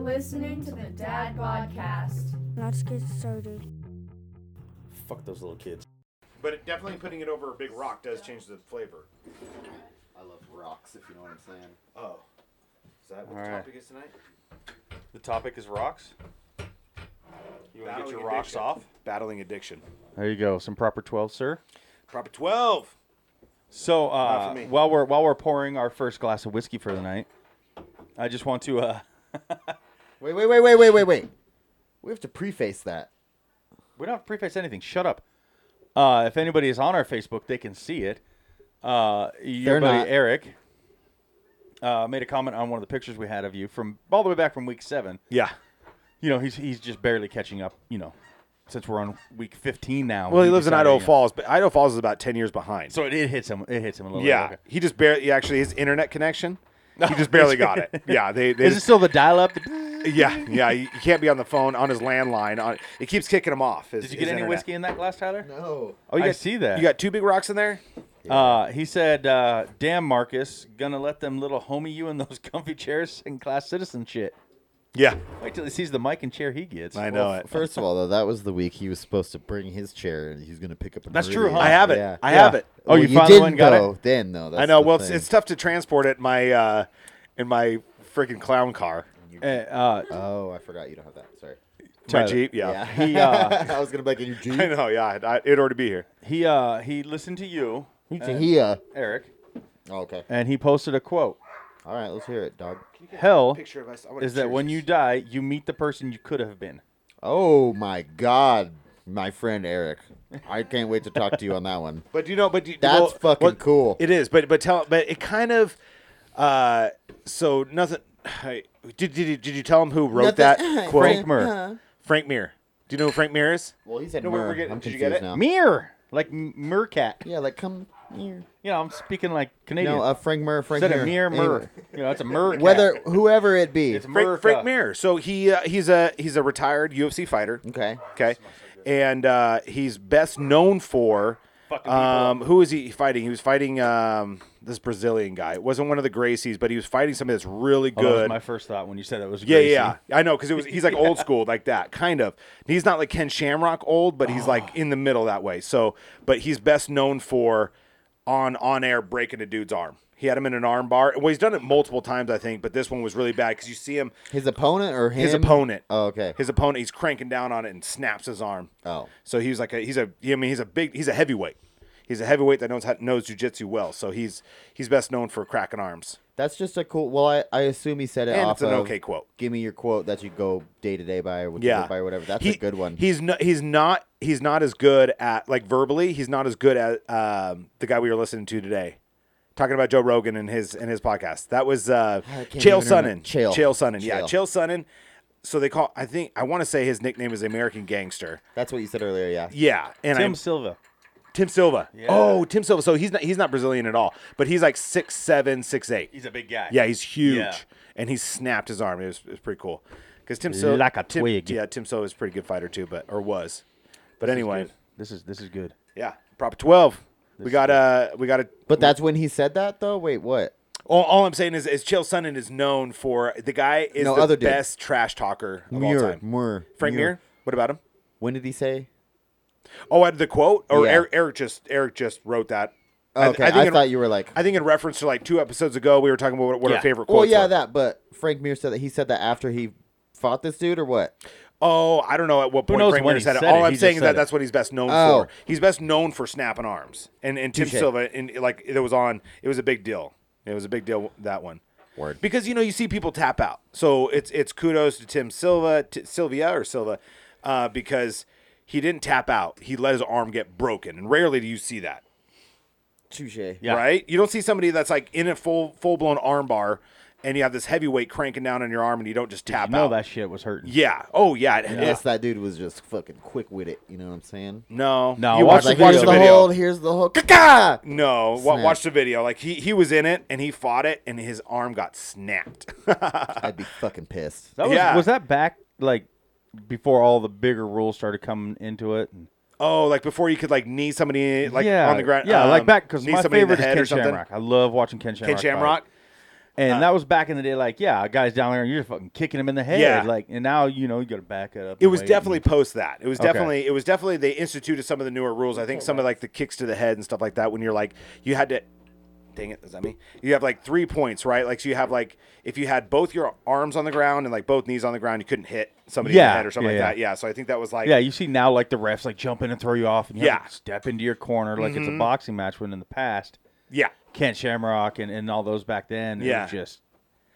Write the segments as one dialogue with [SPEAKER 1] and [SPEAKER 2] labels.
[SPEAKER 1] listening to the Dad Podcast.
[SPEAKER 2] Let's get started.
[SPEAKER 3] Fuck those little kids.
[SPEAKER 4] But it, definitely putting it over a big rock does change the flavor.
[SPEAKER 5] I love rocks, if you know what I'm saying.
[SPEAKER 4] Oh. Is that what
[SPEAKER 3] All
[SPEAKER 4] the
[SPEAKER 3] right.
[SPEAKER 4] topic is tonight?
[SPEAKER 3] The topic is rocks. You want to get
[SPEAKER 4] Battling
[SPEAKER 3] your rocks
[SPEAKER 4] addiction.
[SPEAKER 3] off?
[SPEAKER 4] Battling addiction.
[SPEAKER 3] There you go. Some proper 12, sir.
[SPEAKER 4] Proper 12.
[SPEAKER 3] So
[SPEAKER 4] Not
[SPEAKER 3] uh,
[SPEAKER 4] for me.
[SPEAKER 3] while we're while we're pouring our first glass of whiskey for the night, I just want to. Uh,
[SPEAKER 5] Wait, wait, wait, wait, wait, wait, wait. We have to preface that.
[SPEAKER 3] we don't have to preface anything. Shut up. Uh, if anybody is on our Facebook, they can see it. Uh, your
[SPEAKER 5] They're
[SPEAKER 3] buddy
[SPEAKER 5] not.
[SPEAKER 3] Eric uh, made a comment on one of the pictures we had of you from all the way back from week seven.
[SPEAKER 4] Yeah.
[SPEAKER 3] You know, he's he's just barely catching up. You know, since we're on week fifteen now.
[SPEAKER 4] Well, he lives in
[SPEAKER 3] decided,
[SPEAKER 4] Idaho
[SPEAKER 3] you know-
[SPEAKER 4] Falls, but Idaho Falls is about 10 years behind.
[SPEAKER 3] So it, it hits him. It hits him a little.
[SPEAKER 4] yeah.
[SPEAKER 3] Bit. Okay.
[SPEAKER 4] He just barely, actually, his internet connection, he just barely got it. Yeah. They, they
[SPEAKER 3] Is it still the dial-up? Did
[SPEAKER 4] Yeah, yeah. You you can't be on the phone on his landline. On it keeps kicking him off. his-
[SPEAKER 3] you
[SPEAKER 4] his
[SPEAKER 3] get any
[SPEAKER 4] internet.
[SPEAKER 3] whiskey in that glass, Tyler?
[SPEAKER 5] No.
[SPEAKER 4] Oh, you
[SPEAKER 3] I
[SPEAKER 4] got,
[SPEAKER 3] see that.
[SPEAKER 4] You got two big rocks in there.
[SPEAKER 3] Uh, he said, uh, "Damn, Marcus, gonna let them little homie you in those comfy chairs and class citizen shit.
[SPEAKER 4] Yeah,
[SPEAKER 3] Wait till he sees the mic and chair he gets.
[SPEAKER 4] I know it.
[SPEAKER 5] First of all, though, that was the week he was supposed to bring his chair and he's going to pick up an
[SPEAKER 3] That's true,
[SPEAKER 5] Meridian.
[SPEAKER 3] huh?
[SPEAKER 4] I have it.
[SPEAKER 5] Yeah.
[SPEAKER 4] I have
[SPEAKER 3] Yeah.
[SPEAKER 4] it.
[SPEAKER 3] Oh,
[SPEAKER 5] Well,
[SPEAKER 3] you finally went
[SPEAKER 5] didn't,
[SPEAKER 3] and got
[SPEAKER 5] though.
[SPEAKER 3] it.
[SPEAKER 5] Damn, though. That's
[SPEAKER 4] I know.
[SPEAKER 5] the
[SPEAKER 4] Well, it's,
[SPEAKER 5] thing.
[SPEAKER 4] it's tough to transport it in my uh, in my freaking clown car,
[SPEAKER 3] Uh, uh,
[SPEAKER 5] Oh, I forgot you don't have that. Sorry.
[SPEAKER 3] Tyler.
[SPEAKER 4] my Jeep. Yeah,
[SPEAKER 3] He, uh,
[SPEAKER 5] I was going to make a new
[SPEAKER 4] Oh, I
[SPEAKER 5] Jeep.
[SPEAKER 4] know. Yeah, I, it'd already be here.
[SPEAKER 3] he uh, he listened to you,
[SPEAKER 5] You can hear.
[SPEAKER 3] Eric,
[SPEAKER 5] uh, Oh, okay.
[SPEAKER 3] and he posted a quote:
[SPEAKER 5] All right, let's hear it, dog.
[SPEAKER 3] "Hell
[SPEAKER 4] Picture of us.
[SPEAKER 3] is that when you die, you meet the person you could have been."
[SPEAKER 5] Oh, my God. My friend Eric. I can't wait to talk to you on that one.
[SPEAKER 4] But you know, but you,
[SPEAKER 5] That's
[SPEAKER 4] well,
[SPEAKER 5] fucking
[SPEAKER 4] what-
[SPEAKER 5] cool.
[SPEAKER 4] It is, but but tell, but it kind of. Uh, so nothing. Did, did you- did you tell him who wrote that quote?
[SPEAKER 3] Frank Mir.
[SPEAKER 4] Frank Mir. Do you know who Frank Mir is?
[SPEAKER 5] Well, he said
[SPEAKER 4] No, we're- we're
[SPEAKER 5] mer.
[SPEAKER 4] getting-
[SPEAKER 5] I'm
[SPEAKER 4] did you
[SPEAKER 5] confused
[SPEAKER 4] get it?
[SPEAKER 5] now.
[SPEAKER 3] Mir, like m- Mercat.
[SPEAKER 5] Yeah, like come here.
[SPEAKER 3] You know, I'm speaking like Canadian.
[SPEAKER 5] No, uh, Frank Murr,
[SPEAKER 3] is
[SPEAKER 5] Frank
[SPEAKER 3] that
[SPEAKER 5] Murr.
[SPEAKER 3] a mere Mer?
[SPEAKER 5] Anyway,
[SPEAKER 3] You know, that's a Mercat.
[SPEAKER 5] whether whoever it be.
[SPEAKER 3] it's
[SPEAKER 4] Frank,
[SPEAKER 3] Merca.
[SPEAKER 4] Frank Mir. So he uh, he's a he's a retired UFC fighter.
[SPEAKER 5] okay.
[SPEAKER 4] Okay. And uh, he's best known for
[SPEAKER 3] Fucking people
[SPEAKER 4] um, who is he fighting? He was fighting um, this Brazilian guy. It wasn't one of the Gracies, but he was fighting somebody that's really
[SPEAKER 3] Oh, that was
[SPEAKER 4] good.
[SPEAKER 3] my first thought when you said it was.
[SPEAKER 4] yeah,
[SPEAKER 3] Gracie.
[SPEAKER 4] yeah, I know because it was he's like old school like that kind of. He's not like Ken Shamrock old, but he's
[SPEAKER 3] Ah.
[SPEAKER 4] like in the middle that way. So, but he's best known for on on air breaking a dude's arm. He had him in an arm bar. Well, he's done it multiple times, I think, but this one was really bad because you see him
[SPEAKER 5] His opponent or him?
[SPEAKER 4] his opponent.
[SPEAKER 5] Oh, okay.
[SPEAKER 4] His opponent. He's cranking down on it and snaps his arm.
[SPEAKER 5] Oh.
[SPEAKER 4] So he's like a he's a I mean he's a big he's a heavyweight. He's a heavyweight that knows how, knows jujitsu well. So he's he's best known for cracking arms.
[SPEAKER 5] That's just a cool. Well, I, I assume he said it
[SPEAKER 4] And
[SPEAKER 5] off
[SPEAKER 4] it's an
[SPEAKER 5] of,
[SPEAKER 4] okay quote.
[SPEAKER 5] Give me your quote that you go day to day by or what you
[SPEAKER 4] Yeah,
[SPEAKER 5] live by or whatever. That's
[SPEAKER 4] He-
[SPEAKER 5] a good one.
[SPEAKER 4] He's no, he's not he's not as good at like verbally. He's not as good at um, the guy we were listening to today. Talking about Joe Rogan and his and his podcast. That was uh,
[SPEAKER 5] I can't
[SPEAKER 4] Chael
[SPEAKER 5] even remember-
[SPEAKER 4] Sonnen.
[SPEAKER 5] Chael.
[SPEAKER 4] Chael Sonnen. Yeah,
[SPEAKER 5] Chael.
[SPEAKER 4] Chael Sonnen. So they call. I think I want to say his nickname is the American Gangster.
[SPEAKER 5] That's what you said earlier. Yeah.
[SPEAKER 4] Yeah, and
[SPEAKER 3] Tim
[SPEAKER 4] I'm-
[SPEAKER 3] Silva.
[SPEAKER 4] Tim Silva. Oh, Tim Silva. So he's not he's not Brazilian at all, but he's like six seven, six eight.
[SPEAKER 3] He's a big guy.
[SPEAKER 4] yeah, he's huge,
[SPEAKER 3] Yeah.
[SPEAKER 4] and he snapped his arm. It was, it was pretty cool because Tim Silva
[SPEAKER 3] Like a
[SPEAKER 4] Tim-
[SPEAKER 3] twig.
[SPEAKER 4] yeah, Tim Silva is a pretty good fighter too, but or was. But anyway,
[SPEAKER 3] This is this is good.
[SPEAKER 4] yeah, prop twelve. we got a we got a.
[SPEAKER 5] But that's when he said that though. Wait, what?
[SPEAKER 4] All, all I'm saying is, is Chael Sonnen is known for the guy is
[SPEAKER 5] No,
[SPEAKER 4] the
[SPEAKER 5] other dude.
[SPEAKER 4] best trash talker of all
[SPEAKER 5] Muir,
[SPEAKER 4] time.
[SPEAKER 5] Muir,
[SPEAKER 4] Frank Mir. What about him?
[SPEAKER 5] When did he say?
[SPEAKER 4] Oh, the quote or
[SPEAKER 5] Yeah.
[SPEAKER 4] Eric, Eric just Eric just wrote that. I th-
[SPEAKER 5] Okay, I,
[SPEAKER 4] think it-
[SPEAKER 5] thought you were like.
[SPEAKER 4] I think in reference to like two episodes ago, we were talking about what, what
[SPEAKER 3] Yeah.
[SPEAKER 4] our favorite quotes
[SPEAKER 5] well, yeah,
[SPEAKER 4] were.
[SPEAKER 5] that. But Frank Mir said that he said that after he fought this dude or what?
[SPEAKER 4] oh, I don't know at what point
[SPEAKER 3] knows
[SPEAKER 4] Frank
[SPEAKER 3] when
[SPEAKER 4] Mir
[SPEAKER 3] he
[SPEAKER 4] said it.
[SPEAKER 3] said
[SPEAKER 4] All
[SPEAKER 3] it,
[SPEAKER 4] I'm
[SPEAKER 3] he
[SPEAKER 4] saying
[SPEAKER 3] just
[SPEAKER 4] is that
[SPEAKER 3] said it.
[SPEAKER 4] that's what he's best known
[SPEAKER 5] Oh.
[SPEAKER 4] for. He's best known for snapping arms. And and Tim
[SPEAKER 5] Touche.
[SPEAKER 4] Silva, and like it was on, it was a big deal. It was a big deal that one.
[SPEAKER 5] Word.
[SPEAKER 4] Because you know you see people tap out, so it's it's kudos to Tim Silva, t- Sylvia or Silva, uh, because he didn't tap out. He let his arm get broken, and rarely do you see that.
[SPEAKER 5] Touche.
[SPEAKER 3] Yeah.
[SPEAKER 4] right? You don't see somebody that's like in a full full blown arm bar and you have this heavyweight cranking down on your arm and you don't just tap
[SPEAKER 3] You know
[SPEAKER 4] out.
[SPEAKER 3] that shit was hurting.
[SPEAKER 4] Yeah. Oh yeah. It-
[SPEAKER 5] Unless that dude was just fucking quick with it. You know what I'm saying?
[SPEAKER 4] No.
[SPEAKER 3] No,
[SPEAKER 4] You watch,
[SPEAKER 3] watch the
[SPEAKER 5] like
[SPEAKER 4] watch
[SPEAKER 5] here's
[SPEAKER 4] the
[SPEAKER 5] the
[SPEAKER 4] video.
[SPEAKER 5] hold, here's the hold. Ka-ka!
[SPEAKER 4] No, wa-
[SPEAKER 5] Snap.
[SPEAKER 4] watch the video. Like he he was in it and he fought it and his arm got snapped.
[SPEAKER 5] I'd be fucking pissed.
[SPEAKER 3] That was,
[SPEAKER 4] Yeah.
[SPEAKER 3] was that back like before all the bigger rules started coming into it? And,
[SPEAKER 4] oh, like before you could like knee somebody like
[SPEAKER 3] yeah,
[SPEAKER 4] on the ground.
[SPEAKER 3] Yeah, like
[SPEAKER 4] um,
[SPEAKER 3] back because
[SPEAKER 4] knee
[SPEAKER 3] my
[SPEAKER 4] somebody in the
[SPEAKER 3] favorite is
[SPEAKER 4] head or
[SPEAKER 3] Ken
[SPEAKER 4] something.
[SPEAKER 3] Shamrock. I love watching Ken
[SPEAKER 4] Ken
[SPEAKER 3] Shamrock. fight.
[SPEAKER 4] Shamrock. Uh,
[SPEAKER 3] And that was back in the day, like, yeah, a guy's down there, and you're fucking kicking him in the head,
[SPEAKER 4] Yeah.
[SPEAKER 3] like, and now you know you got to back it up.
[SPEAKER 4] It
[SPEAKER 3] and
[SPEAKER 4] was
[SPEAKER 3] wait
[SPEAKER 4] definitely
[SPEAKER 3] and-
[SPEAKER 4] post that. It was
[SPEAKER 3] Okay.
[SPEAKER 4] definitely it was definitely they instituted some of the newer rules. I think some of like the kicks to the head and stuff like that. When you're like you had to, dang it, is that me? You have like three points, right? Like so you have like if you had both your arms on the ground and like both knees on the ground, you couldn't hit somebody in
[SPEAKER 3] Yeah,
[SPEAKER 4] the head or something
[SPEAKER 3] yeah,
[SPEAKER 4] like
[SPEAKER 3] yeah.
[SPEAKER 4] that. Yeah. So I think that was like
[SPEAKER 3] yeah. You see now, like the refs like jump in and throw you off, and you have
[SPEAKER 4] Yeah. Mm-hmm.
[SPEAKER 3] to step into your corner like it's a boxing match. When in the past,
[SPEAKER 4] yeah.
[SPEAKER 3] Ken Shamrock and, and all those back then, it
[SPEAKER 4] Yeah.
[SPEAKER 3] was just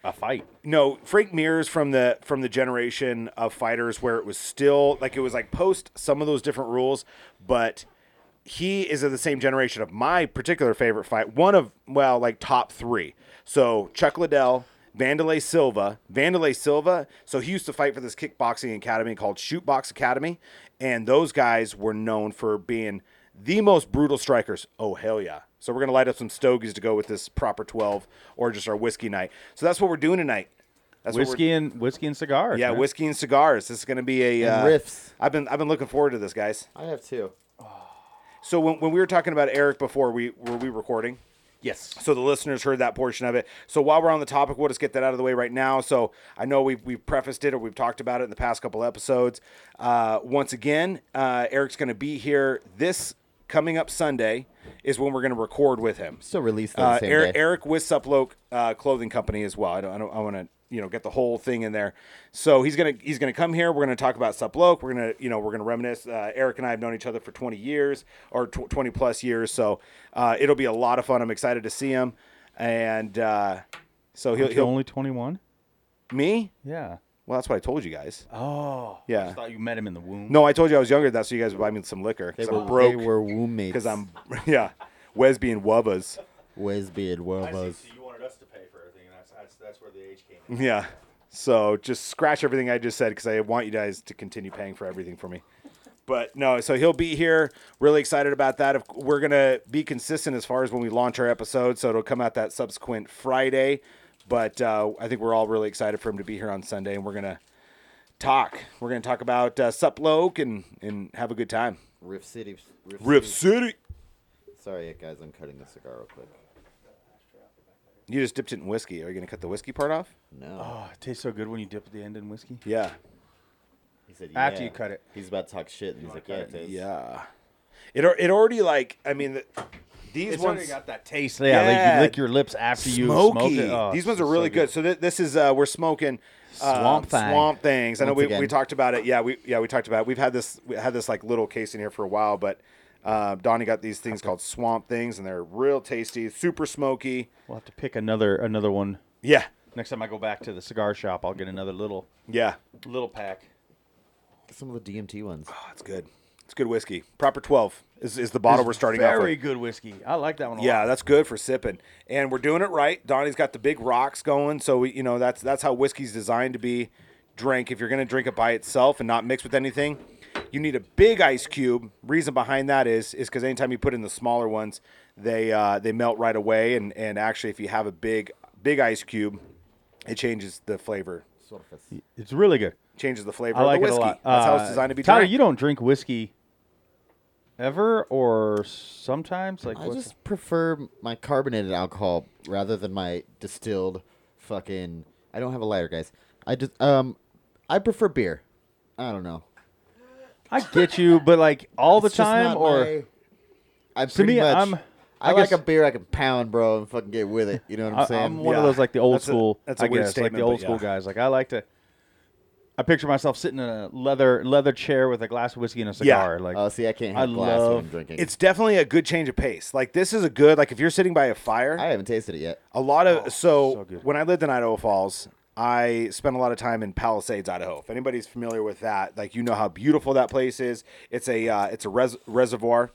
[SPEAKER 3] a fight.
[SPEAKER 4] no frank mirrors from the from the generation of fighters where it was still like it was like post some of those different rules but he is of the same generation of my particular favorite fight one of well like top three so chuck liddell Vandalay Silva, Vandalay Silva. So he used to fight for this kickboxing academy called Shootbox Academy, and those guys were known for being the most brutal strikers. Oh hell yeah! So we're gonna light up some stogies to go with this proper twelve or just our whiskey night. So that's what we're doing tonight. That's what
[SPEAKER 3] Whiskey and whiskey and cigars.
[SPEAKER 4] we're, yeah,
[SPEAKER 3] man.
[SPEAKER 4] whiskey and cigars. This is gonna be a
[SPEAKER 5] And
[SPEAKER 4] uh,
[SPEAKER 5] riffs.
[SPEAKER 4] I've been I've been looking forward to this, guys.
[SPEAKER 5] I have two.
[SPEAKER 4] So when, when we were talking about Eric before, we were we recording.
[SPEAKER 5] Yes.
[SPEAKER 4] So the listeners heard that portion of it. So while we're on the topic, we'll just get that out of the way right now. So I know we've, we've prefaced it or we've talked about it in the past couple episodes. Uh, once again, uh, Eric's going to be here this coming up Sunday is when we're going to record with him.
[SPEAKER 5] Still release that
[SPEAKER 4] Uh,
[SPEAKER 5] same
[SPEAKER 4] Eric,
[SPEAKER 5] day.
[SPEAKER 4] Eric with Suploak uh, Clothing Company as well. I don't, I don't, I want to, you know, get the whole thing in there. So he's gonna, he's gonna come here. We're gonna talk about Suploak. We're gonna, you know, we're gonna reminisce. Uh, Eric and I have known each other for 20 years or tw- 20 plus years. So uh, it'll be a lot of fun. I'm excited to see him. And uh, so he'll,
[SPEAKER 3] Aren't you
[SPEAKER 4] he'll
[SPEAKER 3] only twenty one.
[SPEAKER 4] me.
[SPEAKER 3] Yeah.
[SPEAKER 4] Well, that's what I told you guys.
[SPEAKER 3] Oh.
[SPEAKER 4] Yeah.
[SPEAKER 3] I thought you met him in the womb.
[SPEAKER 4] No, I told you I was younger. than that, so you guys would buy me some liquor
[SPEAKER 5] They
[SPEAKER 4] because
[SPEAKER 5] were,
[SPEAKER 4] I'm broke.
[SPEAKER 5] they were womb mates.
[SPEAKER 4] Because I'm, yeah, Wesby and Wubbas.
[SPEAKER 5] Wesbeard Wobas.
[SPEAKER 3] you wanted us to pay for everything, and that's that's, that's where the age came. in.
[SPEAKER 4] Yeah. So just scratch everything I just said because I want you guys to continue paying for everything for me. But no, so he'll be here. Really excited about that. Of- We're gonna be consistent as far as when we launch our episode, so it'll come out that subsequent Friday. But uh, I think we're all really excited for him to be here on Sunday, and we're gonna talk. We're gonna talk about uh, Suploke and and have a good time.
[SPEAKER 5] Riff City. Riff,
[SPEAKER 4] City.
[SPEAKER 5] Sorry, guys, I'm cutting the cigar real quick.
[SPEAKER 4] You just dipped it in whiskey. Are you gonna cut the whiskey part off?
[SPEAKER 5] No.
[SPEAKER 3] Oh, it tastes so good when you dip the end in whiskey.
[SPEAKER 4] Yeah.
[SPEAKER 5] He said,
[SPEAKER 3] After
[SPEAKER 5] "Yeah."
[SPEAKER 3] you cut it.
[SPEAKER 5] He's about to talk shit, and he's like, yeah, it is.
[SPEAKER 4] Yeah. It al- it already like I mean the, these ones
[SPEAKER 3] that taste. Yeah, like
[SPEAKER 4] Yeah.
[SPEAKER 3] you lick your lips after you smoke
[SPEAKER 4] smoky.
[SPEAKER 3] it. Oh,
[SPEAKER 4] These
[SPEAKER 3] it's
[SPEAKER 4] ones are
[SPEAKER 3] so
[SPEAKER 4] really good. So th- this is uh, we're smoking uh,
[SPEAKER 3] Swamp Thang.
[SPEAKER 4] Swamp things. I know
[SPEAKER 5] Once
[SPEAKER 4] we,
[SPEAKER 5] again.
[SPEAKER 4] we talked about it. Yeah, we yeah we talked about it. We've had this we had this like little case in here for a while, but uh, Donnie got these things called Swamp things, and they're real tasty, super smoky.
[SPEAKER 3] We'll have to pick another another one
[SPEAKER 4] Yeah,
[SPEAKER 3] next time I go back to the cigar shop. I'll get another little
[SPEAKER 4] yeah.
[SPEAKER 3] little pack.
[SPEAKER 5] Some of the DMT ones.
[SPEAKER 4] Oh, it's good. It's good whiskey. Proper twelve is, is the bottle we're starting off with.
[SPEAKER 3] Very good whiskey. I like that one. A
[SPEAKER 4] Yeah,
[SPEAKER 3] lot.
[SPEAKER 4] that's good for sipping, and we're doing it right. Donnie's got the big rocks going, so we, you know that's that's how whiskey's designed to be drank. If you're gonna drink it by itself and not mix with anything, you need a big ice cube. Reason behind that is is because anytime you put in the smaller ones, they uh, they melt right away, and and actually if you have a big big ice cube, it changes the flavor,
[SPEAKER 5] Surface.
[SPEAKER 3] it's really good.
[SPEAKER 4] changes the flavor
[SPEAKER 3] I
[SPEAKER 4] of
[SPEAKER 3] like
[SPEAKER 4] the
[SPEAKER 3] it a
[SPEAKER 4] whiskey.
[SPEAKER 3] lot.
[SPEAKER 4] That's how
[SPEAKER 3] Uh,
[SPEAKER 4] it's designed to be
[SPEAKER 3] Tyler,
[SPEAKER 4] drank.
[SPEAKER 3] you don't drink whiskey ever or sometimes. Like
[SPEAKER 5] I
[SPEAKER 3] what's-
[SPEAKER 5] just prefer my carbonated alcohol rather than my distilled fucking. I don't have a lighter, guys. I just um, I prefer beer. I don't know.
[SPEAKER 3] I get you, but like all the
[SPEAKER 5] It's just
[SPEAKER 3] time
[SPEAKER 5] not
[SPEAKER 3] or
[SPEAKER 5] my- I'm
[SPEAKER 3] to
[SPEAKER 5] pretty
[SPEAKER 3] me,
[SPEAKER 5] much.
[SPEAKER 3] I'm-
[SPEAKER 5] I,
[SPEAKER 3] I
[SPEAKER 5] like
[SPEAKER 3] guess-
[SPEAKER 5] a beer I can pound, bro, and fucking get with it. You know what
[SPEAKER 3] I,
[SPEAKER 5] I'm saying?
[SPEAKER 3] am one of
[SPEAKER 4] Yeah.
[SPEAKER 3] those like the old
[SPEAKER 4] That's a-
[SPEAKER 3] school.
[SPEAKER 4] that's
[SPEAKER 3] a
[SPEAKER 4] a weird
[SPEAKER 3] guess, like
[SPEAKER 4] statement,
[SPEAKER 3] the old
[SPEAKER 4] but
[SPEAKER 3] school
[SPEAKER 4] yeah.
[SPEAKER 3] guys. Like I like to. I picture myself sitting in a leather leather chair with a glass of whiskey and a cigar. Like
[SPEAKER 5] oh, see, I can't
[SPEAKER 3] I
[SPEAKER 5] have glass when I'm
[SPEAKER 3] love-
[SPEAKER 5] drinking.
[SPEAKER 4] it's definitely a good change of pace. Like this is a good like if you're sitting by a fire.
[SPEAKER 5] I haven't tasted it yet.
[SPEAKER 4] A lot of so,
[SPEAKER 3] Oh, so good.
[SPEAKER 4] when I lived in Idaho Falls, I spent a lot of time in Palisades, Idaho. If anybody's familiar with that, like you know how beautiful that place is. It's a uh, it's a res- reservoir,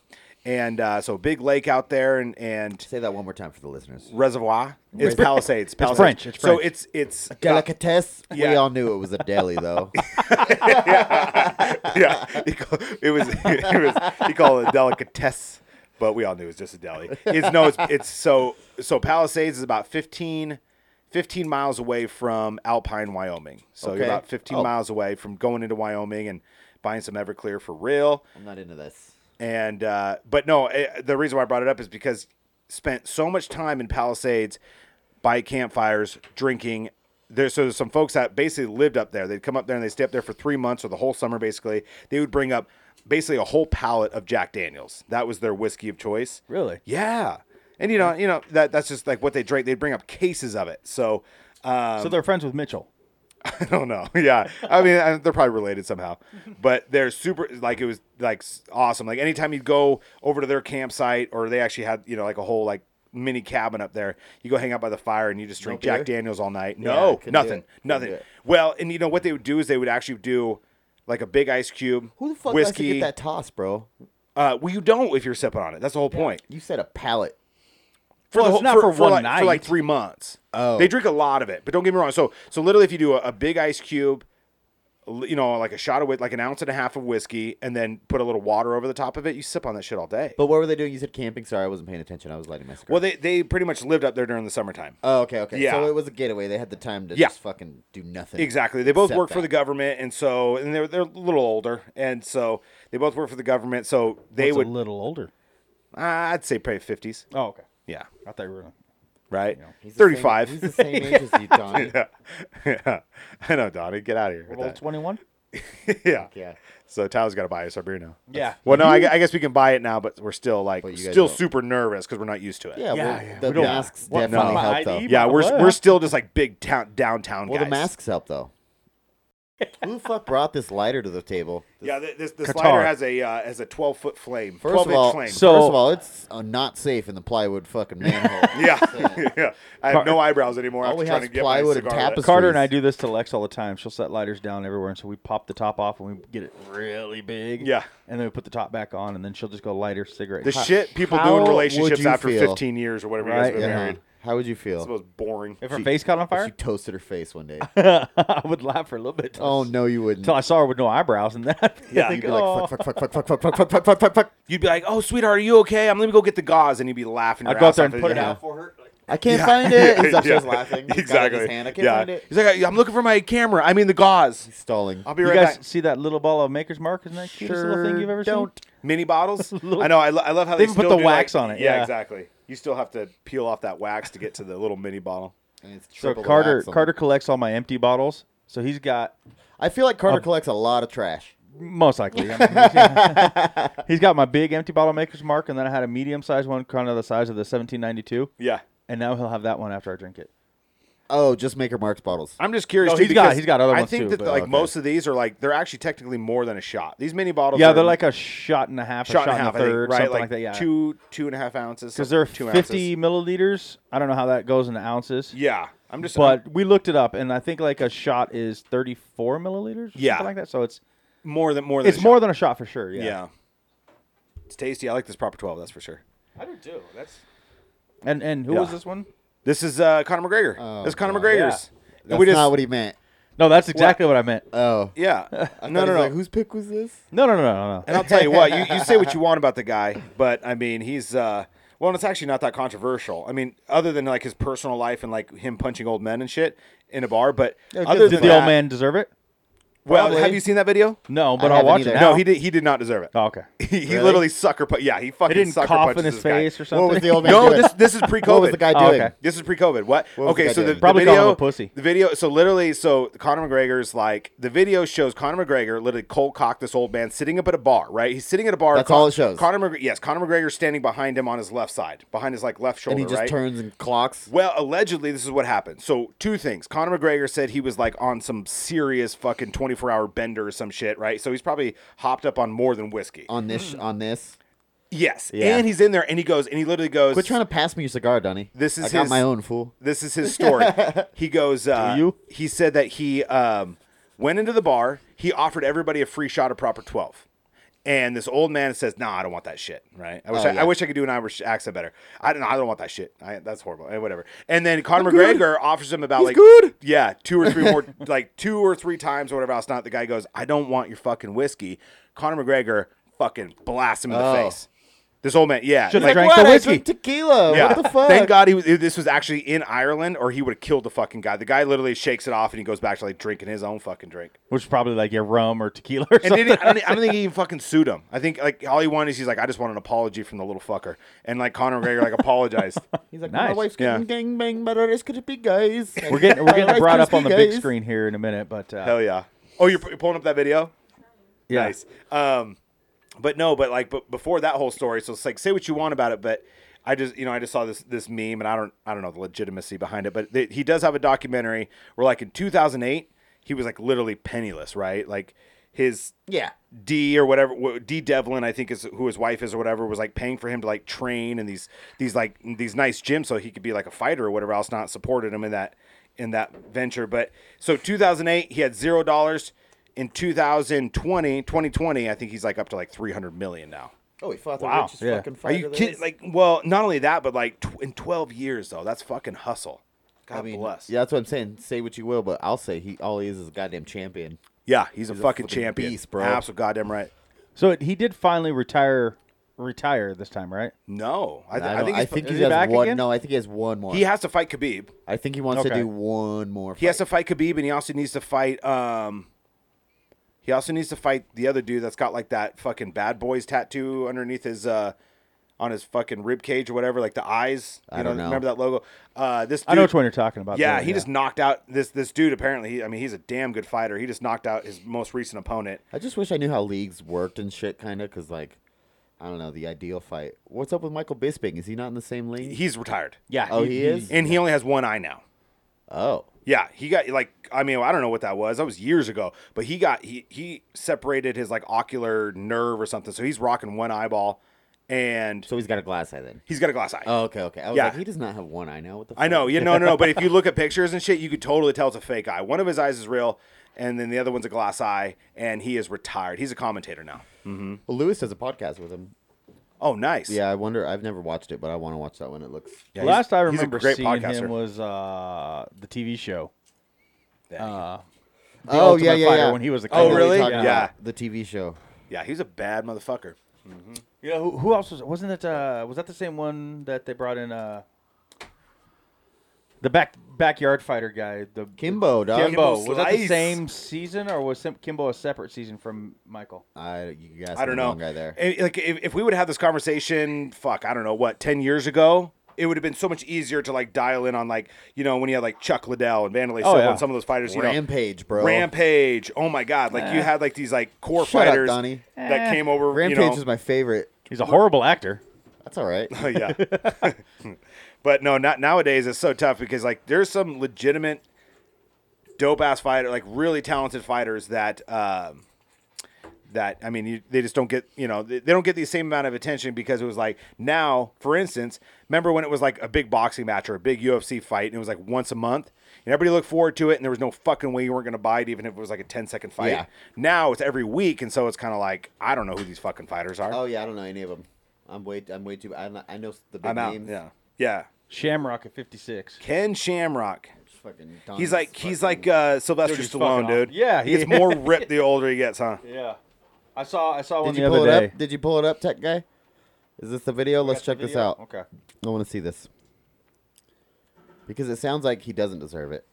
[SPEAKER 4] and uh, so a big lake out there, and and
[SPEAKER 5] Say that one more time for the listeners.
[SPEAKER 4] reservoir. It's Palisades. Palisades.
[SPEAKER 3] French, it's
[SPEAKER 4] So
[SPEAKER 3] French.
[SPEAKER 4] it's it's
[SPEAKER 5] Delicatesse. We
[SPEAKER 4] Yeah.
[SPEAKER 5] all knew it was a deli, though.
[SPEAKER 4] yeah, he call, it was it was he called it a delicatesse, but we all knew it was just a deli. It's no, it's it's so so Palisades is about 15, 15 miles away from Alpine, Wyoming. So you're
[SPEAKER 5] Okay.
[SPEAKER 4] about fifteen
[SPEAKER 5] Oh.
[SPEAKER 4] miles away from going into Wyoming and buying some Everclear for real.
[SPEAKER 5] I'm not into this.
[SPEAKER 4] And uh, but no, eh, the reason why I brought it up is because spent so much time in Palisades by campfires drinking. There, so there's some folks that basically lived up there. They'd come up there and they stay up there for three months or the whole summer, basically. They would bring up basically a whole pallet of Jack Daniels. That was their whiskey of choice.
[SPEAKER 3] Really?
[SPEAKER 4] Yeah. And you know, you know that that's just like what they drank. They'd bring up cases of it. So uh, Um,
[SPEAKER 3] so they're friends with Mitchell.
[SPEAKER 4] I don't know. Oh, Yeah, I mean, I- they're probably related somehow, but they're super. Like it was like s- awesome. Like anytime you go over to their campsite, or they actually had you know like a whole like mini cabin up there. You go hang out by the fire and you just drink Jack
[SPEAKER 5] beer?
[SPEAKER 4] Daniels all night.
[SPEAKER 5] I
[SPEAKER 4] No,
[SPEAKER 5] couldn't do
[SPEAKER 4] nothing,
[SPEAKER 5] it. Couldn't do
[SPEAKER 4] nothing.
[SPEAKER 5] it.
[SPEAKER 4] Well, and you know what they would do is they would actually do like a big ice cube
[SPEAKER 5] Who the fuck likes to
[SPEAKER 4] whiskey.
[SPEAKER 5] get that toss, bro?
[SPEAKER 4] Uh, well, you don't if you're sipping on it. That's the whole point.
[SPEAKER 5] You said a pallet.
[SPEAKER 4] For
[SPEAKER 3] Well,
[SPEAKER 4] the
[SPEAKER 3] it's
[SPEAKER 4] whole-
[SPEAKER 3] not for one
[SPEAKER 4] like, For like
[SPEAKER 3] night.
[SPEAKER 4] three months.
[SPEAKER 5] Oh.
[SPEAKER 4] They drink a lot of it, but don't get me wrong. So so literally, if you do a, a big ice cube, l- you know, like a shot of whi- like an ounce and a half of whiskey, and then put a little water over the top of it, you sip on that shit all day.
[SPEAKER 5] But what were they doing? You said camping. Sorry, I wasn't paying attention. I was lighting my cigar.
[SPEAKER 4] well, they they pretty much lived up there during the summertime.
[SPEAKER 5] oh, okay, okay.
[SPEAKER 4] Yeah.
[SPEAKER 5] So it was a getaway. They had the time to
[SPEAKER 4] Yeah.
[SPEAKER 5] just fucking do nothing.
[SPEAKER 4] Exactly. They both
[SPEAKER 5] Except
[SPEAKER 4] work for
[SPEAKER 5] that.
[SPEAKER 4] the government, and so and they're they're a little older, and so they both work for the government. So they
[SPEAKER 3] What's
[SPEAKER 4] would,
[SPEAKER 3] a little older.
[SPEAKER 4] I'd say, probably fifties.
[SPEAKER 3] Oh, okay.
[SPEAKER 4] Yeah,
[SPEAKER 3] I thought you were.
[SPEAKER 4] right.
[SPEAKER 5] He's the same-
[SPEAKER 4] Thirty-five.
[SPEAKER 5] He's the same age as you, Donnie.
[SPEAKER 4] yeah. yeah, I know, Donnie. Get out of here. with
[SPEAKER 3] Roll
[SPEAKER 4] that.
[SPEAKER 3] twenty-one.
[SPEAKER 4] yeah.
[SPEAKER 5] Yeah.
[SPEAKER 4] So Tao's got to buy us our beer now.
[SPEAKER 3] Yeah.
[SPEAKER 4] Well, no, I, gu- I guess we can buy it now, but we're still like
[SPEAKER 5] But you guys
[SPEAKER 4] still
[SPEAKER 5] don't.
[SPEAKER 4] super nervous because we're not used to it.
[SPEAKER 5] Yeah, well,
[SPEAKER 3] yeah.
[SPEAKER 5] the
[SPEAKER 3] We don't-
[SPEAKER 5] masks
[SPEAKER 3] What,
[SPEAKER 5] definitely
[SPEAKER 3] my
[SPEAKER 5] help,
[SPEAKER 3] ID?
[SPEAKER 5] though.
[SPEAKER 4] Yeah, we're
[SPEAKER 3] What?
[SPEAKER 4] we're still just like big town downtown
[SPEAKER 5] Well,
[SPEAKER 4] guys.
[SPEAKER 5] the masks help, though. Who the fuck brought this lighter to the table?
[SPEAKER 4] Yeah, th- this this
[SPEAKER 3] Qatar.
[SPEAKER 4] slider has a uh, has a twelve foot flame.
[SPEAKER 5] First
[SPEAKER 4] 12
[SPEAKER 5] of all,
[SPEAKER 4] inch flame.
[SPEAKER 3] so-
[SPEAKER 5] first of all, it's uh, not safe in the plywood fucking manhole.
[SPEAKER 4] yeah, yeah. I have no eyebrows anymore.
[SPEAKER 5] All
[SPEAKER 4] after
[SPEAKER 5] we
[SPEAKER 4] trying
[SPEAKER 5] have
[SPEAKER 4] to
[SPEAKER 5] is
[SPEAKER 4] get
[SPEAKER 5] plywood
[SPEAKER 4] my
[SPEAKER 5] and
[SPEAKER 4] cigar lit.
[SPEAKER 5] tapestry.
[SPEAKER 3] Carter
[SPEAKER 5] Please.
[SPEAKER 3] and I do this to Lex all the time. She'll set lighters down everywhere, and so we pop the top off and we get it really big.
[SPEAKER 4] Yeah.
[SPEAKER 3] And then we put the top back on, and then she'll just go lighter cigarette.
[SPEAKER 4] The shit people
[SPEAKER 5] how
[SPEAKER 4] do in
[SPEAKER 5] would
[SPEAKER 4] relationships
[SPEAKER 5] you
[SPEAKER 4] after
[SPEAKER 5] feel?
[SPEAKER 4] fifteen years or whatever you guys
[SPEAKER 3] Right,
[SPEAKER 4] been
[SPEAKER 5] Yeah.
[SPEAKER 4] married.
[SPEAKER 5] How would you
[SPEAKER 4] It's
[SPEAKER 5] feel
[SPEAKER 4] the most boring.
[SPEAKER 3] if her
[SPEAKER 4] She-
[SPEAKER 3] face caught on
[SPEAKER 5] if you
[SPEAKER 3] fire,
[SPEAKER 5] toasted her face one day?
[SPEAKER 3] I would laugh for a little bit.
[SPEAKER 5] oh no, you wouldn't.
[SPEAKER 3] Until I saw her with no eyebrows, and then I'd be
[SPEAKER 4] Yeah,
[SPEAKER 3] like,
[SPEAKER 5] You'd be like,
[SPEAKER 3] "Oh."
[SPEAKER 5] fuck, fuck, fuck, fuck, fuck, fuck, fuck, fuck, fuck, fuck, fuck, fuck.
[SPEAKER 4] You'd be like, "Oh, sweetheart, are you okay? I'm let me go get the gauze," and you'd be laughing. your
[SPEAKER 3] I'd go
[SPEAKER 4] ass
[SPEAKER 3] out there
[SPEAKER 4] off
[SPEAKER 3] and
[SPEAKER 4] at
[SPEAKER 3] put
[SPEAKER 4] the
[SPEAKER 3] it
[SPEAKER 4] end.
[SPEAKER 3] out for her. Like,
[SPEAKER 5] I can't find it. He's
[SPEAKER 4] Yeah.
[SPEAKER 5] upstairs laughing. He's got it
[SPEAKER 4] Exactly.
[SPEAKER 5] in his hand. I can't
[SPEAKER 4] yeah.
[SPEAKER 5] find it.
[SPEAKER 4] He's like, I'm looking for my camera. I mean the gauze.
[SPEAKER 5] He's stalling.
[SPEAKER 4] I'll be
[SPEAKER 3] you
[SPEAKER 4] right
[SPEAKER 3] guys
[SPEAKER 4] back.
[SPEAKER 3] see that little ball of Maker's Mark? Isn't that the cutest little thing
[SPEAKER 5] Sure
[SPEAKER 3] you've ever
[SPEAKER 5] don't.
[SPEAKER 3] seen?
[SPEAKER 4] Mini bottles. I know. I, lo- I love how
[SPEAKER 3] They
[SPEAKER 4] they,
[SPEAKER 3] even put
[SPEAKER 4] still
[SPEAKER 3] the
[SPEAKER 4] do, like-
[SPEAKER 3] wax on it, yeah.
[SPEAKER 4] exactly. You still have to peel off that wax to get to the little mini bottle.
[SPEAKER 5] And it's
[SPEAKER 3] So
[SPEAKER 5] triple the
[SPEAKER 3] Carter
[SPEAKER 5] wax on
[SPEAKER 3] Carter
[SPEAKER 5] it.
[SPEAKER 3] collects all my empty bottles. So he's got
[SPEAKER 5] I feel like
[SPEAKER 3] Oh.
[SPEAKER 5] Carter collects a lot of trash.
[SPEAKER 3] Most likely. I mean, he's- he's got my big empty bottle maker's mark, and then I had a medium sized one, kind of the size of the 1792.
[SPEAKER 4] Yeah.
[SPEAKER 3] And now he'll have that one after I drink it.
[SPEAKER 5] Oh, just Maker Marks bottles.
[SPEAKER 4] I'm just curious.
[SPEAKER 3] No,
[SPEAKER 4] too,
[SPEAKER 3] he's got-
[SPEAKER 4] because
[SPEAKER 3] he's got other
[SPEAKER 4] I
[SPEAKER 3] ones
[SPEAKER 4] think
[SPEAKER 3] too,
[SPEAKER 4] that
[SPEAKER 3] but-
[SPEAKER 4] like
[SPEAKER 3] okay.
[SPEAKER 4] most of these are like they're actually technically more than a shot. These mini bottles.
[SPEAKER 3] yeah,
[SPEAKER 4] are
[SPEAKER 3] they're like a shot and a half,
[SPEAKER 4] Oh, shot,
[SPEAKER 3] a shot and a
[SPEAKER 4] half, I think,
[SPEAKER 3] third,
[SPEAKER 4] right?
[SPEAKER 3] something like, that. Yeah,
[SPEAKER 4] two two and a half ounces.
[SPEAKER 3] because they're
[SPEAKER 4] two
[SPEAKER 3] 50
[SPEAKER 4] Ounces.
[SPEAKER 3] milliliters. I don't know how that goes in ounces.
[SPEAKER 4] Yeah, I'm just.
[SPEAKER 3] But we looked it up, and I think like a shot is 34 milliliters. or
[SPEAKER 4] Yeah.
[SPEAKER 3] something like that. So it's
[SPEAKER 4] more than more than
[SPEAKER 3] it's
[SPEAKER 4] a
[SPEAKER 3] more
[SPEAKER 4] shot.
[SPEAKER 3] than a shot for sure. Yeah.
[SPEAKER 4] yeah. It's tasty. I like this proper twelve. That's for sure.
[SPEAKER 3] I do too. That's and and who
[SPEAKER 4] Yeah.
[SPEAKER 3] was this one?
[SPEAKER 4] This is uh, Conor McGregor.
[SPEAKER 5] Oh,
[SPEAKER 4] That's Conor
[SPEAKER 5] God.
[SPEAKER 4] McGregor's. And
[SPEAKER 5] That's
[SPEAKER 4] we just-
[SPEAKER 5] not what he meant.
[SPEAKER 3] No, that's exactly what I meant.
[SPEAKER 5] Oh.
[SPEAKER 4] Yeah. no,
[SPEAKER 5] Thought
[SPEAKER 4] no,
[SPEAKER 5] he's
[SPEAKER 4] no.
[SPEAKER 5] Like, Whose pick was this?
[SPEAKER 3] No, no, no, no, no.
[SPEAKER 4] and I'll tell you what, you, you say what you want about the guy, but I mean, he's uh, well, and it's actually not that controversial. I mean, other than like his personal life and like him punching old men and shit in a bar, but
[SPEAKER 5] Yeah,
[SPEAKER 4] other
[SPEAKER 5] good
[SPEAKER 4] than
[SPEAKER 3] Did the old
[SPEAKER 4] that-
[SPEAKER 3] man deserve it?
[SPEAKER 4] well,
[SPEAKER 3] probably.
[SPEAKER 4] have you seen that video?
[SPEAKER 3] No, but I'll
[SPEAKER 5] I haven't
[SPEAKER 3] watch
[SPEAKER 5] either.
[SPEAKER 3] it.
[SPEAKER 5] No.
[SPEAKER 4] No, he did. He did not deserve it.
[SPEAKER 3] Oh, okay.
[SPEAKER 4] He, he
[SPEAKER 5] Really?
[SPEAKER 4] literally sucker punch. Yeah, he fucking
[SPEAKER 3] didn't
[SPEAKER 4] sucker
[SPEAKER 3] cough
[SPEAKER 4] punches
[SPEAKER 3] in his
[SPEAKER 4] this guy.
[SPEAKER 3] face or
[SPEAKER 5] What
[SPEAKER 3] something?
[SPEAKER 5] was the old man
[SPEAKER 4] No,
[SPEAKER 5] doing?
[SPEAKER 4] this this is pre-COVID.
[SPEAKER 5] What was the guy
[SPEAKER 3] Oh,
[SPEAKER 5] doing?
[SPEAKER 3] okay.
[SPEAKER 4] This is pre-COVID. What?
[SPEAKER 5] What was
[SPEAKER 4] okay,
[SPEAKER 5] the guy
[SPEAKER 4] so the,
[SPEAKER 5] doing?
[SPEAKER 4] the
[SPEAKER 3] Probably
[SPEAKER 4] video,
[SPEAKER 3] calling him a pussy.
[SPEAKER 4] The video. So literally, so Conor McGregor's like the video shows Conor McGregor literally cold cocked this old man sitting up at a bar. Right, he's sitting at a bar.
[SPEAKER 5] That's all it shows.
[SPEAKER 4] Conor McGregor, yes, Conor McGregor standing behind him on his left side, behind his like left shoulder.
[SPEAKER 5] And he just
[SPEAKER 4] right?
[SPEAKER 5] turns and clocks.
[SPEAKER 4] Well, allegedly, this is what happened. So, two things. Conor McGregor said he was like on some serious fucking 24 hour bender or some shit, right? So, he's probably hopped up on more than whiskey.
[SPEAKER 5] on this on this.
[SPEAKER 4] yes.
[SPEAKER 5] Uh, Yeah.
[SPEAKER 4] And he's in there and he goes, and he literally goes,
[SPEAKER 5] Quit trying to pass me your cigar, Donnie.
[SPEAKER 4] This is
[SPEAKER 5] I got
[SPEAKER 4] his-
[SPEAKER 5] my own fool.
[SPEAKER 4] This is his story. he goes, uh,
[SPEAKER 3] you?
[SPEAKER 4] He said that he um, went into the bar. He offered everybody a free shot of proper twelve, and this old man says, "No, nah, I don't want that shit." Right? I wish
[SPEAKER 5] Oh,
[SPEAKER 4] I,
[SPEAKER 5] yeah.
[SPEAKER 4] I wish I could do an Irish accent better. I don't. know. I don't want that shit. I, that's horrible. Eh, whatever. And then Conor McGregor offers him about like
[SPEAKER 5] good.
[SPEAKER 4] yeah, two or three more, like two or three times or whatever else. Not the guy goes, "I don't want your fucking whiskey." Conor McGregor fucking blasts him in the
[SPEAKER 5] Oh.
[SPEAKER 4] face. This old man, yeah,
[SPEAKER 3] Should've
[SPEAKER 4] like-
[SPEAKER 3] drank
[SPEAKER 5] what?
[SPEAKER 3] the
[SPEAKER 5] I
[SPEAKER 3] whiskey.
[SPEAKER 5] drank tequila.
[SPEAKER 4] yeah.
[SPEAKER 5] What the fuck?
[SPEAKER 4] Thank God he was. This was actually in Ireland, or he would have killed the fucking guy. The guy literally shakes it off and he goes back to like drinking his own fucking drink.
[SPEAKER 3] which is probably like your rum or tequila or
[SPEAKER 4] And
[SPEAKER 3] something.
[SPEAKER 4] then he, I, don't, e, I don't think he even fucking sued him. I think like all he wanted is he's like, I just want an apology from the little fucker, and like Conor McGregor like apologized.
[SPEAKER 5] He's like, my
[SPEAKER 3] Nice.
[SPEAKER 5] wife's
[SPEAKER 4] Yeah.
[SPEAKER 5] getting gang bang, but it's gonna be guys.
[SPEAKER 3] we're getting we're getting brought up on the big
[SPEAKER 5] Guys.
[SPEAKER 3] screen here in a minute, but uh,
[SPEAKER 4] Hell yeah! Oh, you're, you're pulling up that video.
[SPEAKER 3] yeah.
[SPEAKER 4] Nice. Um, but no, but like, but before that whole story, so it's like, say what you want about it, but I just, you know, I just saw this this meme, and I don't, I don't know the legitimacy behind it, but th- he does have a documentary where, like, in 2008, he was like literally penniless, right? Like, his
[SPEAKER 5] Yeah.
[SPEAKER 4] D or whatever wh- D Devlin, I think is who his wife is or whatever, was like paying for him to like train and these these like these nice gyms so he could be like a fighter or whatever else. Not supported him in that in that venture, but so 2008 he had zero dollars. In 2020, 2020, I think he's like up to like 300 million now.
[SPEAKER 5] Oh, he fought the
[SPEAKER 3] Wow.
[SPEAKER 5] richest
[SPEAKER 3] Yeah.
[SPEAKER 5] fucking
[SPEAKER 4] Are
[SPEAKER 5] fighter.
[SPEAKER 4] you
[SPEAKER 5] there
[SPEAKER 4] kidding?
[SPEAKER 5] is.
[SPEAKER 4] Like, well, not only that, but like tw- in 12 years though, that's fucking hustle. God
[SPEAKER 5] I mean,
[SPEAKER 4] bless.
[SPEAKER 5] yeah, that's what I'm saying. Say what you will, but I'll say he all he is is a goddamn champion.
[SPEAKER 4] yeah, he's, a,
[SPEAKER 5] He's a
[SPEAKER 4] fucking
[SPEAKER 5] flipping
[SPEAKER 4] champion,
[SPEAKER 5] beast, bro.
[SPEAKER 4] Absolutely goddamn right.
[SPEAKER 3] So it, he did finally retire retire this time, right?
[SPEAKER 4] No, I, th-
[SPEAKER 5] I,
[SPEAKER 4] I,
[SPEAKER 5] don't-
[SPEAKER 4] think
[SPEAKER 5] I
[SPEAKER 4] he's,
[SPEAKER 5] think
[SPEAKER 3] is
[SPEAKER 5] he
[SPEAKER 3] he
[SPEAKER 5] has
[SPEAKER 3] back
[SPEAKER 5] one.
[SPEAKER 3] again?
[SPEAKER 5] No, I think he has one more.
[SPEAKER 4] he has to fight Khabib.
[SPEAKER 5] I think he wants
[SPEAKER 3] Okay.
[SPEAKER 5] to do one more.
[SPEAKER 4] He has to fight Khabib, and he also needs to fight. Um, he also needs to fight the other dude that's got like that fucking bad boys tattoo underneath his uh, on his fucking rib cage or whatever, like the eyes. You
[SPEAKER 5] I don't know.
[SPEAKER 4] Remember that logo? Uh, this. Dude,
[SPEAKER 3] I know which one you're talking about.
[SPEAKER 4] Yeah,
[SPEAKER 3] though,
[SPEAKER 4] he just knocked out this this dude. Apparently, he, I mean, he's a damn good fighter. He just knocked out his most recent opponent.
[SPEAKER 5] I just wish I knew how leagues worked and shit, kind of, because like, I don't know the ideal fight. What's up with Michael Bisping? Is he not in the same league?
[SPEAKER 4] He's retired,
[SPEAKER 3] yeah.
[SPEAKER 5] oh, he is.
[SPEAKER 4] and he only has one eye now.
[SPEAKER 5] oh,
[SPEAKER 4] Yeah, he got like I mean I don't know what that was. That was years ago, but he got he he separated his like ocular nerve or something, so he's rocking one eyeball, and
[SPEAKER 5] so he's got a glass eye then.
[SPEAKER 4] he's got a glass eye.
[SPEAKER 5] Oh, okay, okay. I was
[SPEAKER 4] Yeah.
[SPEAKER 5] like, he does not have one eye now. What the? Fuck?
[SPEAKER 4] I know, yeah, no, no, no. but if you look at pictures and shit, you could totally tell it's a fake eye. One of his eyes is real, and then the other one's a glass eye, and he is retired. He's a commentator now.
[SPEAKER 5] Well, Lewis does a podcast with him.
[SPEAKER 4] Oh, nice.
[SPEAKER 5] Yeah, I wonder. I've never watched it, but I want to watch that one. It looks.
[SPEAKER 4] Yeah, he's-
[SPEAKER 3] Last I
[SPEAKER 4] he's a
[SPEAKER 3] remember
[SPEAKER 4] great
[SPEAKER 3] seeing
[SPEAKER 4] podcaster.
[SPEAKER 3] him was uh, the TV show. Uh, The
[SPEAKER 5] oh
[SPEAKER 3] Ultimate
[SPEAKER 5] yeah, yeah,
[SPEAKER 3] Fighter
[SPEAKER 5] yeah.
[SPEAKER 3] When he was a
[SPEAKER 5] I
[SPEAKER 4] Oh,
[SPEAKER 5] know what
[SPEAKER 3] kid.
[SPEAKER 5] you're
[SPEAKER 4] really?
[SPEAKER 5] talking about,
[SPEAKER 4] Yeah.
[SPEAKER 5] the TV show.
[SPEAKER 4] yeah, he's a bad motherfucker.
[SPEAKER 3] You know who, who else was? Wasn't it? Uh, was that the same one that they brought in? Uh, the back backyard fighter guy, the
[SPEAKER 5] Kimbo, dog.
[SPEAKER 3] Kimbo.
[SPEAKER 4] Kimbo
[SPEAKER 3] was that the
[SPEAKER 4] Slice.
[SPEAKER 3] same season, or was Sim- Kimbo a separate season from Michael?
[SPEAKER 5] I you guys.
[SPEAKER 4] I don't
[SPEAKER 5] the
[SPEAKER 4] know.
[SPEAKER 5] wrong guy there.
[SPEAKER 4] Eh, Like if, if we would have had this conversation, fuck, I don't know what, ten years ago, it would have been so much easier to like dial in on like you know when you had like Chuck Liddell and Vandalay
[SPEAKER 3] Oh,
[SPEAKER 4] Silva
[SPEAKER 3] yeah.
[SPEAKER 4] and some of those fighters, you know.
[SPEAKER 5] Rampage, bro.
[SPEAKER 4] Rampage. Oh my god! Like you had like these like core
[SPEAKER 5] Shut up,
[SPEAKER 4] fighters
[SPEAKER 5] Donnie.
[SPEAKER 4] that
[SPEAKER 3] Eh.
[SPEAKER 4] came over.
[SPEAKER 5] Rampage
[SPEAKER 4] you know,
[SPEAKER 5] is my favorite.
[SPEAKER 3] He's a horrible actor.
[SPEAKER 5] That's all right.
[SPEAKER 4] Oh, yeah. but no, not nowadays. It's so tough because like there's some legitimate dope ass fighter, like really talented fighters that um, that I mean you, they just don't get you know they, they don't get the same amount of attention because it was like now for instance remember when it was like a big boxing match or a big UFC fight and it was like once a month and everybody looked forward to it and there was no fucking way you weren't going to buy it even if it was like a 10 second fight.
[SPEAKER 5] Yeah.
[SPEAKER 4] Now it's every week and so it's kind of like I don't know who these fucking fighters are.
[SPEAKER 5] Oh yeah, I don't know any of them. I'm way. I'm way too. I'm not, I know the big
[SPEAKER 4] I'm out.
[SPEAKER 5] names.
[SPEAKER 4] Yeah. Yeah.
[SPEAKER 3] Shamrock at fifty six.
[SPEAKER 4] Ken Shamrock.
[SPEAKER 5] Fucking
[SPEAKER 4] He's
[SPEAKER 5] Donnie's
[SPEAKER 4] like he's
[SPEAKER 5] Oh, fucking-
[SPEAKER 4] like uh, Sylvester
[SPEAKER 3] Dude, he's
[SPEAKER 4] Stallone,
[SPEAKER 3] fucking
[SPEAKER 4] dude.
[SPEAKER 3] awesome. Yeah,
[SPEAKER 4] he
[SPEAKER 3] he
[SPEAKER 4] gets
[SPEAKER 3] is.
[SPEAKER 4] more ripped the older he gets, huh?
[SPEAKER 3] Yeah, I saw I saw one
[SPEAKER 5] Did
[SPEAKER 3] the
[SPEAKER 5] you pull
[SPEAKER 3] other
[SPEAKER 5] it
[SPEAKER 3] day.
[SPEAKER 5] up? Did you pull it up, tech guy? Is this the video? Let's
[SPEAKER 3] Got the
[SPEAKER 5] check this
[SPEAKER 3] video?
[SPEAKER 5] out.
[SPEAKER 3] Okay.
[SPEAKER 5] I want to see this because it sounds like he doesn't deserve it.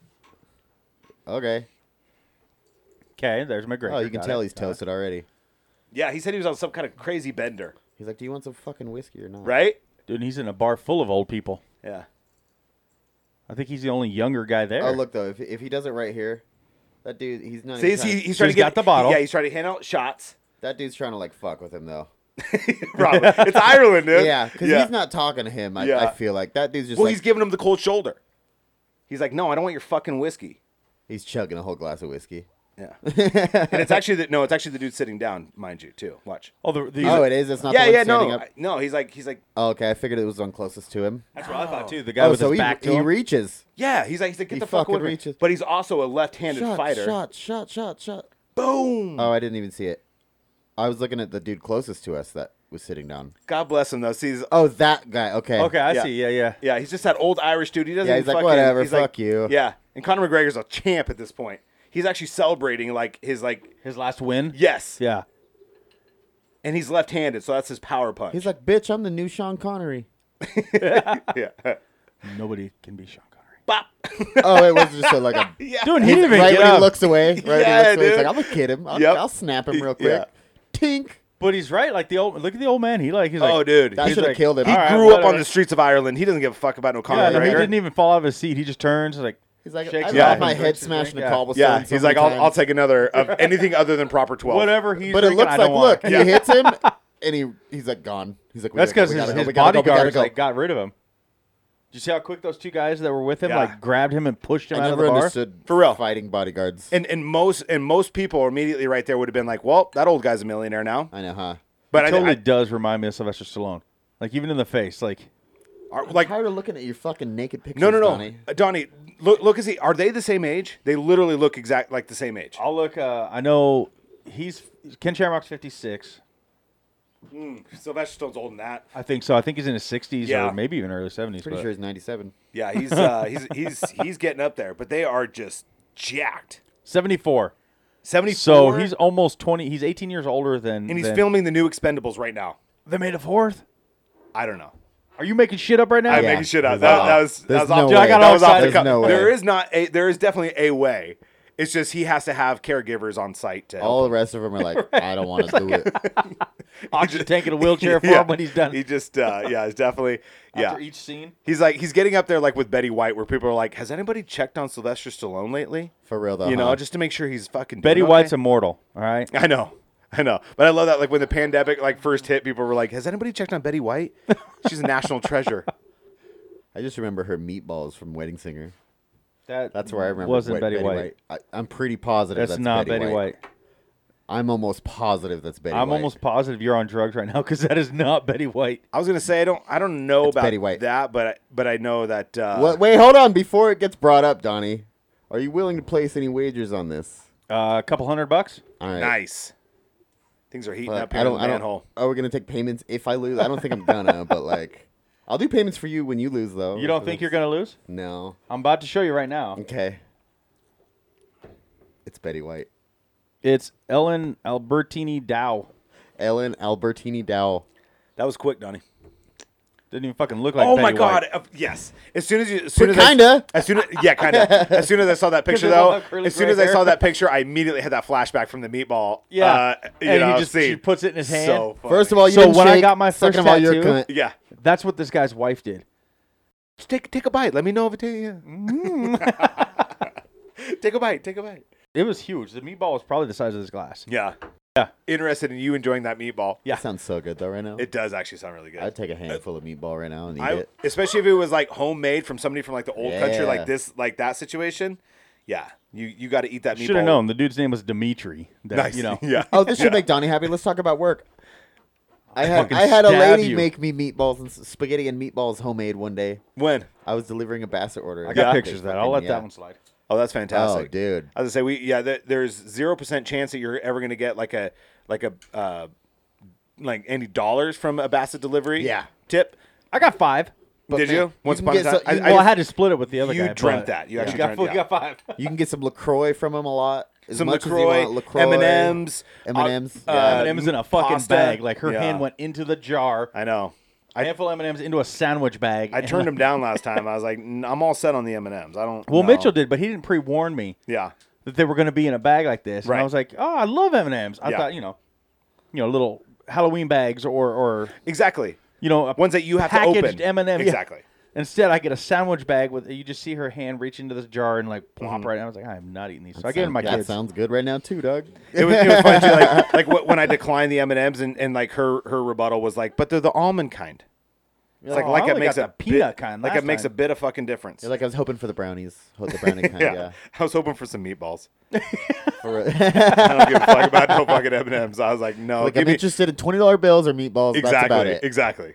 [SPEAKER 5] Okay.
[SPEAKER 3] Okay, there's my great.
[SPEAKER 5] Oh, you can tell he's toasted already.
[SPEAKER 4] Yeah, he said he was on some kind of crazy bender,
[SPEAKER 5] He's like, "Do you want some fucking whiskey or not?"
[SPEAKER 4] right?
[SPEAKER 3] Dude, he's in a bar full of old people.
[SPEAKER 4] Yeah.
[SPEAKER 3] I think he's the only younger guy there.
[SPEAKER 5] Oh, look though, if, if he does it right here, that dude, he's not.
[SPEAKER 4] See,
[SPEAKER 5] even
[SPEAKER 4] he's,
[SPEAKER 5] trying to-
[SPEAKER 4] he's
[SPEAKER 3] So
[SPEAKER 4] trying
[SPEAKER 3] he's
[SPEAKER 4] to get
[SPEAKER 3] got the bottle.
[SPEAKER 4] Yeah, he's trying to hand out shots.
[SPEAKER 5] that dude's trying to like fuck with him though.
[SPEAKER 4] Probably. it's Ireland, dude.
[SPEAKER 5] Yeah, because he's not talking to him. I,
[SPEAKER 4] Yeah.
[SPEAKER 5] I feel like that dude's just
[SPEAKER 4] Well,
[SPEAKER 5] like
[SPEAKER 4] he's giving him the cold shoulder. He's like, no, I don't want your fucking whiskey.
[SPEAKER 5] he's chugging a whole glass of whiskey.
[SPEAKER 4] Yeah. and it's actually the no, it's actually the dude sitting down, mind you, too. Watch.
[SPEAKER 3] Oh, the, the,
[SPEAKER 5] Oh, it is. It's not.
[SPEAKER 4] yeah,
[SPEAKER 5] the one
[SPEAKER 4] yeah,
[SPEAKER 5] standing
[SPEAKER 4] no,
[SPEAKER 5] Up.
[SPEAKER 4] I- no. He's like, he's like,
[SPEAKER 5] Oh, okay, I figured it was the one closest to him.
[SPEAKER 3] That's what I thought too. The guy
[SPEAKER 5] oh,
[SPEAKER 3] with his
[SPEAKER 5] so he,
[SPEAKER 3] back to
[SPEAKER 5] he
[SPEAKER 3] him.
[SPEAKER 5] reaches.
[SPEAKER 4] yeah, he's like, he's like, get
[SPEAKER 5] He
[SPEAKER 4] the fuck
[SPEAKER 5] fucking
[SPEAKER 4] away. from me."
[SPEAKER 5] reaches.
[SPEAKER 4] But he's also a left-handed
[SPEAKER 5] Shot,
[SPEAKER 4] fighter.
[SPEAKER 5] shot, shot, shot, shot.
[SPEAKER 4] Boom.
[SPEAKER 5] Oh, I didn't even see it. I was looking at the dude closest to us that was sitting down.
[SPEAKER 4] God bless him though. See, he's
[SPEAKER 5] Oh, that guy. Okay.
[SPEAKER 3] okay, I
[SPEAKER 4] Yeah.
[SPEAKER 3] see. Yeah, yeah.
[SPEAKER 4] Yeah, he's just that old Irish dude. He doesn't.
[SPEAKER 5] Yeah,
[SPEAKER 4] even
[SPEAKER 5] he's like,
[SPEAKER 4] fucking,
[SPEAKER 5] "Whatever,
[SPEAKER 4] he's like-
[SPEAKER 5] fuck you."
[SPEAKER 4] Yeah, and Conor McGregor's a champ at this point. He's actually celebrating like his like
[SPEAKER 3] His last win.
[SPEAKER 4] yes.
[SPEAKER 3] Yeah.
[SPEAKER 4] and he's left-handed, so that's his power punch.
[SPEAKER 5] He's like, bitch, I'm the new Sean Connery.
[SPEAKER 4] yeah,
[SPEAKER 3] Nobody can be Sean Connery.
[SPEAKER 4] bop.
[SPEAKER 5] oh, it was just a, like a
[SPEAKER 4] yeah,
[SPEAKER 3] Dude, he didn't even
[SPEAKER 5] right
[SPEAKER 3] get
[SPEAKER 5] when
[SPEAKER 3] up.
[SPEAKER 5] he looks away. Right when he
[SPEAKER 4] Yeah,
[SPEAKER 5] looks away, he's
[SPEAKER 4] dude.
[SPEAKER 5] like, I'm gonna kid him. I'll,
[SPEAKER 4] Yep.
[SPEAKER 5] I'll snap him real quick.
[SPEAKER 4] Yeah.
[SPEAKER 5] Tink.
[SPEAKER 3] But he's right. Like the old look at the old man. He like he's like
[SPEAKER 4] oh, dude,
[SPEAKER 5] That
[SPEAKER 4] he's
[SPEAKER 5] should have
[SPEAKER 4] like-
[SPEAKER 5] killed him.
[SPEAKER 4] He
[SPEAKER 3] All right,
[SPEAKER 4] grew up on
[SPEAKER 3] whatever.
[SPEAKER 4] the streets of Ireland. He doesn't give a fuck about no
[SPEAKER 3] Yeah,
[SPEAKER 4] Conrad.
[SPEAKER 3] no, he
[SPEAKER 4] right?
[SPEAKER 3] didn't even fall out of his seat. He just turns like
[SPEAKER 5] He's like,
[SPEAKER 3] Shakes
[SPEAKER 5] I
[SPEAKER 3] it off
[SPEAKER 5] love
[SPEAKER 3] and
[SPEAKER 5] my head
[SPEAKER 3] drinks his
[SPEAKER 5] smashing
[SPEAKER 3] drink.
[SPEAKER 5] a
[SPEAKER 3] Yeah.
[SPEAKER 5] cobblestone.
[SPEAKER 4] Yeah,
[SPEAKER 5] so
[SPEAKER 4] he's like,
[SPEAKER 5] many
[SPEAKER 4] I'll,
[SPEAKER 5] times."
[SPEAKER 4] I'll take another of anything other than proper twelve.
[SPEAKER 3] whatever he's.
[SPEAKER 5] But it
[SPEAKER 3] drinking,
[SPEAKER 5] looks
[SPEAKER 3] I don't
[SPEAKER 5] like,
[SPEAKER 3] want
[SPEAKER 5] look,
[SPEAKER 3] it.
[SPEAKER 5] he hits him, and he he's like gone. He's like, we
[SPEAKER 3] That's
[SPEAKER 5] gotta
[SPEAKER 3] because
[SPEAKER 5] go,
[SPEAKER 3] his,
[SPEAKER 5] we gotta go,
[SPEAKER 3] his
[SPEAKER 5] we gotta go, we gotta
[SPEAKER 3] bodyguards
[SPEAKER 5] go.
[SPEAKER 3] like got rid of him. Did you see how quick those two guys that were with him
[SPEAKER 4] Yeah.
[SPEAKER 3] like grabbed him and pushed him
[SPEAKER 5] I
[SPEAKER 3] out of
[SPEAKER 5] never
[SPEAKER 3] the bar?
[SPEAKER 5] understood
[SPEAKER 4] For real.
[SPEAKER 5] fighting bodyguards.
[SPEAKER 4] And and most and most people immediately right there would have been like, well, that old guy's a millionaire now.
[SPEAKER 5] I know, huh?
[SPEAKER 4] But I,
[SPEAKER 3] It totally
[SPEAKER 4] totally
[SPEAKER 3] does remind me of Sylvester Stallone. Like even in the face, like
[SPEAKER 4] like
[SPEAKER 5] tired of looking at your fucking naked pictures.
[SPEAKER 4] no no no
[SPEAKER 5] Donnie.
[SPEAKER 4] Donnie. look look and see. Are they the same age? They literally look exact like the same age.
[SPEAKER 3] I'll look. Uh, I know he's Ken Shamrock's fifty six.
[SPEAKER 4] Sylvester Stone's old in that.
[SPEAKER 3] I think so. I think he's in his sixties
[SPEAKER 4] Yeah.
[SPEAKER 3] or maybe even early seventies.
[SPEAKER 5] Pretty sure he's 97.
[SPEAKER 4] Yeah, he's uh, he's he's he's getting up there, but they are just jacked.
[SPEAKER 3] seventy four.
[SPEAKER 4] Seventy
[SPEAKER 3] So
[SPEAKER 4] four.
[SPEAKER 3] he's almost twenty. He's eighteen years older than.
[SPEAKER 4] and he's
[SPEAKER 3] than-
[SPEAKER 4] filming the new Expendables right now.
[SPEAKER 3] They made a fourth.
[SPEAKER 4] I don't know.
[SPEAKER 3] Are you making shit up right now?
[SPEAKER 4] I'm
[SPEAKER 5] Yeah.
[SPEAKER 4] making shit up.
[SPEAKER 5] There's
[SPEAKER 4] That,
[SPEAKER 5] no-
[SPEAKER 4] that was that
[SPEAKER 5] there's
[SPEAKER 4] was
[SPEAKER 5] no
[SPEAKER 4] off.
[SPEAKER 5] Dude, I way.
[SPEAKER 3] got
[SPEAKER 4] that
[SPEAKER 3] all
[SPEAKER 4] was off the
[SPEAKER 3] excited.
[SPEAKER 5] There's no way.
[SPEAKER 4] There is not a. There is definitely a way. It's just he has to have caregivers on site to.
[SPEAKER 5] All
[SPEAKER 4] Help.
[SPEAKER 5] the rest of them are like, I don't want to do it.
[SPEAKER 3] Oxygen tank in a wheelchair for
[SPEAKER 4] Yeah.
[SPEAKER 3] him when he's done.
[SPEAKER 4] He just uh, yeah, it's definitely yeah.
[SPEAKER 3] After each scene.
[SPEAKER 4] he's like he's getting up there like with Betty White, where people are like, "Has anybody checked on Sylvester Stallone lately?"
[SPEAKER 5] For real though,
[SPEAKER 4] you know,
[SPEAKER 5] huh?
[SPEAKER 4] just to make sure he's fucking.
[SPEAKER 3] Betty
[SPEAKER 4] doing
[SPEAKER 3] White's
[SPEAKER 4] okay.
[SPEAKER 3] immortal. All right.
[SPEAKER 4] I know, I know, but I love that. Like when the pandemic like first hit, people were like, "Has anybody checked on Betty White? She's a national treasure."
[SPEAKER 5] I just remember her meatballs from Wedding Singer.
[SPEAKER 3] That
[SPEAKER 5] That's where I remember.
[SPEAKER 3] Wasn't
[SPEAKER 5] Wet-
[SPEAKER 3] Betty White.
[SPEAKER 5] I, I'm pretty positive
[SPEAKER 3] That's,
[SPEAKER 5] that's,
[SPEAKER 3] not Betty, White.
[SPEAKER 5] I'm almost positive that's Betty
[SPEAKER 3] I'm
[SPEAKER 5] White.
[SPEAKER 3] almost positive you're on drugs right now because that is not Betty White.
[SPEAKER 4] I was gonna say I don't I don't know about
[SPEAKER 5] Betty White.
[SPEAKER 4] that, but I, but I know that uh,
[SPEAKER 5] What, wait, hold on. Before it gets brought up, Donnie, are you willing to place any wagers on this?
[SPEAKER 3] Uh, a couple hundred bucks.
[SPEAKER 5] All right.
[SPEAKER 4] nice things are heating
[SPEAKER 5] But
[SPEAKER 4] up here
[SPEAKER 5] I don't.
[SPEAKER 4] in the
[SPEAKER 5] I don't.
[SPEAKER 4] manhole.
[SPEAKER 5] Are we gonna take payments if I lose? I don't think I'm gonna. but like, I'll do payments for you when you lose, though.
[SPEAKER 3] You don't think you're gonna lose?
[SPEAKER 5] No.
[SPEAKER 3] I'm about to show you right now.
[SPEAKER 5] Okay. It's Betty White.
[SPEAKER 3] It's Ellen Albertini Dow.
[SPEAKER 5] Ellen Albertini Dow.
[SPEAKER 4] That was quick, Donnie.
[SPEAKER 3] Didn't even fucking look like.
[SPEAKER 4] Oh
[SPEAKER 3] Betty
[SPEAKER 4] my god!
[SPEAKER 3] White.
[SPEAKER 4] Uh, yes. As soon as you, as soon as
[SPEAKER 5] But
[SPEAKER 4] I-
[SPEAKER 5] kinda.
[SPEAKER 4] as soon as yeah, kinda. As soon as I saw that picture
[SPEAKER 3] they all
[SPEAKER 4] though,
[SPEAKER 3] have curly
[SPEAKER 4] as soon
[SPEAKER 3] gray
[SPEAKER 4] as I saw
[SPEAKER 3] hair.
[SPEAKER 4] that picture, I immediately had that flashback from the meatball.
[SPEAKER 3] Yeah.
[SPEAKER 4] uh, you
[SPEAKER 3] And he
[SPEAKER 4] know,
[SPEAKER 3] just-
[SPEAKER 4] scene.
[SPEAKER 3] she puts it in his hand.
[SPEAKER 4] So funny.
[SPEAKER 5] First of all, you
[SPEAKER 3] So
[SPEAKER 5] didn't
[SPEAKER 3] when I
[SPEAKER 5] shake.
[SPEAKER 3] got my first
[SPEAKER 5] Second of all, you're a
[SPEAKER 3] tattoo-
[SPEAKER 5] cunt.
[SPEAKER 4] yeah,
[SPEAKER 3] That's what this guy's wife did.
[SPEAKER 4] Just take take a bite. Let me know if it takes. take a bite. Take a bite.
[SPEAKER 3] It was huge. The meatball was probably the size of this glass.
[SPEAKER 4] Yeah.
[SPEAKER 3] Yeah.
[SPEAKER 4] Interested in you enjoying that meatball.
[SPEAKER 3] Yeah.
[SPEAKER 5] Sounds so good though right now.
[SPEAKER 4] It does actually sound really good.
[SPEAKER 5] I'd take a handful of meatball right now and eat
[SPEAKER 4] I,
[SPEAKER 5] it.
[SPEAKER 4] especially if it was like homemade from somebody from like the old country,
[SPEAKER 5] Yeah.
[SPEAKER 4] like this, like that situation. Yeah, you you got to eat that meatball.
[SPEAKER 3] Should have known. The dude's name was Dimitri. That,
[SPEAKER 4] Nice.
[SPEAKER 3] You know.
[SPEAKER 4] Yeah.
[SPEAKER 5] Oh, this should make Donnie happy. Let's talk about work. I had
[SPEAKER 3] fucking
[SPEAKER 5] I had a
[SPEAKER 3] stab
[SPEAKER 5] lady
[SPEAKER 3] you.
[SPEAKER 5] make me meatballs and s- spaghetti and meatballs homemade one day.
[SPEAKER 4] When?
[SPEAKER 5] I was delivering a basset order.
[SPEAKER 3] I got
[SPEAKER 4] Yeah.
[SPEAKER 3] pictures of that. I'll let that one slide.
[SPEAKER 4] Oh, that's fantastic,
[SPEAKER 5] Oh, dude.
[SPEAKER 4] I was gonna say we yeah. There, there's zero percent chance that you're ever gonna get like a like a uh, like any dollars from a Bassett delivery.
[SPEAKER 5] Yeah.
[SPEAKER 4] Tip.
[SPEAKER 3] I got five.
[SPEAKER 5] But
[SPEAKER 4] Did
[SPEAKER 5] man,
[SPEAKER 4] you? Once
[SPEAKER 5] can
[SPEAKER 4] upon a
[SPEAKER 5] get
[SPEAKER 4] time,
[SPEAKER 5] so-
[SPEAKER 4] I-
[SPEAKER 5] you
[SPEAKER 4] I
[SPEAKER 3] Well, I,
[SPEAKER 4] just-
[SPEAKER 3] had to split it with the other
[SPEAKER 4] you
[SPEAKER 3] guy.
[SPEAKER 4] dreamt
[SPEAKER 3] but-
[SPEAKER 4] that. You
[SPEAKER 3] Yeah.
[SPEAKER 4] actually
[SPEAKER 3] got,
[SPEAKER 4] dreamt- yeah.
[SPEAKER 3] we got five.
[SPEAKER 5] You can get some Lacroix from them a lot. As
[SPEAKER 4] Some
[SPEAKER 5] much
[SPEAKER 4] LaCroix,
[SPEAKER 5] as you want. LaCroix,
[SPEAKER 4] M&Ms, uh,
[SPEAKER 5] M&Ms.
[SPEAKER 4] uh,
[SPEAKER 5] yeah.
[SPEAKER 3] M&M's in a fucking
[SPEAKER 4] pasta.
[SPEAKER 3] bag. Like her
[SPEAKER 4] Yeah.
[SPEAKER 3] hand went into the jar.
[SPEAKER 4] I know.
[SPEAKER 3] A handful of M&M's into a sandwich bag.
[SPEAKER 4] I
[SPEAKER 3] and-
[SPEAKER 4] turned him down last time. I was like, "N- I'm all set on the M and M's. I don't.
[SPEAKER 3] Well,
[SPEAKER 4] no."
[SPEAKER 3] Mitchell did, but he didn't pre-warn me
[SPEAKER 4] Yeah.
[SPEAKER 3] that they were going to be in a bag like this. And
[SPEAKER 4] Right.
[SPEAKER 3] I was like, "Oh, I love M&M's." I
[SPEAKER 4] Yeah.
[SPEAKER 3] thought, you know, you know, little Halloween bags or or
[SPEAKER 4] Exactly.
[SPEAKER 3] you know, a
[SPEAKER 4] Ones that you have to
[SPEAKER 3] packaged
[SPEAKER 4] open.
[SPEAKER 3] M&M. yeah.
[SPEAKER 4] Exactly.
[SPEAKER 3] Instead, I get a sandwich bag with you just see her hand reach into this jar and like plop
[SPEAKER 4] Mm-hmm.
[SPEAKER 3] right. I was like, "I am not eating these." So I gave them to my
[SPEAKER 5] that
[SPEAKER 3] kids.
[SPEAKER 5] sounds good right now too, Doug.
[SPEAKER 4] It was, it was funny too, like, like wh- when I declined the M and M's, and and like her her rebuttal was like, "But they're the almond kind." It's like
[SPEAKER 3] Oh, I
[SPEAKER 4] like it
[SPEAKER 3] only
[SPEAKER 4] makes
[SPEAKER 3] got
[SPEAKER 4] a
[SPEAKER 3] the
[SPEAKER 4] bit,
[SPEAKER 3] peanut kind
[SPEAKER 4] Like
[SPEAKER 3] last
[SPEAKER 4] it makes a
[SPEAKER 3] time.
[SPEAKER 4] bit of fucking difference.
[SPEAKER 5] You're like I was hoping for the brownies, ho- the brownie kind.
[SPEAKER 4] yeah.
[SPEAKER 5] yeah.
[SPEAKER 4] I was hoping for some meatballs.
[SPEAKER 5] For real.
[SPEAKER 4] I don't give a fuck about no fucking M and M's. I was like, no,
[SPEAKER 5] like
[SPEAKER 4] Oh, give
[SPEAKER 5] I'm
[SPEAKER 4] me
[SPEAKER 5] interested in twenty dollar bills or meatballs. That's about
[SPEAKER 4] exactly,
[SPEAKER 5] it.
[SPEAKER 4] exactly,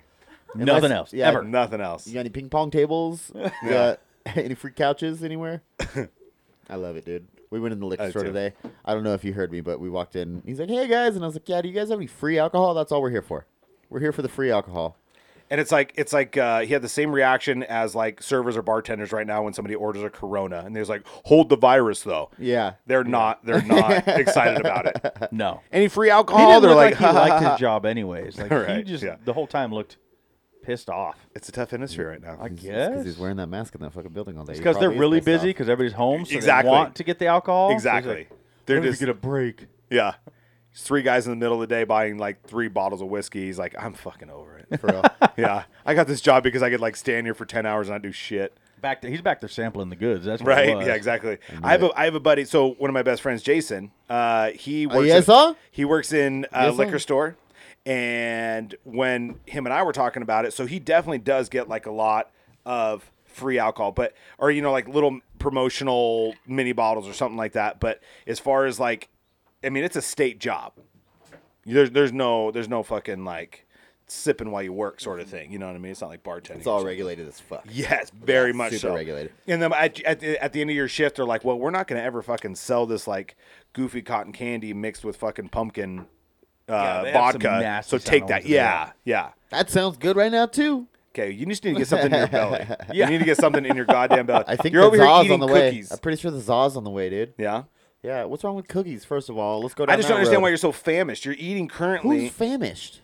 [SPEAKER 3] Nothing
[SPEAKER 5] Unless-
[SPEAKER 3] else
[SPEAKER 5] yeah.
[SPEAKER 3] ever.
[SPEAKER 4] nothing else.
[SPEAKER 5] You got any ping pong tables? You got any free couches anywhere? I love it, dude. We went in the liquor
[SPEAKER 4] I
[SPEAKER 5] store
[SPEAKER 4] do.
[SPEAKER 5] today. I don't know if you heard me, but we walked in. He's like, "Hey guys," and I was like, "Yeah, do you guys have any free alcohol? That's all we're here for. We're here for the free alcohol."
[SPEAKER 4] And it's like it's like uh, he had the same reaction as like servers or bartenders right now when somebody orders a Corona, and there's like, "Hold the virus, though."
[SPEAKER 5] Yeah.
[SPEAKER 4] they're not. They're not excited about it.
[SPEAKER 3] No.
[SPEAKER 4] Any free
[SPEAKER 3] He
[SPEAKER 4] alcohol?
[SPEAKER 3] didn't
[SPEAKER 4] Oh, They're
[SPEAKER 3] look
[SPEAKER 4] like,
[SPEAKER 3] like, he liked his job anyways. Like he
[SPEAKER 4] Right,
[SPEAKER 3] just
[SPEAKER 4] yeah.
[SPEAKER 3] the whole time looked pissed off.
[SPEAKER 4] it's a tough industry right now.
[SPEAKER 3] I
[SPEAKER 5] Because
[SPEAKER 3] guess
[SPEAKER 5] he's wearing that mask in that fucking building all day. He
[SPEAKER 3] because they're
[SPEAKER 5] probably is
[SPEAKER 3] really
[SPEAKER 5] pissed off.
[SPEAKER 3] busy because everybody's home, so
[SPEAKER 4] Exactly.
[SPEAKER 3] they want to get the alcohol. so he's like,
[SPEAKER 4] exactly. They're
[SPEAKER 3] "Let me
[SPEAKER 4] just
[SPEAKER 3] get a break.
[SPEAKER 4] yeah. It's Three guys in the middle of the day buying like three bottles of whiskey. He's like, I'm fucking over it. For real. yeah. I got this job because I could like stand here for ten hours and not do shit.
[SPEAKER 3] Back to, he's back there sampling the goods. That's what it
[SPEAKER 4] Right.
[SPEAKER 3] was.
[SPEAKER 4] Yeah, exactly. I have a I have a buddy. So one of my best friends, Jason. Uh, he
[SPEAKER 3] Oh,
[SPEAKER 4] works.
[SPEAKER 5] yes,
[SPEAKER 4] in,
[SPEAKER 5] huh?
[SPEAKER 4] He works in a
[SPEAKER 5] Yes, huh?
[SPEAKER 4] liquor store, and when him and I were talking about it, so he definitely does get like a lot of free alcohol, but or you know like little promotional mini bottles or something like that. But as far as like, I mean, it's a state job. There's there's no there's no fucking like sipping while you work sort of thing. You know what I mean? It's not like bartending.
[SPEAKER 5] It's all regulated as fuck.
[SPEAKER 4] Yes, very much
[SPEAKER 5] super
[SPEAKER 4] so.
[SPEAKER 5] regulated.
[SPEAKER 4] And then at, at, the, at the end of your shift, they're like, "Well, we're not going to ever fucking sell this like goofy cotton candy mixed with fucking pumpkin
[SPEAKER 3] Yeah,
[SPEAKER 4] uh,
[SPEAKER 3] they have some
[SPEAKER 4] vodka."
[SPEAKER 3] nasty
[SPEAKER 4] So take
[SPEAKER 3] sounding
[SPEAKER 4] that.
[SPEAKER 3] ones in there.
[SPEAKER 4] Yeah, yeah.
[SPEAKER 5] That sounds good right now too.
[SPEAKER 4] Okay, you just need to get something in your belly. You need to get something in your goddamn belly.
[SPEAKER 5] I think
[SPEAKER 4] you're
[SPEAKER 5] the
[SPEAKER 4] over here
[SPEAKER 5] Zaw's
[SPEAKER 4] eating
[SPEAKER 5] on the
[SPEAKER 4] cookies.
[SPEAKER 5] way. I'm pretty sure the Zaw's on the way, dude.
[SPEAKER 4] Yeah,
[SPEAKER 5] Yeah. What's wrong with cookies? First of all, let's go. Down
[SPEAKER 4] I just
[SPEAKER 5] that
[SPEAKER 4] don't understand
[SPEAKER 5] road.
[SPEAKER 4] why you're so famished. You're eating currently.
[SPEAKER 5] Who's famished?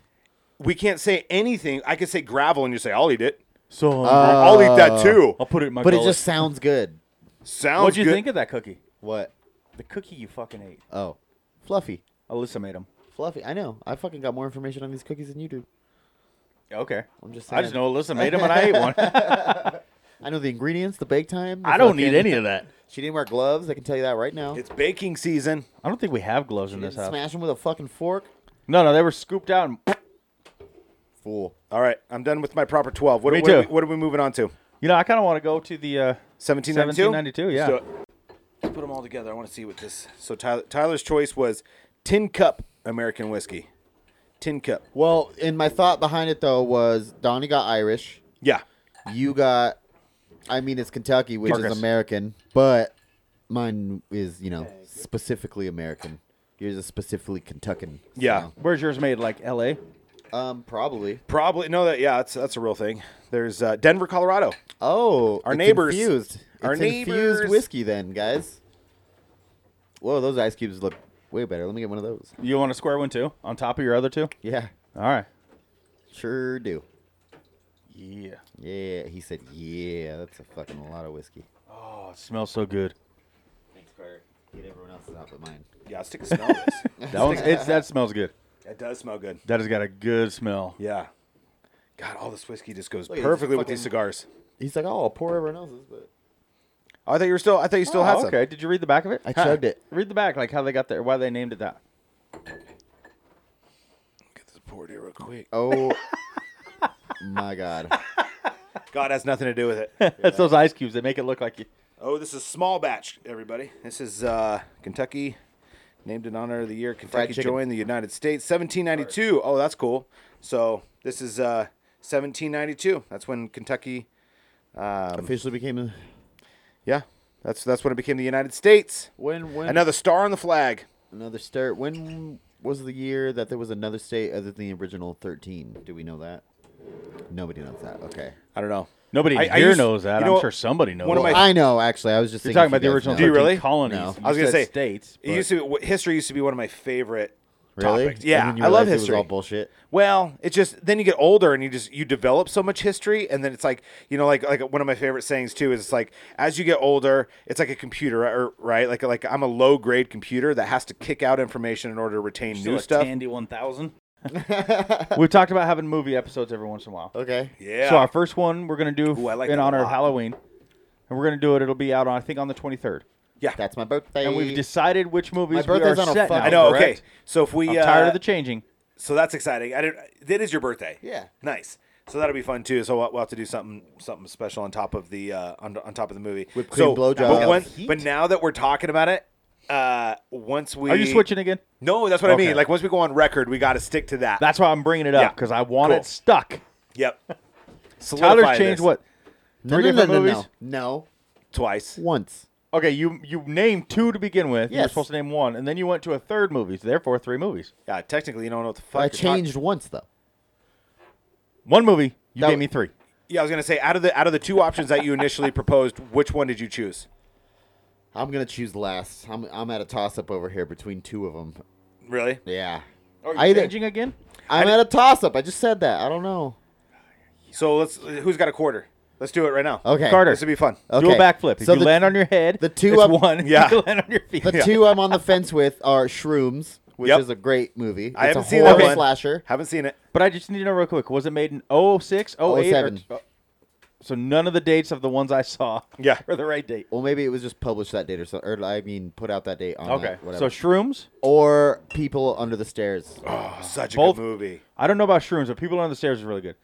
[SPEAKER 4] we can't say anything. I could say gravel, and you say, "I'll eat it.
[SPEAKER 3] So
[SPEAKER 4] I'll eat that too."
[SPEAKER 3] Uh, I'll put it in my.
[SPEAKER 5] But it
[SPEAKER 3] gullet.
[SPEAKER 5] just sounds good.
[SPEAKER 4] Sounds
[SPEAKER 3] What'd you
[SPEAKER 4] good.
[SPEAKER 3] think of that cookie?
[SPEAKER 5] What?
[SPEAKER 3] The cookie you fucking ate.
[SPEAKER 5] Oh, fluffy,
[SPEAKER 3] Alyssa made them.
[SPEAKER 5] fluffy. I know. I fucking got more information on these cookies than you do.
[SPEAKER 3] Okay.
[SPEAKER 5] I'm just
[SPEAKER 3] I just
[SPEAKER 5] saying.
[SPEAKER 3] know Alyssa made them and I ate one.
[SPEAKER 5] I know the ingredients, the bake time. the
[SPEAKER 3] I don't need
[SPEAKER 5] fucking-
[SPEAKER 3] any of that.
[SPEAKER 5] She didn't wear gloves. I can tell you that right now.
[SPEAKER 4] It's baking season.
[SPEAKER 3] I don't think we have gloves in
[SPEAKER 5] Didn't
[SPEAKER 3] this house.
[SPEAKER 5] smash them with a fucking fork.
[SPEAKER 3] No, no, they were scooped out. And,
[SPEAKER 5] Fool.
[SPEAKER 4] All right, I'm done with my proper twelve. What,
[SPEAKER 3] Me
[SPEAKER 4] what, Are,
[SPEAKER 3] too.
[SPEAKER 4] we, what are we moving on to?
[SPEAKER 3] you know, I kind of want to go to the. Uh,
[SPEAKER 4] 1792?
[SPEAKER 3] 1792, yeah.
[SPEAKER 4] Let's, do it. Let's put them all together. I want to see what this. So Tyler, Tyler's choice was tin cup American whiskey. Tin cup.
[SPEAKER 5] Well, and my thought behind it though was Donnie got Irish.
[SPEAKER 4] Yeah.
[SPEAKER 5] You got, I mean, it's Kentucky, which
[SPEAKER 4] Marcus.
[SPEAKER 5] is American, but mine is you know specifically American. Yours is specifically Kentuckian.
[SPEAKER 4] Yeah.
[SPEAKER 3] where's yours made? Like L.A.
[SPEAKER 5] so, um, probably.
[SPEAKER 4] Probably no. That yeah. That's that's a real thing. There's uh, Denver, Colorado.
[SPEAKER 5] Oh,
[SPEAKER 4] Our
[SPEAKER 5] it's
[SPEAKER 4] neighbors.
[SPEAKER 5] Infused.
[SPEAKER 4] Our
[SPEAKER 5] It's infused
[SPEAKER 4] neighbors.
[SPEAKER 5] whiskey, then, guys. Whoa, those ice cubes look way better. Let me get one of those.
[SPEAKER 3] You want a square one too, on top of your other two?
[SPEAKER 5] Yeah,
[SPEAKER 3] All right.
[SPEAKER 5] sure do.
[SPEAKER 3] Yeah.
[SPEAKER 5] Yeah, he said. Yeah, that's a fucking lot of whiskey.
[SPEAKER 3] Oh, it smells so good.
[SPEAKER 5] Thanks, Carter. Get everyone else's out but mine.
[SPEAKER 4] Yeah. Stick a smell. of this.
[SPEAKER 3] That one's, it's that smells good.
[SPEAKER 4] It does smell good.
[SPEAKER 3] That has got a good smell.
[SPEAKER 4] Yeah. God, all this whiskey just goes
[SPEAKER 5] Look at this
[SPEAKER 4] perfectly with these
[SPEAKER 5] fucking-
[SPEAKER 4] cigars.
[SPEAKER 5] He's like, oh, I'll pour everyone else's, but
[SPEAKER 4] Oh, I thought you were still. I thought you still
[SPEAKER 3] Oh,
[SPEAKER 4] had some.
[SPEAKER 3] okay. Did you read the back of it?
[SPEAKER 5] I chugged it.
[SPEAKER 3] Read the back, like how they got there, why they named it that.
[SPEAKER 4] Get this poured here real quick.
[SPEAKER 5] oh my god.
[SPEAKER 4] God has nothing to do with it.
[SPEAKER 3] That's those ice cubes. They make it look like you.
[SPEAKER 4] Oh, this is small batch, everybody. This is uh, Kentucky, named in honor of the year Kentucky
[SPEAKER 5] chicken.
[SPEAKER 4] joined the United States, 1792. Oh, that's cool. So this is uh, 1792. That's when Kentucky. Um,
[SPEAKER 5] Officially became a
[SPEAKER 4] yeah, that's that's when it became the United States.
[SPEAKER 5] when when
[SPEAKER 4] Another star on the flag.
[SPEAKER 5] another start. When was the year that there was another state other than the original thirteen? Do we know that? Nobody knows that. Okay.
[SPEAKER 4] I don't know.
[SPEAKER 3] Nobody
[SPEAKER 4] I- I
[SPEAKER 3] here
[SPEAKER 4] used-
[SPEAKER 3] knows that.
[SPEAKER 4] you know
[SPEAKER 3] I'm
[SPEAKER 4] what?
[SPEAKER 3] sure somebody knows.
[SPEAKER 4] One of
[SPEAKER 3] that.
[SPEAKER 4] my-
[SPEAKER 5] I know. Actually, I was just
[SPEAKER 3] You're talking
[SPEAKER 5] thinking
[SPEAKER 3] about
[SPEAKER 5] if
[SPEAKER 3] the
[SPEAKER 5] you guys
[SPEAKER 3] original
[SPEAKER 5] know.
[SPEAKER 4] Do you
[SPEAKER 3] 13
[SPEAKER 4] really?
[SPEAKER 3] colonies.
[SPEAKER 5] No.
[SPEAKER 3] You
[SPEAKER 4] I was gonna say
[SPEAKER 3] said states.
[SPEAKER 4] It used to be, history used to be one of my favorite
[SPEAKER 5] Really?
[SPEAKER 4] topics.
[SPEAKER 5] And
[SPEAKER 4] Yeah,
[SPEAKER 5] then you
[SPEAKER 4] I love
[SPEAKER 5] realized It
[SPEAKER 4] history.
[SPEAKER 5] was all bullshit.
[SPEAKER 4] Well, it's just then you get older and you just you develop so much history, and then it's like you know, like like one of my favorite sayings too is it's like as you get older, it's like a computer, or, right? Like like I'm a low grade computer that has to kick out information in order to retain
[SPEAKER 3] but
[SPEAKER 4] new
[SPEAKER 3] still
[SPEAKER 4] stuff.
[SPEAKER 3] a Tandy 1000. We've talked about having movie episodes every once in a while.
[SPEAKER 5] Okay.
[SPEAKER 4] Yeah.
[SPEAKER 3] So our first one we're gonna do
[SPEAKER 4] Ooh, I like
[SPEAKER 3] in
[SPEAKER 4] that a
[SPEAKER 3] honor of
[SPEAKER 4] lot.
[SPEAKER 3] Halloween, and we're gonna do it. It'll be out on I think on the 23rd,
[SPEAKER 4] yeah.
[SPEAKER 5] That's my birthday.
[SPEAKER 3] and we've decided which movies
[SPEAKER 5] birthday's
[SPEAKER 3] we are
[SPEAKER 5] on a
[SPEAKER 3] set
[SPEAKER 5] fucking-
[SPEAKER 3] now,
[SPEAKER 4] I know.
[SPEAKER 3] correct?
[SPEAKER 4] Okay. So if we
[SPEAKER 3] I'm
[SPEAKER 4] uh,
[SPEAKER 3] tired of the changing.
[SPEAKER 4] so that's exciting. I didn't. That is your birthday.
[SPEAKER 5] Yeah.
[SPEAKER 4] Nice. So that'll be fun too. So we'll, we'll have to do something something special on top of the uh, on, on top of the movie.
[SPEAKER 5] Whipped
[SPEAKER 4] so,
[SPEAKER 5] cream blowjob.
[SPEAKER 4] But, when-
[SPEAKER 3] Heat?
[SPEAKER 4] but now that we're talking about it, uh, once we
[SPEAKER 3] Are you switching again?
[SPEAKER 4] No, that's what I
[SPEAKER 3] Okay.
[SPEAKER 4] mean. Like once we go on record, we got to stick to that.
[SPEAKER 3] That's why I'm bringing it
[SPEAKER 4] Yeah.
[SPEAKER 3] up because I want
[SPEAKER 4] Cool.
[SPEAKER 3] it stuck.
[SPEAKER 4] yep. Solidify
[SPEAKER 3] Tyler's changed
[SPEAKER 4] this.
[SPEAKER 3] what?
[SPEAKER 5] No,
[SPEAKER 3] Three
[SPEAKER 5] no, no,
[SPEAKER 3] different
[SPEAKER 5] no,
[SPEAKER 3] movies.
[SPEAKER 5] no, no.
[SPEAKER 4] twice.
[SPEAKER 5] Once.
[SPEAKER 3] Okay, you you named two to begin with. You were
[SPEAKER 5] Yes.
[SPEAKER 3] supposed to name one, and then you went to a third movie. So therefore, three movies.
[SPEAKER 4] Yeah, technically you don't know what the fuck.
[SPEAKER 5] I
[SPEAKER 4] you're talking-
[SPEAKER 5] changed once though.
[SPEAKER 3] One movie. You
[SPEAKER 5] That
[SPEAKER 3] gave
[SPEAKER 5] w-
[SPEAKER 3] me three.
[SPEAKER 4] Yeah, I was gonna say out of the out of the two options that you initially proposed, which one did you choose?
[SPEAKER 5] I'm gonna choose last. I'm I'm at a toss up over here between two of them.
[SPEAKER 4] Really?
[SPEAKER 5] Yeah.
[SPEAKER 3] Are you
[SPEAKER 5] I either-
[SPEAKER 3] changing again?
[SPEAKER 5] I'm at a toss up. I just said that. I don't know.
[SPEAKER 4] So let's. Who's got a quarter? Let's do it right now.
[SPEAKER 5] Okay.
[SPEAKER 3] Carter.
[SPEAKER 4] This would be fun.
[SPEAKER 5] Okay.
[SPEAKER 3] Do a backflip. If
[SPEAKER 5] So
[SPEAKER 3] you
[SPEAKER 5] the-
[SPEAKER 3] land on your head,
[SPEAKER 5] the two
[SPEAKER 3] it's
[SPEAKER 5] up-
[SPEAKER 3] one. If
[SPEAKER 4] Yeah.
[SPEAKER 3] you land on your feet.
[SPEAKER 5] The two I'm on the fence with are Shrooms, which
[SPEAKER 4] Yep.
[SPEAKER 5] is a great movie. It's
[SPEAKER 4] I haven't
[SPEAKER 5] a
[SPEAKER 4] seen that
[SPEAKER 5] horror
[SPEAKER 4] one.
[SPEAKER 5] slasher.
[SPEAKER 4] Haven't seen it.
[SPEAKER 3] But I just need to know real quick: was it made in 06, 08, or- oh,
[SPEAKER 5] 07.
[SPEAKER 3] so none of the dates of the ones I saw.
[SPEAKER 4] Yeah.
[SPEAKER 3] Are the right date.
[SPEAKER 5] Well, maybe it was just published that date or so, or I mean, put out that date on
[SPEAKER 3] Okay.
[SPEAKER 5] that,
[SPEAKER 3] So
[SPEAKER 5] whatever.
[SPEAKER 3] shrooms.
[SPEAKER 5] or People Under the Stairs.
[SPEAKER 4] Oh, such a
[SPEAKER 3] Both-
[SPEAKER 4] good movie.
[SPEAKER 3] I don't know about shrooms, but people on the stairs is really good.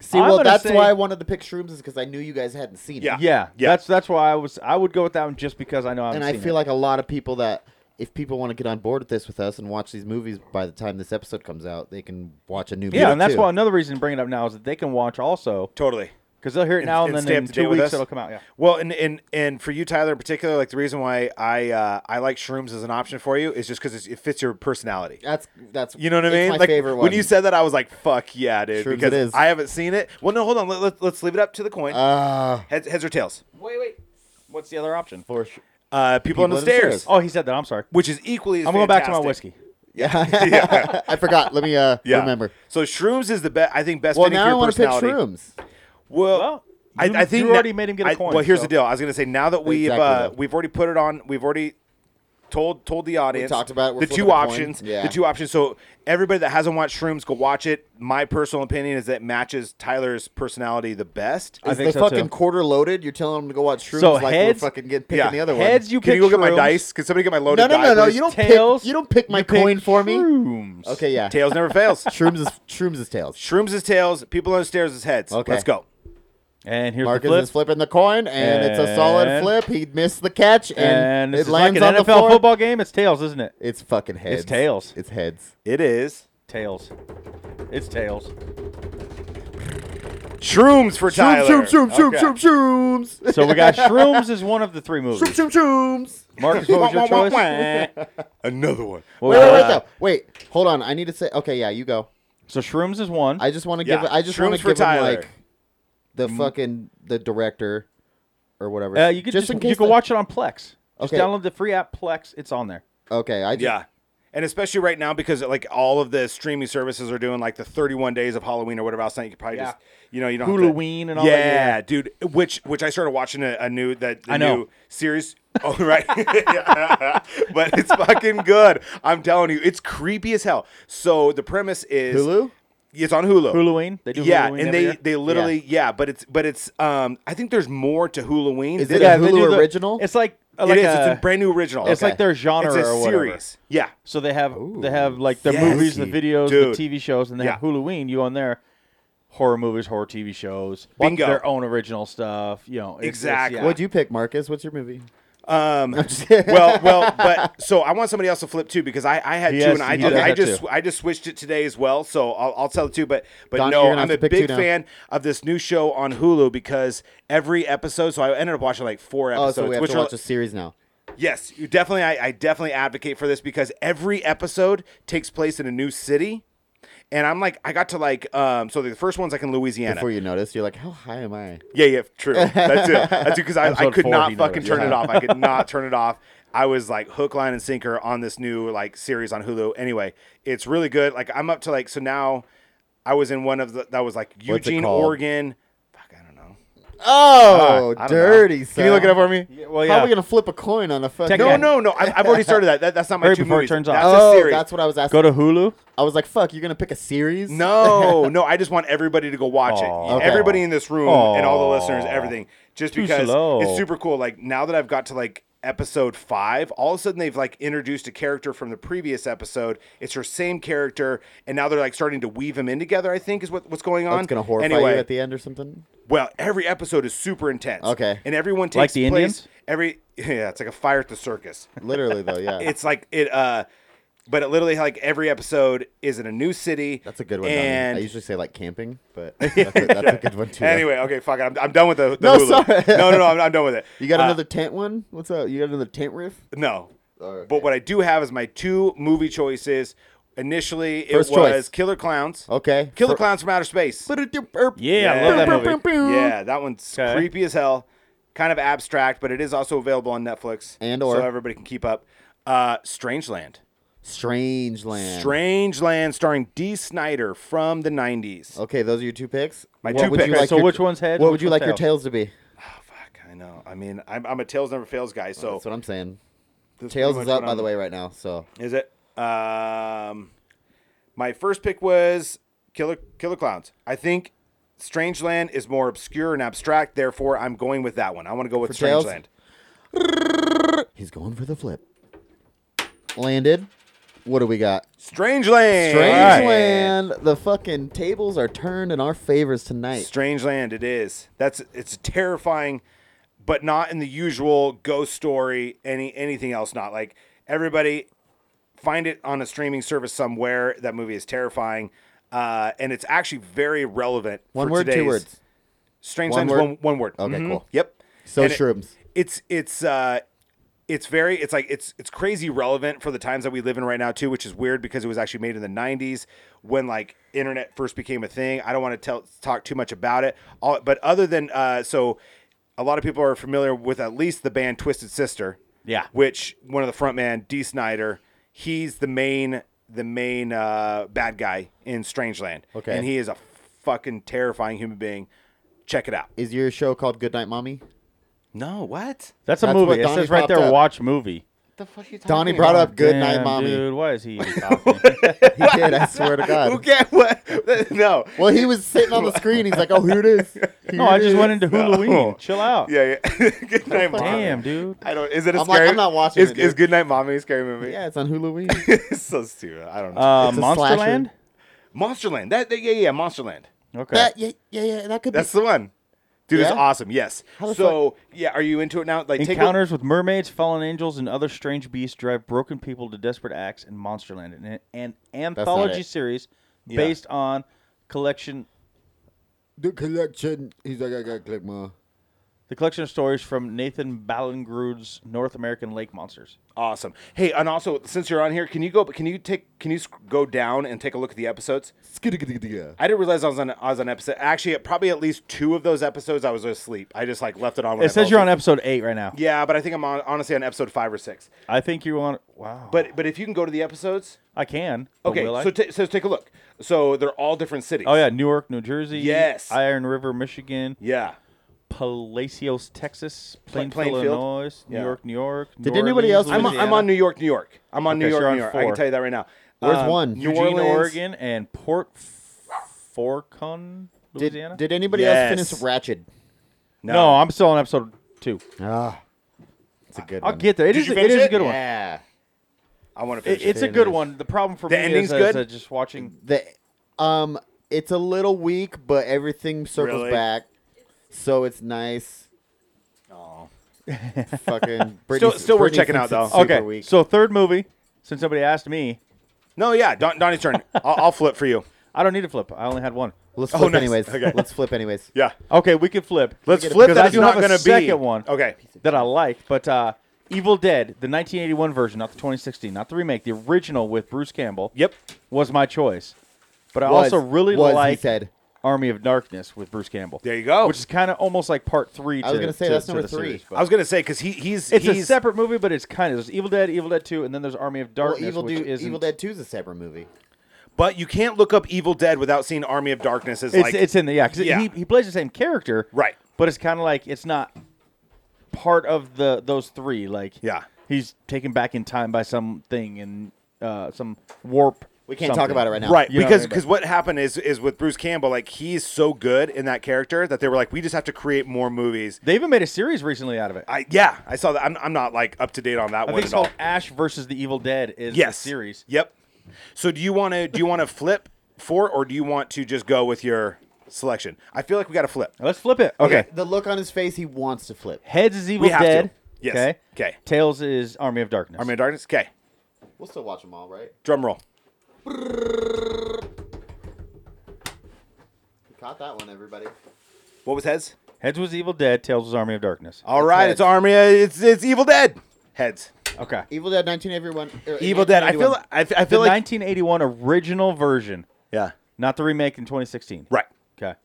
[SPEAKER 5] See,
[SPEAKER 3] I'm
[SPEAKER 5] well,
[SPEAKER 3] gonna
[SPEAKER 5] that's
[SPEAKER 3] say-
[SPEAKER 5] why I wanted to pick Shrooms is because I knew you guys hadn't seen
[SPEAKER 4] Yeah.
[SPEAKER 5] it,
[SPEAKER 3] Yeah,
[SPEAKER 4] Uh, Yeah.
[SPEAKER 3] that's that's why I was I would go with that one just because I know I
[SPEAKER 5] and
[SPEAKER 3] haven't
[SPEAKER 5] I
[SPEAKER 3] seen it.
[SPEAKER 5] feel like a lot of people that if people want to get on board with this with us and watch these movies by the time this episode comes out, they can watch a new movie.
[SPEAKER 3] yeah, and that's
[SPEAKER 5] too.
[SPEAKER 3] why another reason to bring it up now is that they can watch also
[SPEAKER 4] Totally.
[SPEAKER 3] because they'll hear it
[SPEAKER 4] And-
[SPEAKER 3] now and,
[SPEAKER 4] and stay
[SPEAKER 3] then
[SPEAKER 4] up
[SPEAKER 3] in
[SPEAKER 4] to date
[SPEAKER 3] two
[SPEAKER 4] with
[SPEAKER 3] weeks
[SPEAKER 4] us.
[SPEAKER 3] it'll come out. Yeah,
[SPEAKER 4] Well, and and and for you, Tyler, in particular, like the reason why I uh, I like shrooms as an option for you is just because it fits your personality.
[SPEAKER 5] That's that's
[SPEAKER 4] You know what I
[SPEAKER 5] it's
[SPEAKER 4] mean?
[SPEAKER 5] My
[SPEAKER 4] like
[SPEAKER 5] favorite one.
[SPEAKER 4] when you said that, I was like, "Fuck yeah, dude!"
[SPEAKER 5] Shrooms it
[SPEAKER 4] because
[SPEAKER 5] is.
[SPEAKER 4] I haven't seen it. Well, no, hold on. Let, let, let's leave it up to the coin.
[SPEAKER 5] uh,
[SPEAKER 4] heads, heads or tails?
[SPEAKER 3] wait, wait, what's the other option?
[SPEAKER 5] for sure.
[SPEAKER 4] Uh, people, on the
[SPEAKER 5] People on the
[SPEAKER 4] stairs,
[SPEAKER 5] Stairs.
[SPEAKER 3] Oh, he said that. I'm sorry.
[SPEAKER 4] which is equally. As
[SPEAKER 3] I'm going back to my
[SPEAKER 4] fantastic.
[SPEAKER 3] whiskey.
[SPEAKER 5] Yeah. I forgot. Let me uh,
[SPEAKER 4] Yeah.
[SPEAKER 5] remember.
[SPEAKER 4] So shrooms is the best. I think best.
[SPEAKER 5] Well,
[SPEAKER 4] fitting for
[SPEAKER 5] now I
[SPEAKER 4] your
[SPEAKER 5] want to pick
[SPEAKER 4] personality.
[SPEAKER 5] Shrooms.
[SPEAKER 4] Well,
[SPEAKER 3] Well,
[SPEAKER 4] I,
[SPEAKER 3] you-
[SPEAKER 4] I think
[SPEAKER 3] you
[SPEAKER 4] that-
[SPEAKER 3] already made him get a
[SPEAKER 4] I-
[SPEAKER 3] coin,
[SPEAKER 4] Well, here's
[SPEAKER 3] so-
[SPEAKER 4] the deal. I was going to say now that we've
[SPEAKER 5] Exactly,
[SPEAKER 4] uh,
[SPEAKER 5] though.
[SPEAKER 4] we've already put it on. We've already told told the audience.
[SPEAKER 5] talked about it, we're
[SPEAKER 4] the
[SPEAKER 5] flipping
[SPEAKER 4] two
[SPEAKER 5] a coin.
[SPEAKER 4] options.
[SPEAKER 5] Yeah.
[SPEAKER 4] The two options. So everybody that hasn't watched Shrooms, go watch it. My personal opinion is that matches Tyler's personality the best.
[SPEAKER 3] I
[SPEAKER 5] Is
[SPEAKER 3] think
[SPEAKER 5] the
[SPEAKER 3] so,
[SPEAKER 5] fucking
[SPEAKER 3] too.
[SPEAKER 5] quarter loaded? You're telling them to go watch Shrooms
[SPEAKER 3] So
[SPEAKER 5] like
[SPEAKER 3] heads-
[SPEAKER 5] we're fucking get picking
[SPEAKER 4] Yeah.
[SPEAKER 5] the other
[SPEAKER 3] Heads,
[SPEAKER 5] one.
[SPEAKER 3] you
[SPEAKER 4] Can you
[SPEAKER 3] pick
[SPEAKER 4] go get my
[SPEAKER 3] shrooms.
[SPEAKER 4] dice? Can somebody get my loaded
[SPEAKER 5] No, no,
[SPEAKER 4] die?
[SPEAKER 5] no, no.
[SPEAKER 4] please?
[SPEAKER 5] You don't
[SPEAKER 3] Tails,
[SPEAKER 5] pick. You don't pick my
[SPEAKER 3] you pick
[SPEAKER 5] coin for me.
[SPEAKER 3] Shrooms.
[SPEAKER 5] Okay, yeah.
[SPEAKER 4] Tails never fails.
[SPEAKER 5] Shrooms is Shrooms is tails.
[SPEAKER 4] Shrooms is tails. People on the stairs is heads.
[SPEAKER 5] Okay.
[SPEAKER 4] Let's go.
[SPEAKER 3] And here's
[SPEAKER 5] Marcus
[SPEAKER 3] the flip.
[SPEAKER 5] is flipping the coin, and, it's a solid
[SPEAKER 3] And-
[SPEAKER 5] flip. He missed the catch, and,
[SPEAKER 3] and this
[SPEAKER 5] it
[SPEAKER 3] is like
[SPEAKER 5] lands
[SPEAKER 3] an
[SPEAKER 5] on
[SPEAKER 3] NFL
[SPEAKER 5] the floor.
[SPEAKER 3] football game. It's tails, isn't it?
[SPEAKER 5] It's fucking heads.
[SPEAKER 3] tails.
[SPEAKER 5] It's heads.
[SPEAKER 4] It is
[SPEAKER 3] Tails. It's tails.
[SPEAKER 4] shrooms for Tyler.
[SPEAKER 5] Shrooms, shrooms, shrooms,
[SPEAKER 4] Okay.
[SPEAKER 5] shrooms, shrooms.
[SPEAKER 3] So we got shrooms is one of the three
[SPEAKER 5] Shroom,
[SPEAKER 3] movies.
[SPEAKER 5] shroom, shrooms.
[SPEAKER 3] Marcus, what was your choice?
[SPEAKER 4] Another one.
[SPEAKER 3] What was
[SPEAKER 5] Wait, wait,
[SPEAKER 3] your-
[SPEAKER 5] wait, though. Wait, hold on. I need to say. Okay, yeah, you go.
[SPEAKER 3] So shrooms is one.
[SPEAKER 5] I just want to give.
[SPEAKER 4] Yeah,
[SPEAKER 5] I just want
[SPEAKER 4] shrooms
[SPEAKER 5] to
[SPEAKER 4] for
[SPEAKER 5] give him
[SPEAKER 4] Tyler.
[SPEAKER 5] like the fucking the director or whatever.
[SPEAKER 3] Mm-hmm. Uh, you can
[SPEAKER 5] just,
[SPEAKER 3] just,
[SPEAKER 5] in
[SPEAKER 3] you
[SPEAKER 5] case
[SPEAKER 3] can
[SPEAKER 5] the-
[SPEAKER 3] watch it on Plex. Just
[SPEAKER 5] Okay.
[SPEAKER 3] download the free app Plex. It's on there.
[SPEAKER 5] Okay, I just,
[SPEAKER 4] Yeah. And especially right now because like all of the streaming services are doing like the 31 days of Halloween or whatever else. Now you could probably
[SPEAKER 3] Yeah.
[SPEAKER 4] just you know you don't
[SPEAKER 3] Halloween
[SPEAKER 4] have to,
[SPEAKER 3] and all that,
[SPEAKER 4] yeah,
[SPEAKER 3] yeah.
[SPEAKER 4] dude. Which which I started watching a, a new that the
[SPEAKER 3] I know.
[SPEAKER 4] new series. Oh right, but it's fucking good. I'm telling you, it's creepy as hell. So the premise is
[SPEAKER 5] Hulu?
[SPEAKER 4] It's on Hulu.
[SPEAKER 3] Halloween. They do
[SPEAKER 4] Yeah,
[SPEAKER 3] Halloween
[SPEAKER 4] and
[SPEAKER 3] every
[SPEAKER 4] they
[SPEAKER 3] year.
[SPEAKER 4] they literally yeah. but it's but it's um I think there's more to Halloween.
[SPEAKER 5] Is
[SPEAKER 4] They-
[SPEAKER 5] it
[SPEAKER 3] yeah,
[SPEAKER 5] a
[SPEAKER 3] they
[SPEAKER 5] Hulu
[SPEAKER 3] do the-
[SPEAKER 5] original?
[SPEAKER 3] It's like uh,
[SPEAKER 4] it
[SPEAKER 3] like
[SPEAKER 4] is.
[SPEAKER 3] a,
[SPEAKER 4] it's a brand new original.
[SPEAKER 3] It's like their genre
[SPEAKER 4] it's a
[SPEAKER 3] or whatever.
[SPEAKER 4] series. Yeah.
[SPEAKER 3] So they have they have like their
[SPEAKER 4] Yes.
[SPEAKER 3] movies, the videos,
[SPEAKER 4] Dude.
[SPEAKER 3] the TV shows, and they have
[SPEAKER 4] Yeah.
[SPEAKER 3] Halloween. You on there? Horror movies, horror TV shows,
[SPEAKER 4] Bingo.
[SPEAKER 3] their own original stuff. You know, it's- it's-
[SPEAKER 4] Exactly.
[SPEAKER 3] yeah.
[SPEAKER 5] What'd you pick, Marcus? What's your movie?
[SPEAKER 4] Um, well, well, but so I want somebody else to flip too because I, I had
[SPEAKER 3] He
[SPEAKER 4] two
[SPEAKER 3] has-
[SPEAKER 4] and I
[SPEAKER 3] he
[SPEAKER 4] just
[SPEAKER 3] does
[SPEAKER 4] I
[SPEAKER 3] that
[SPEAKER 4] just
[SPEAKER 3] too.
[SPEAKER 4] I just switched it today as well. So I'll, I'll tell the two, but but
[SPEAKER 5] Don, you're
[SPEAKER 4] no,
[SPEAKER 5] gonna
[SPEAKER 4] I'm
[SPEAKER 5] have
[SPEAKER 4] a
[SPEAKER 5] to pick
[SPEAKER 4] big
[SPEAKER 5] two now.
[SPEAKER 4] fan of this new show on Hulu because every episode. So I ended up watching like four
[SPEAKER 5] Oh,
[SPEAKER 4] episodes.
[SPEAKER 5] so we have
[SPEAKER 4] which
[SPEAKER 5] to
[SPEAKER 4] are-
[SPEAKER 5] watch a series now.
[SPEAKER 4] yes, you definitely I, I definitely advocate for this because every episode takes place in a new city. And I'm like, I got to like, um, so the first one's like in Louisiana.
[SPEAKER 5] Before you notice, you're like, how high am I?
[SPEAKER 4] Yeah, yeah, true. That's it. That's it. Because I, I
[SPEAKER 3] Episode
[SPEAKER 4] could
[SPEAKER 3] four,
[SPEAKER 4] not
[SPEAKER 3] he
[SPEAKER 4] fucking
[SPEAKER 3] noticed.
[SPEAKER 4] turn it off. I could not turn it off. I was like hook, line, and sinker on this new like series on Hulu. Anyway, it's really good. Like I'm up to like so now. I was in one of the that was like
[SPEAKER 5] What's it
[SPEAKER 4] Eugene,
[SPEAKER 5] called?
[SPEAKER 4] Oregon. Fuck, I don't know.
[SPEAKER 5] Oh,
[SPEAKER 4] Ah, I don't know.
[SPEAKER 5] dirty. Son.
[SPEAKER 4] Can you look it up for me?
[SPEAKER 3] Yeah, well,
[SPEAKER 5] How
[SPEAKER 3] yeah.
[SPEAKER 5] are we gonna flip a coin on a fucking?
[SPEAKER 3] Take
[SPEAKER 4] No,
[SPEAKER 3] Yeah.
[SPEAKER 4] no, no. I've, I've already started that. that. That's not my
[SPEAKER 3] Hurry
[SPEAKER 4] two
[SPEAKER 3] before it
[SPEAKER 4] movies.
[SPEAKER 3] turns off.
[SPEAKER 4] that's a
[SPEAKER 5] Oh,
[SPEAKER 4] series.
[SPEAKER 5] that's what I was
[SPEAKER 3] go
[SPEAKER 5] asking.
[SPEAKER 3] to Hulu?
[SPEAKER 5] I was like, fuck, you're gonna pick a series?
[SPEAKER 4] No, no, I just want everybody to go watch
[SPEAKER 3] Aw.
[SPEAKER 4] it.
[SPEAKER 5] Okay.
[SPEAKER 4] Everybody in this room and all the listeners,
[SPEAKER 3] Aw.
[SPEAKER 4] everything. Just
[SPEAKER 3] Too
[SPEAKER 4] because
[SPEAKER 3] slow.
[SPEAKER 4] it's super cool. Like now that I've got to like episode five, all of a sudden they've like introduced a character from the previous episode. It's her same character, and now they're like starting to weave them in together. I think is what, what's going on.
[SPEAKER 5] It's gonna horrify
[SPEAKER 4] anyway,
[SPEAKER 5] you at the end or something.
[SPEAKER 4] well, every episode is super intense.
[SPEAKER 5] Okay.
[SPEAKER 4] and everyone takes
[SPEAKER 3] Like the
[SPEAKER 4] place.
[SPEAKER 3] Indians?
[SPEAKER 4] Every yeah, it's like a fire at the circus
[SPEAKER 5] Literally though, yeah.
[SPEAKER 4] it's like it uh but it literally like every episode is in a new city
[SPEAKER 5] that's a good one. Donnie.
[SPEAKER 4] and
[SPEAKER 5] I usually say like camping, but that's a, that's a good one too. though.
[SPEAKER 4] anyway okay fuck it I'm, I'm done with the, the
[SPEAKER 5] No,
[SPEAKER 4] Hulu.
[SPEAKER 5] sorry.
[SPEAKER 4] no no no I'm, I'm done with it
[SPEAKER 5] you got
[SPEAKER 4] Uh,
[SPEAKER 5] another tent one? What's up? You got another tent riff?
[SPEAKER 4] no
[SPEAKER 5] Oh, okay.
[SPEAKER 4] but what I do have is my two movie choices Initially, it
[SPEAKER 5] First
[SPEAKER 4] was
[SPEAKER 5] choice.
[SPEAKER 4] Killer Clowns.
[SPEAKER 5] Okay.
[SPEAKER 4] Killer
[SPEAKER 5] For-
[SPEAKER 4] Clowns from Outer Space.
[SPEAKER 3] Yeah, I love that movie.
[SPEAKER 4] Yeah, that one's
[SPEAKER 3] Okay.
[SPEAKER 4] creepy as hell. Kind of abstract, but it is also available on Netflix
[SPEAKER 5] And or-
[SPEAKER 4] so everybody can keep up. Uh, Strangeland.
[SPEAKER 5] Strange Land.
[SPEAKER 4] Strangeland, starring D. Snyder from the '90s.
[SPEAKER 5] Okay, those are your two picks.
[SPEAKER 4] My
[SPEAKER 5] What
[SPEAKER 4] two
[SPEAKER 5] would you
[SPEAKER 4] picks.
[SPEAKER 5] Like
[SPEAKER 3] so
[SPEAKER 5] your-
[SPEAKER 3] which one's head?
[SPEAKER 5] What
[SPEAKER 3] and
[SPEAKER 5] would
[SPEAKER 3] which
[SPEAKER 5] you
[SPEAKER 3] one's
[SPEAKER 5] like your
[SPEAKER 3] tail?
[SPEAKER 5] tails to be?
[SPEAKER 4] Oh, fuck, I know. I mean, I'm, I'm a tails never fails guy, so
[SPEAKER 5] That's what I'm saying.
[SPEAKER 4] this
[SPEAKER 5] Tails
[SPEAKER 4] pretty
[SPEAKER 5] is
[SPEAKER 4] much
[SPEAKER 5] up,
[SPEAKER 4] what
[SPEAKER 5] by
[SPEAKER 4] I'm-
[SPEAKER 5] the way, right now. So
[SPEAKER 4] Is it? Um, my first pick was Killer Killer Clowns. I think Strangeland is more obscure and abstract. Therefore, I'm going with that one. I want to go with
[SPEAKER 5] For Tails?
[SPEAKER 4] Strangeland.
[SPEAKER 5] he's going for the flip. Landed. What do we got?
[SPEAKER 4] Strangeland.
[SPEAKER 5] Strangeland. The fucking tables are turned in our favors tonight.
[SPEAKER 4] Strangeland. It is. That's. It's terrifying, but not in the usual ghost story. Any anything else? Not like everybody find it on a streaming service somewhere. That movie is terrifying, uh, and it's actually very relevant.
[SPEAKER 5] One
[SPEAKER 4] for
[SPEAKER 5] word, two
[SPEAKER 4] today's-
[SPEAKER 5] words.
[SPEAKER 4] Strange
[SPEAKER 5] One
[SPEAKER 4] Lands,
[SPEAKER 5] word?
[SPEAKER 4] one, one word. Mm-hmm.
[SPEAKER 5] Okay, cool.
[SPEAKER 4] Yep.
[SPEAKER 5] So
[SPEAKER 4] And it-
[SPEAKER 5] shrooms.
[SPEAKER 4] it's it's uh it's very it's like it's it's crazy relevant for the times that we live in right now too, which is weird because it was actually made in the 90s when like internet first became a thing. I don't want to tell talk too much about it. All, but other than uh so a lot of people are familiar with at least the band Twisted Sister.
[SPEAKER 3] Yeah.
[SPEAKER 4] Which one of the front man, D Snyder, he's the main the main uh bad guy in Strangeland.
[SPEAKER 5] Okay.
[SPEAKER 4] And he is a fucking terrifying human being. Check it out.
[SPEAKER 5] Is your show called Good Night Mommy?
[SPEAKER 4] No, what?
[SPEAKER 3] That's a
[SPEAKER 5] That's what
[SPEAKER 3] movie. It
[SPEAKER 5] Donnie
[SPEAKER 3] says right
[SPEAKER 5] popped
[SPEAKER 3] there,
[SPEAKER 5] up.
[SPEAKER 3] watch movie.
[SPEAKER 4] The fuck you
[SPEAKER 5] Donnie brought up Good Night
[SPEAKER 3] Damn,
[SPEAKER 5] Mommy.
[SPEAKER 3] Dude, why is he eating coffee?
[SPEAKER 5] He did, I swear to God.
[SPEAKER 4] Okay, what? No.
[SPEAKER 5] Well, he was sitting on the screen. He's like, oh, here it is.
[SPEAKER 3] no, I just went into Halloween. Chill out.
[SPEAKER 4] Yeah, yeah. Good night, mommy.
[SPEAKER 3] Damn, dude.
[SPEAKER 4] I don't. Is it a
[SPEAKER 5] I'm like,
[SPEAKER 4] scary?
[SPEAKER 5] I'm not watching
[SPEAKER 4] Is,
[SPEAKER 5] it, dude.
[SPEAKER 4] is Good Night, Mommy a scary movie?
[SPEAKER 5] Yeah, it's on Hulu.
[SPEAKER 4] it's so stupid. I don't know.
[SPEAKER 3] Uh,
[SPEAKER 5] It's a slasher.
[SPEAKER 3] Monsterland.
[SPEAKER 4] Monsterland. That, that. Yeah, yeah. Monsterland.
[SPEAKER 3] Okay.
[SPEAKER 5] that, yeah, yeah, yeah, that could
[SPEAKER 4] That's the one. Dude, it's
[SPEAKER 5] Yeah?
[SPEAKER 4] awesome. Yes.
[SPEAKER 5] the
[SPEAKER 4] So yeah, are you into it now? Like take a,
[SPEAKER 3] Encounters with mermaids, fallen angels, and other strange beasts drive broken people to desperate acts in Monsterland, an, an anthology
[SPEAKER 5] it.
[SPEAKER 3] series based on collection
[SPEAKER 5] be the collection. He's like, I gotta click more.
[SPEAKER 3] the collection of stories from Nathan Ballingrud's North American Lake Monsters.
[SPEAKER 4] awesome. Hey, and also since you're on here, can you go? Can you take? Can you sc- go down and take a look at the episodes? I didn't realize I was on. I was on episode. Actually, probably at least two of those episodes, I was asleep. I just like left it on. When
[SPEAKER 3] It
[SPEAKER 4] I
[SPEAKER 3] says
[SPEAKER 4] fell
[SPEAKER 3] you're on
[SPEAKER 4] asleep.
[SPEAKER 3] episode eight right now.
[SPEAKER 4] Yeah, but I think I'm on, honestly on episode five or six.
[SPEAKER 3] I think you're on. Wow.
[SPEAKER 4] But but if you can go to the episodes,
[SPEAKER 3] I can. but
[SPEAKER 4] okay.
[SPEAKER 3] will I?
[SPEAKER 4] So ta so take a look. So they're all different cities.
[SPEAKER 3] oh yeah, Newark, New Jersey.
[SPEAKER 4] Yes.
[SPEAKER 3] Iron River, Michigan.
[SPEAKER 4] yeah.
[SPEAKER 3] Palacios, Texas.
[SPEAKER 4] Pla-
[SPEAKER 3] Plainfield,
[SPEAKER 4] Plainfield?
[SPEAKER 3] Illinois. New
[SPEAKER 4] Yeah.
[SPEAKER 3] York, New York. New
[SPEAKER 5] Did anybody
[SPEAKER 3] Orleans,
[SPEAKER 5] else-
[SPEAKER 4] I'm on, I'm
[SPEAKER 3] Louisiana.
[SPEAKER 4] on New York, New York. I'm on
[SPEAKER 3] Okay,
[SPEAKER 4] New
[SPEAKER 3] so
[SPEAKER 4] York,
[SPEAKER 3] you're
[SPEAKER 4] New
[SPEAKER 3] on
[SPEAKER 4] York. I
[SPEAKER 3] four.
[SPEAKER 4] can tell you that right now. Um,
[SPEAKER 5] Where's
[SPEAKER 3] Um,
[SPEAKER 5] one?
[SPEAKER 4] New
[SPEAKER 3] Eugene,
[SPEAKER 4] Orleans.
[SPEAKER 3] Oregon, and Port Forcon, Louisiana.
[SPEAKER 5] Did, did anybody else
[SPEAKER 4] Yes.
[SPEAKER 5] finish Ratchet?
[SPEAKER 3] no. I'm still on episode two.
[SPEAKER 5] Ah, it's a good
[SPEAKER 3] I'll
[SPEAKER 5] one.
[SPEAKER 3] get there. It
[SPEAKER 4] Did
[SPEAKER 3] is.
[SPEAKER 4] you
[SPEAKER 3] It is
[SPEAKER 4] finish
[SPEAKER 3] a good
[SPEAKER 4] it?
[SPEAKER 3] one.
[SPEAKER 5] Yeah.
[SPEAKER 4] I want to
[SPEAKER 3] It-
[SPEAKER 4] finish.
[SPEAKER 3] it's a
[SPEAKER 5] It
[SPEAKER 3] good
[SPEAKER 5] is.
[SPEAKER 3] one. The problem for
[SPEAKER 4] The
[SPEAKER 3] me
[SPEAKER 4] ending's
[SPEAKER 3] is, uh,
[SPEAKER 4] good?
[SPEAKER 3] is, uh, just watching.
[SPEAKER 5] The, um, it's a little weak, but everything circles
[SPEAKER 4] Really?
[SPEAKER 5] back, so it's nice.
[SPEAKER 4] Oh.
[SPEAKER 5] Fucking Britney,
[SPEAKER 4] Still- still worth
[SPEAKER 5] Britney
[SPEAKER 4] checking out,
[SPEAKER 5] thinks it's
[SPEAKER 4] though.
[SPEAKER 5] super
[SPEAKER 3] okay,
[SPEAKER 5] weak.
[SPEAKER 3] so third movie. Since somebody asked me,
[SPEAKER 4] No, yeah. Don, Donnie's turn. I'll, I'll flip for you.
[SPEAKER 3] I don't need to flip. I only had one.
[SPEAKER 5] let's
[SPEAKER 4] Oh,
[SPEAKER 5] flip
[SPEAKER 4] nice.
[SPEAKER 5] anyways.
[SPEAKER 4] Okay.
[SPEAKER 5] Let's flip anyways.
[SPEAKER 4] Yeah.
[SPEAKER 3] Okay, we can flip.
[SPEAKER 4] Let's
[SPEAKER 5] get a-
[SPEAKER 4] flip.
[SPEAKER 5] because
[SPEAKER 4] That
[SPEAKER 5] I
[SPEAKER 4] it's
[SPEAKER 3] do
[SPEAKER 4] not
[SPEAKER 3] have a
[SPEAKER 4] going to be
[SPEAKER 3] second one.
[SPEAKER 4] Okay.
[SPEAKER 3] that I like, but uh, Evil Dead, the 1981 version, not the 2016, not the remake, the original with Bruce Campbell.
[SPEAKER 4] Yep.
[SPEAKER 3] was my choice. But I
[SPEAKER 5] Was-
[SPEAKER 3] also really
[SPEAKER 5] was, he
[SPEAKER 3] like
[SPEAKER 5] said.
[SPEAKER 3] Army of Darkness with Bruce Campbell.
[SPEAKER 4] There you go.
[SPEAKER 3] Which is kind of almost like part three.
[SPEAKER 5] I was
[SPEAKER 3] to-
[SPEAKER 5] gonna say
[SPEAKER 3] to-
[SPEAKER 5] that's
[SPEAKER 3] to
[SPEAKER 5] number
[SPEAKER 3] the
[SPEAKER 5] three.
[SPEAKER 3] series, but-
[SPEAKER 4] I was going to say because he he's
[SPEAKER 3] it's
[SPEAKER 4] he's
[SPEAKER 3] a separate movie, but it's kind of there's Evil Dead, Evil Dead Two, and then there's Army of
[SPEAKER 5] Well,
[SPEAKER 3] Darkness,
[SPEAKER 5] Evil,
[SPEAKER 3] which
[SPEAKER 5] Dude,
[SPEAKER 3] is
[SPEAKER 5] Evil Dead 2 is a separate movie.
[SPEAKER 4] But you can't look up Evil Dead without seeing Army of Darkness as
[SPEAKER 3] It's,
[SPEAKER 4] like
[SPEAKER 3] it's in the yeah, because
[SPEAKER 4] Yeah.
[SPEAKER 3] he, he plays the same character,
[SPEAKER 4] Right.
[SPEAKER 3] But it's kind of like it's not part of the those three. Like
[SPEAKER 4] Yeah.
[SPEAKER 3] he's taken back in time by something and uh, some warp.
[SPEAKER 5] We can't talk about it right now.
[SPEAKER 4] Right,
[SPEAKER 3] You know what I
[SPEAKER 4] because
[SPEAKER 3] mean, but-
[SPEAKER 4] because what happened is is with Bruce Campbell, like he's so good in that character that they were like, we just have to create more movies.
[SPEAKER 3] They even made a series recently out of it.
[SPEAKER 4] I yeah, I saw that. I'm, I'm not like up to date on that
[SPEAKER 3] I
[SPEAKER 4] one
[SPEAKER 3] think it's
[SPEAKER 4] at all.
[SPEAKER 3] called Ash versus the Evil Dead. Is the
[SPEAKER 4] yes,
[SPEAKER 3] series.
[SPEAKER 4] Yep. So do you want to do you want to flip four or do you want to just go with your selection? I feel like we got to flip.
[SPEAKER 3] Let's flip it. Okay.
[SPEAKER 5] The look on his face, he wants to flip.
[SPEAKER 3] Heads is Evil
[SPEAKER 4] We have to.
[SPEAKER 3] Dead.
[SPEAKER 4] Yes.
[SPEAKER 3] Okay.
[SPEAKER 4] 'Kay.
[SPEAKER 3] Tails is Army of Darkness.
[SPEAKER 4] Army of Darkness. Okay.
[SPEAKER 5] We'll still watch them all, right?
[SPEAKER 4] Drum roll.
[SPEAKER 5] You caught that one, everybody.
[SPEAKER 4] What was heads? Oh.
[SPEAKER 3] Heads was Evil Dead. Tails was Army of Darkness.
[SPEAKER 4] All right, it's,
[SPEAKER 5] heads.
[SPEAKER 4] Army. It's it's Evil Dead. Heads.
[SPEAKER 3] Okay.
[SPEAKER 5] Evil Dead 19, everyone. er,
[SPEAKER 4] Evil Dead. I feel.
[SPEAKER 5] 1981.
[SPEAKER 4] like- I, f- I
[SPEAKER 3] The
[SPEAKER 4] feel like.
[SPEAKER 3] 1981 original version,
[SPEAKER 4] yeah.
[SPEAKER 3] not the remake in 2016.
[SPEAKER 4] Right.
[SPEAKER 3] Okay.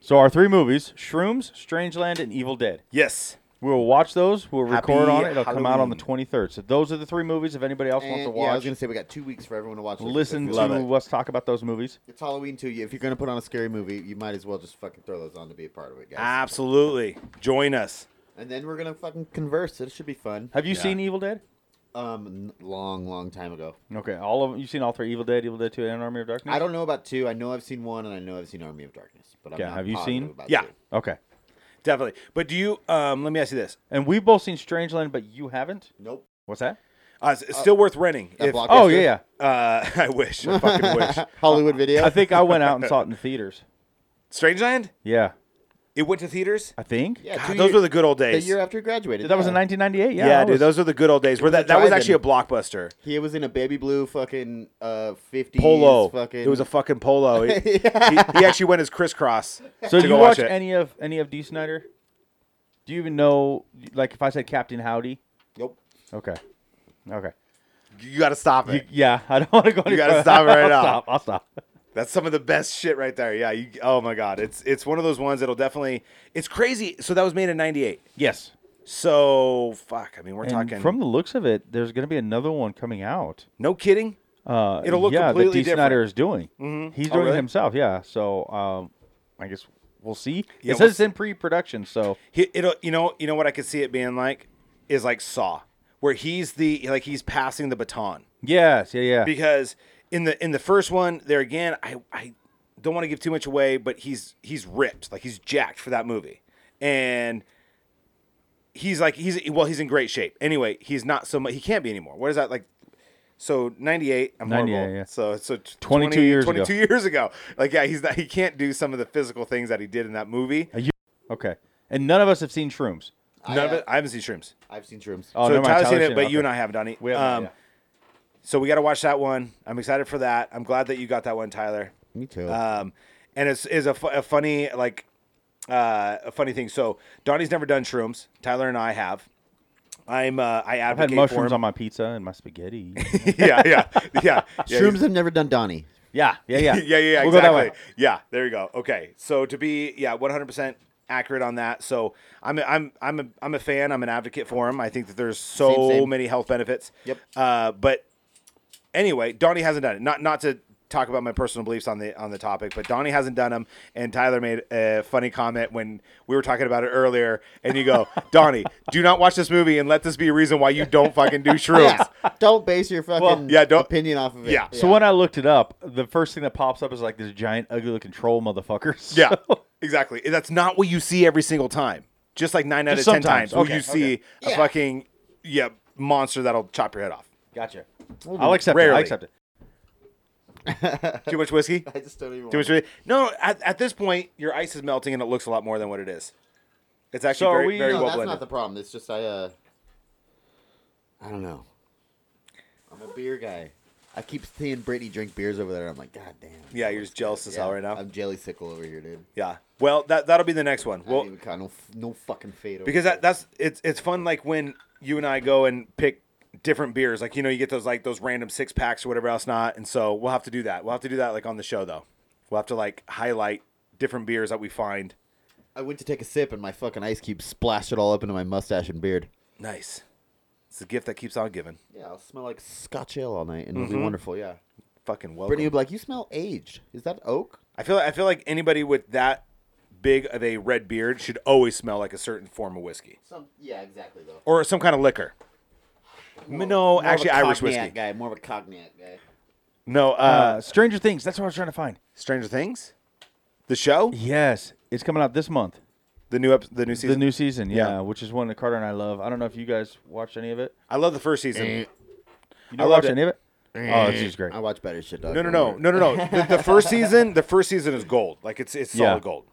[SPEAKER 3] So our three movies: Shrooms, Strangeland, and Evil Dead.
[SPEAKER 4] Yes.
[SPEAKER 3] We will watch those. We'll
[SPEAKER 4] Happy
[SPEAKER 3] record on it. It'll come out on the
[SPEAKER 4] Halloween. Eh,
[SPEAKER 3] 23rd. So those are the three movies. If anybody else wants to
[SPEAKER 5] And, yeah, I was
[SPEAKER 3] watch,
[SPEAKER 5] gonna say we got two weeks for everyone to watch. this.
[SPEAKER 3] listen
[SPEAKER 5] If
[SPEAKER 3] to
[SPEAKER 5] it's-
[SPEAKER 4] Love it.
[SPEAKER 3] us talk about those movies.
[SPEAKER 5] It's Halloween too. If you're gonna put on a scary movie, you might as well just fucking throw those on to be a part of it, guys.
[SPEAKER 4] Ah. Absolutely. Join us.
[SPEAKER 5] and then we're gonna fucking converse. It should be fun.
[SPEAKER 3] Have you
[SPEAKER 4] Yeah.
[SPEAKER 3] seen Evil Dead?
[SPEAKER 5] Um, n- long, long time ago.
[SPEAKER 3] Okay, all of you've seen all three: Evil Dead, Evil Dead Two, and Army of Darkness.
[SPEAKER 5] I don't know about two. I know I've seen one, and I know I've seen Army of Darkness. But I'm
[SPEAKER 3] Yeah,
[SPEAKER 5] not
[SPEAKER 3] have you
[SPEAKER 5] positive
[SPEAKER 3] seen?
[SPEAKER 5] About
[SPEAKER 4] Yeah.
[SPEAKER 5] two.
[SPEAKER 3] Okay,
[SPEAKER 4] Definitely. But do you? Um. Let me ask you this.
[SPEAKER 3] and we've both seen Strangeland, but you haven't.
[SPEAKER 5] Nope.
[SPEAKER 3] What's that?
[SPEAKER 4] Uh, it's it's still worth renting.
[SPEAKER 5] that
[SPEAKER 4] if-
[SPEAKER 5] block-
[SPEAKER 3] Oh
[SPEAKER 5] Blockbuster?
[SPEAKER 3] yeah, yeah.
[SPEAKER 4] uh, I wish. I fucking wish.
[SPEAKER 5] Hollywood video.
[SPEAKER 3] I think I went out and saw it in theaters.
[SPEAKER 4] Strangeland.
[SPEAKER 3] Yeah,
[SPEAKER 4] It went to theaters.
[SPEAKER 3] I think.
[SPEAKER 5] Yeah,
[SPEAKER 4] God,
[SPEAKER 5] two
[SPEAKER 4] those
[SPEAKER 5] year-
[SPEAKER 4] were the good old
[SPEAKER 5] the
[SPEAKER 4] days.
[SPEAKER 5] year after he graduated.
[SPEAKER 3] That was
[SPEAKER 5] yeah.
[SPEAKER 3] in 1998.
[SPEAKER 4] yeah,
[SPEAKER 3] Yeah, I
[SPEAKER 4] dude.
[SPEAKER 3] was-
[SPEAKER 4] Those are the good old days. Where that, that was
[SPEAKER 5] drive-in.
[SPEAKER 4] actually a blockbuster.
[SPEAKER 5] He was in a baby blue fucking uh 50s
[SPEAKER 4] Polo.
[SPEAKER 5] fucking
[SPEAKER 4] It was a fucking polo. He, he, he actually went as crisscross.
[SPEAKER 3] So
[SPEAKER 4] to
[SPEAKER 3] do you
[SPEAKER 4] go
[SPEAKER 3] watch,
[SPEAKER 4] it.
[SPEAKER 3] any of any of D. Snyder? Do you even know? Like, if I said Captain Howdy,
[SPEAKER 5] Nope.
[SPEAKER 3] okay, okay,
[SPEAKER 4] You got to stop it.
[SPEAKER 3] You- yeah, I don't want to go. any
[SPEAKER 4] gotta
[SPEAKER 3] further.
[SPEAKER 4] stop it right
[SPEAKER 3] I'll
[SPEAKER 4] now.
[SPEAKER 3] Stop, I'll stop.
[SPEAKER 4] That's some of the best shit right there. Yeah. You, oh my god. It's it's one of those ones that'll definitely. It's crazy. So that was made in '98.
[SPEAKER 3] Yes,
[SPEAKER 4] So fuck. I mean, we're
[SPEAKER 3] and
[SPEAKER 4] talking.
[SPEAKER 3] from the looks of it, there's going to be another one coming out.
[SPEAKER 4] no kidding.
[SPEAKER 3] Uh,
[SPEAKER 4] It'll look
[SPEAKER 3] yeah,
[SPEAKER 4] completely
[SPEAKER 3] that D. Snyder
[SPEAKER 4] different.
[SPEAKER 3] is doing. He's
[SPEAKER 4] Oh,
[SPEAKER 3] doing
[SPEAKER 4] really?
[SPEAKER 3] it himself. Yeah. So um, I guess we'll see.
[SPEAKER 4] Yeah,
[SPEAKER 3] it says
[SPEAKER 4] we'll
[SPEAKER 3] it's in pre-production. So
[SPEAKER 4] He, it'll. You know. You know what I could see it being like is like Saw, where he's the like he's passing the baton
[SPEAKER 3] yes, yeah, yeah.
[SPEAKER 4] because in the in the first one there again I I don't want to give too much away, but he's he's ripped like he's jacked for that movie, and he's like he's well he's in great shape anyway he's not so much he can't be anymore what is that like so 98 i'm 98,
[SPEAKER 3] 98,
[SPEAKER 4] horrible
[SPEAKER 3] yeah.
[SPEAKER 4] so so
[SPEAKER 3] 22 years ago.
[SPEAKER 4] 22 years ago like yeah he's not he can't do some of the physical things that he did in that movie
[SPEAKER 3] okay. And none of us have seen Shrooms.
[SPEAKER 4] none of
[SPEAKER 5] uh,
[SPEAKER 4] it i haven't seen shrooms
[SPEAKER 5] I've seen shrooms.
[SPEAKER 3] Oh,
[SPEAKER 4] so
[SPEAKER 3] never
[SPEAKER 4] Tyler's seen
[SPEAKER 3] mind, Tyler's
[SPEAKER 4] it
[SPEAKER 3] seen it,
[SPEAKER 4] but
[SPEAKER 3] okay.
[SPEAKER 4] you and i haven't Um, done it
[SPEAKER 3] We have not, yeah.
[SPEAKER 4] so we got to watch that one i'm excited for that i'm glad that you got that one tyler
[SPEAKER 5] Me too.
[SPEAKER 4] um, and it's is a, fu- a funny like uh, a funny thing. So Donnie's never done shrooms. Tyler and I have. I'm uh, I
[SPEAKER 3] I've had
[SPEAKER 4] advocate for
[SPEAKER 3] mushrooms
[SPEAKER 4] him.
[SPEAKER 3] on my pizza and my spaghetti.
[SPEAKER 4] yeah, yeah, yeah. yeah,
[SPEAKER 5] shrooms have never done Donnie.
[SPEAKER 3] yeah, yeah, yeah,
[SPEAKER 4] yeah, yeah, yeah.
[SPEAKER 3] We'll go that
[SPEAKER 4] exactly.
[SPEAKER 3] way.
[SPEAKER 4] Yeah, there you go. Okay, so to be yeah, 100 percent accurate on that. So I'm a, I'm I'm a, I'm a fan. I'm an advocate for him. I think that there's so
[SPEAKER 5] Same, same.
[SPEAKER 4] many health benefits.
[SPEAKER 5] Yep.
[SPEAKER 4] Uh, but anyway, Donnie hasn't done it. Not not to talk about my personal beliefs on the on the topic, but Donnie hasn't done them. And Tyler made a funny comment when we were talking about it earlier, and you go, Donnie, do not watch this movie and let this be a reason why you don't fucking do shrooms.
[SPEAKER 5] Yeah. don't base your fucking
[SPEAKER 4] yeah, don't-
[SPEAKER 5] opinion off of it.
[SPEAKER 4] Yeah.
[SPEAKER 3] So when I looked it up, the first thing that pops up is like this giant, ugly-looking troll motherfucker. So-
[SPEAKER 4] Yeah, exactly. That's not what you see every single time. Just like nine out of
[SPEAKER 3] Just
[SPEAKER 4] ten
[SPEAKER 3] sometimes.
[SPEAKER 4] times, will
[SPEAKER 3] Okay,
[SPEAKER 4] you see
[SPEAKER 3] okay.
[SPEAKER 4] a
[SPEAKER 5] Yeah.
[SPEAKER 4] fucking yeah monster that'll chop your head off.
[SPEAKER 3] gotcha. I'll accept it. I
[SPEAKER 4] Rarely.
[SPEAKER 3] accept it.
[SPEAKER 4] Too much whiskey.
[SPEAKER 5] I just don't even
[SPEAKER 4] Too much
[SPEAKER 5] wanna-
[SPEAKER 4] whiskey. No, at, at this point, your ice is melting and it looks a lot more than what it is. It's actually
[SPEAKER 3] So are
[SPEAKER 4] very,
[SPEAKER 3] we-
[SPEAKER 4] very
[SPEAKER 5] No,
[SPEAKER 4] well
[SPEAKER 5] that's
[SPEAKER 4] blended.
[SPEAKER 5] not the problem. It's just I uh I don't know. I'm a beer guy. I keep seeing Brittany drink beers over there. I'm like, God damn.
[SPEAKER 4] yeah, you're just jealous as hell right now.
[SPEAKER 5] I'm jelly sickle over here, dude.
[SPEAKER 4] yeah. Well, that that'll be the next one.
[SPEAKER 5] Well,
[SPEAKER 4] Well,
[SPEAKER 5] even got no, f- no fucking fade. Over
[SPEAKER 4] because
[SPEAKER 5] here.
[SPEAKER 4] that that's it's it's fun like when you and I go and pick different beers. Like you know, you get those like those random six packs or whatever else not. And so we'll have to do that. We'll have to do that like on the show though. We'll have to like highlight different beers that we find.
[SPEAKER 5] I went to take a sip and my fucking ice cube splashed it all up into my mustache and beard.
[SPEAKER 4] Nice. It's the gift that keeps on giving.
[SPEAKER 5] Yeah, I'll smell like Scotch ale all night and
[SPEAKER 4] Mm-hmm.
[SPEAKER 5] it'll be wonderful. Yeah.
[SPEAKER 4] Fucking welcome.
[SPEAKER 5] Brittany would be like, "You smell aged. Is that oak?"
[SPEAKER 4] I feel I feel like anybody with that big of a red beard should always smell like a certain form of whiskey
[SPEAKER 5] Some, yeah, exactly though.
[SPEAKER 4] or some kind of liquor. no, actually Irish whiskey.
[SPEAKER 5] guy, more of a cognac guy.
[SPEAKER 4] No, uh,
[SPEAKER 3] Uh, Stranger Things. That's what I was trying to find.
[SPEAKER 4] Stranger Things, the show,
[SPEAKER 3] Yes, it's coming out this month.
[SPEAKER 4] the new up, the new season.
[SPEAKER 3] The new season, yeah,
[SPEAKER 4] Yeah.
[SPEAKER 3] which is one that Carter and I love. I don't know if you guys watched any of it.
[SPEAKER 4] I love the first season.
[SPEAKER 3] You
[SPEAKER 4] I loved
[SPEAKER 3] never watched
[SPEAKER 4] it.
[SPEAKER 3] any of it? Oh, it's just great.
[SPEAKER 5] I watch better shit, dog.
[SPEAKER 4] No, no, no,
[SPEAKER 5] Don't worry.
[SPEAKER 4] no, no, no. The, the first season, the first season is gold. Like it's it's solid
[SPEAKER 3] Yeah.
[SPEAKER 4] gold.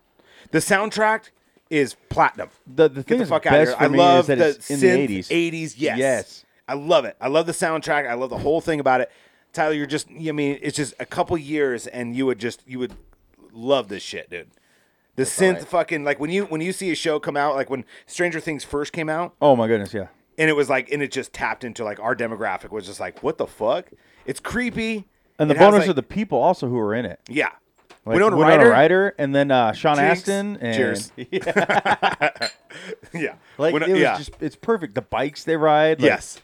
[SPEAKER 4] The soundtrack is platinum.
[SPEAKER 3] The the
[SPEAKER 4] Get
[SPEAKER 3] thing
[SPEAKER 4] the
[SPEAKER 3] that's
[SPEAKER 4] fuck out of
[SPEAKER 3] best
[SPEAKER 4] here!
[SPEAKER 3] for
[SPEAKER 4] I
[SPEAKER 3] me
[SPEAKER 4] love
[SPEAKER 3] is that
[SPEAKER 4] the
[SPEAKER 3] it's in the
[SPEAKER 4] eighties. Eighties,
[SPEAKER 3] eighties.
[SPEAKER 4] yes,
[SPEAKER 3] Yes.
[SPEAKER 4] I love it. I love the soundtrack. I love the whole thing about it. Tyler, you're just. I mean, it's just a couple years, and you would just you would love this shit, dude. The synth
[SPEAKER 5] alright.
[SPEAKER 4] fucking like when you when you see a show come out like when Stranger Things first came out,
[SPEAKER 3] Oh my goodness, yeah.
[SPEAKER 4] and it was like, and it just tapped into like our demographic was just like, what the fuck? It's creepy.
[SPEAKER 3] And the
[SPEAKER 4] It has,
[SPEAKER 3] bonus
[SPEAKER 4] like-
[SPEAKER 3] are the people also who are in it.
[SPEAKER 4] yeah.
[SPEAKER 3] Like
[SPEAKER 4] Winona,
[SPEAKER 3] Winona
[SPEAKER 4] Ryder,
[SPEAKER 3] Ryder and then uh, Sean
[SPEAKER 4] Jinx.
[SPEAKER 3] Astin. And,
[SPEAKER 4] Cheers. yeah,
[SPEAKER 3] Like
[SPEAKER 4] Wino-
[SPEAKER 3] it was
[SPEAKER 4] yeah,
[SPEAKER 3] just, it's perfect. The bikes they ride. Like,
[SPEAKER 4] yes,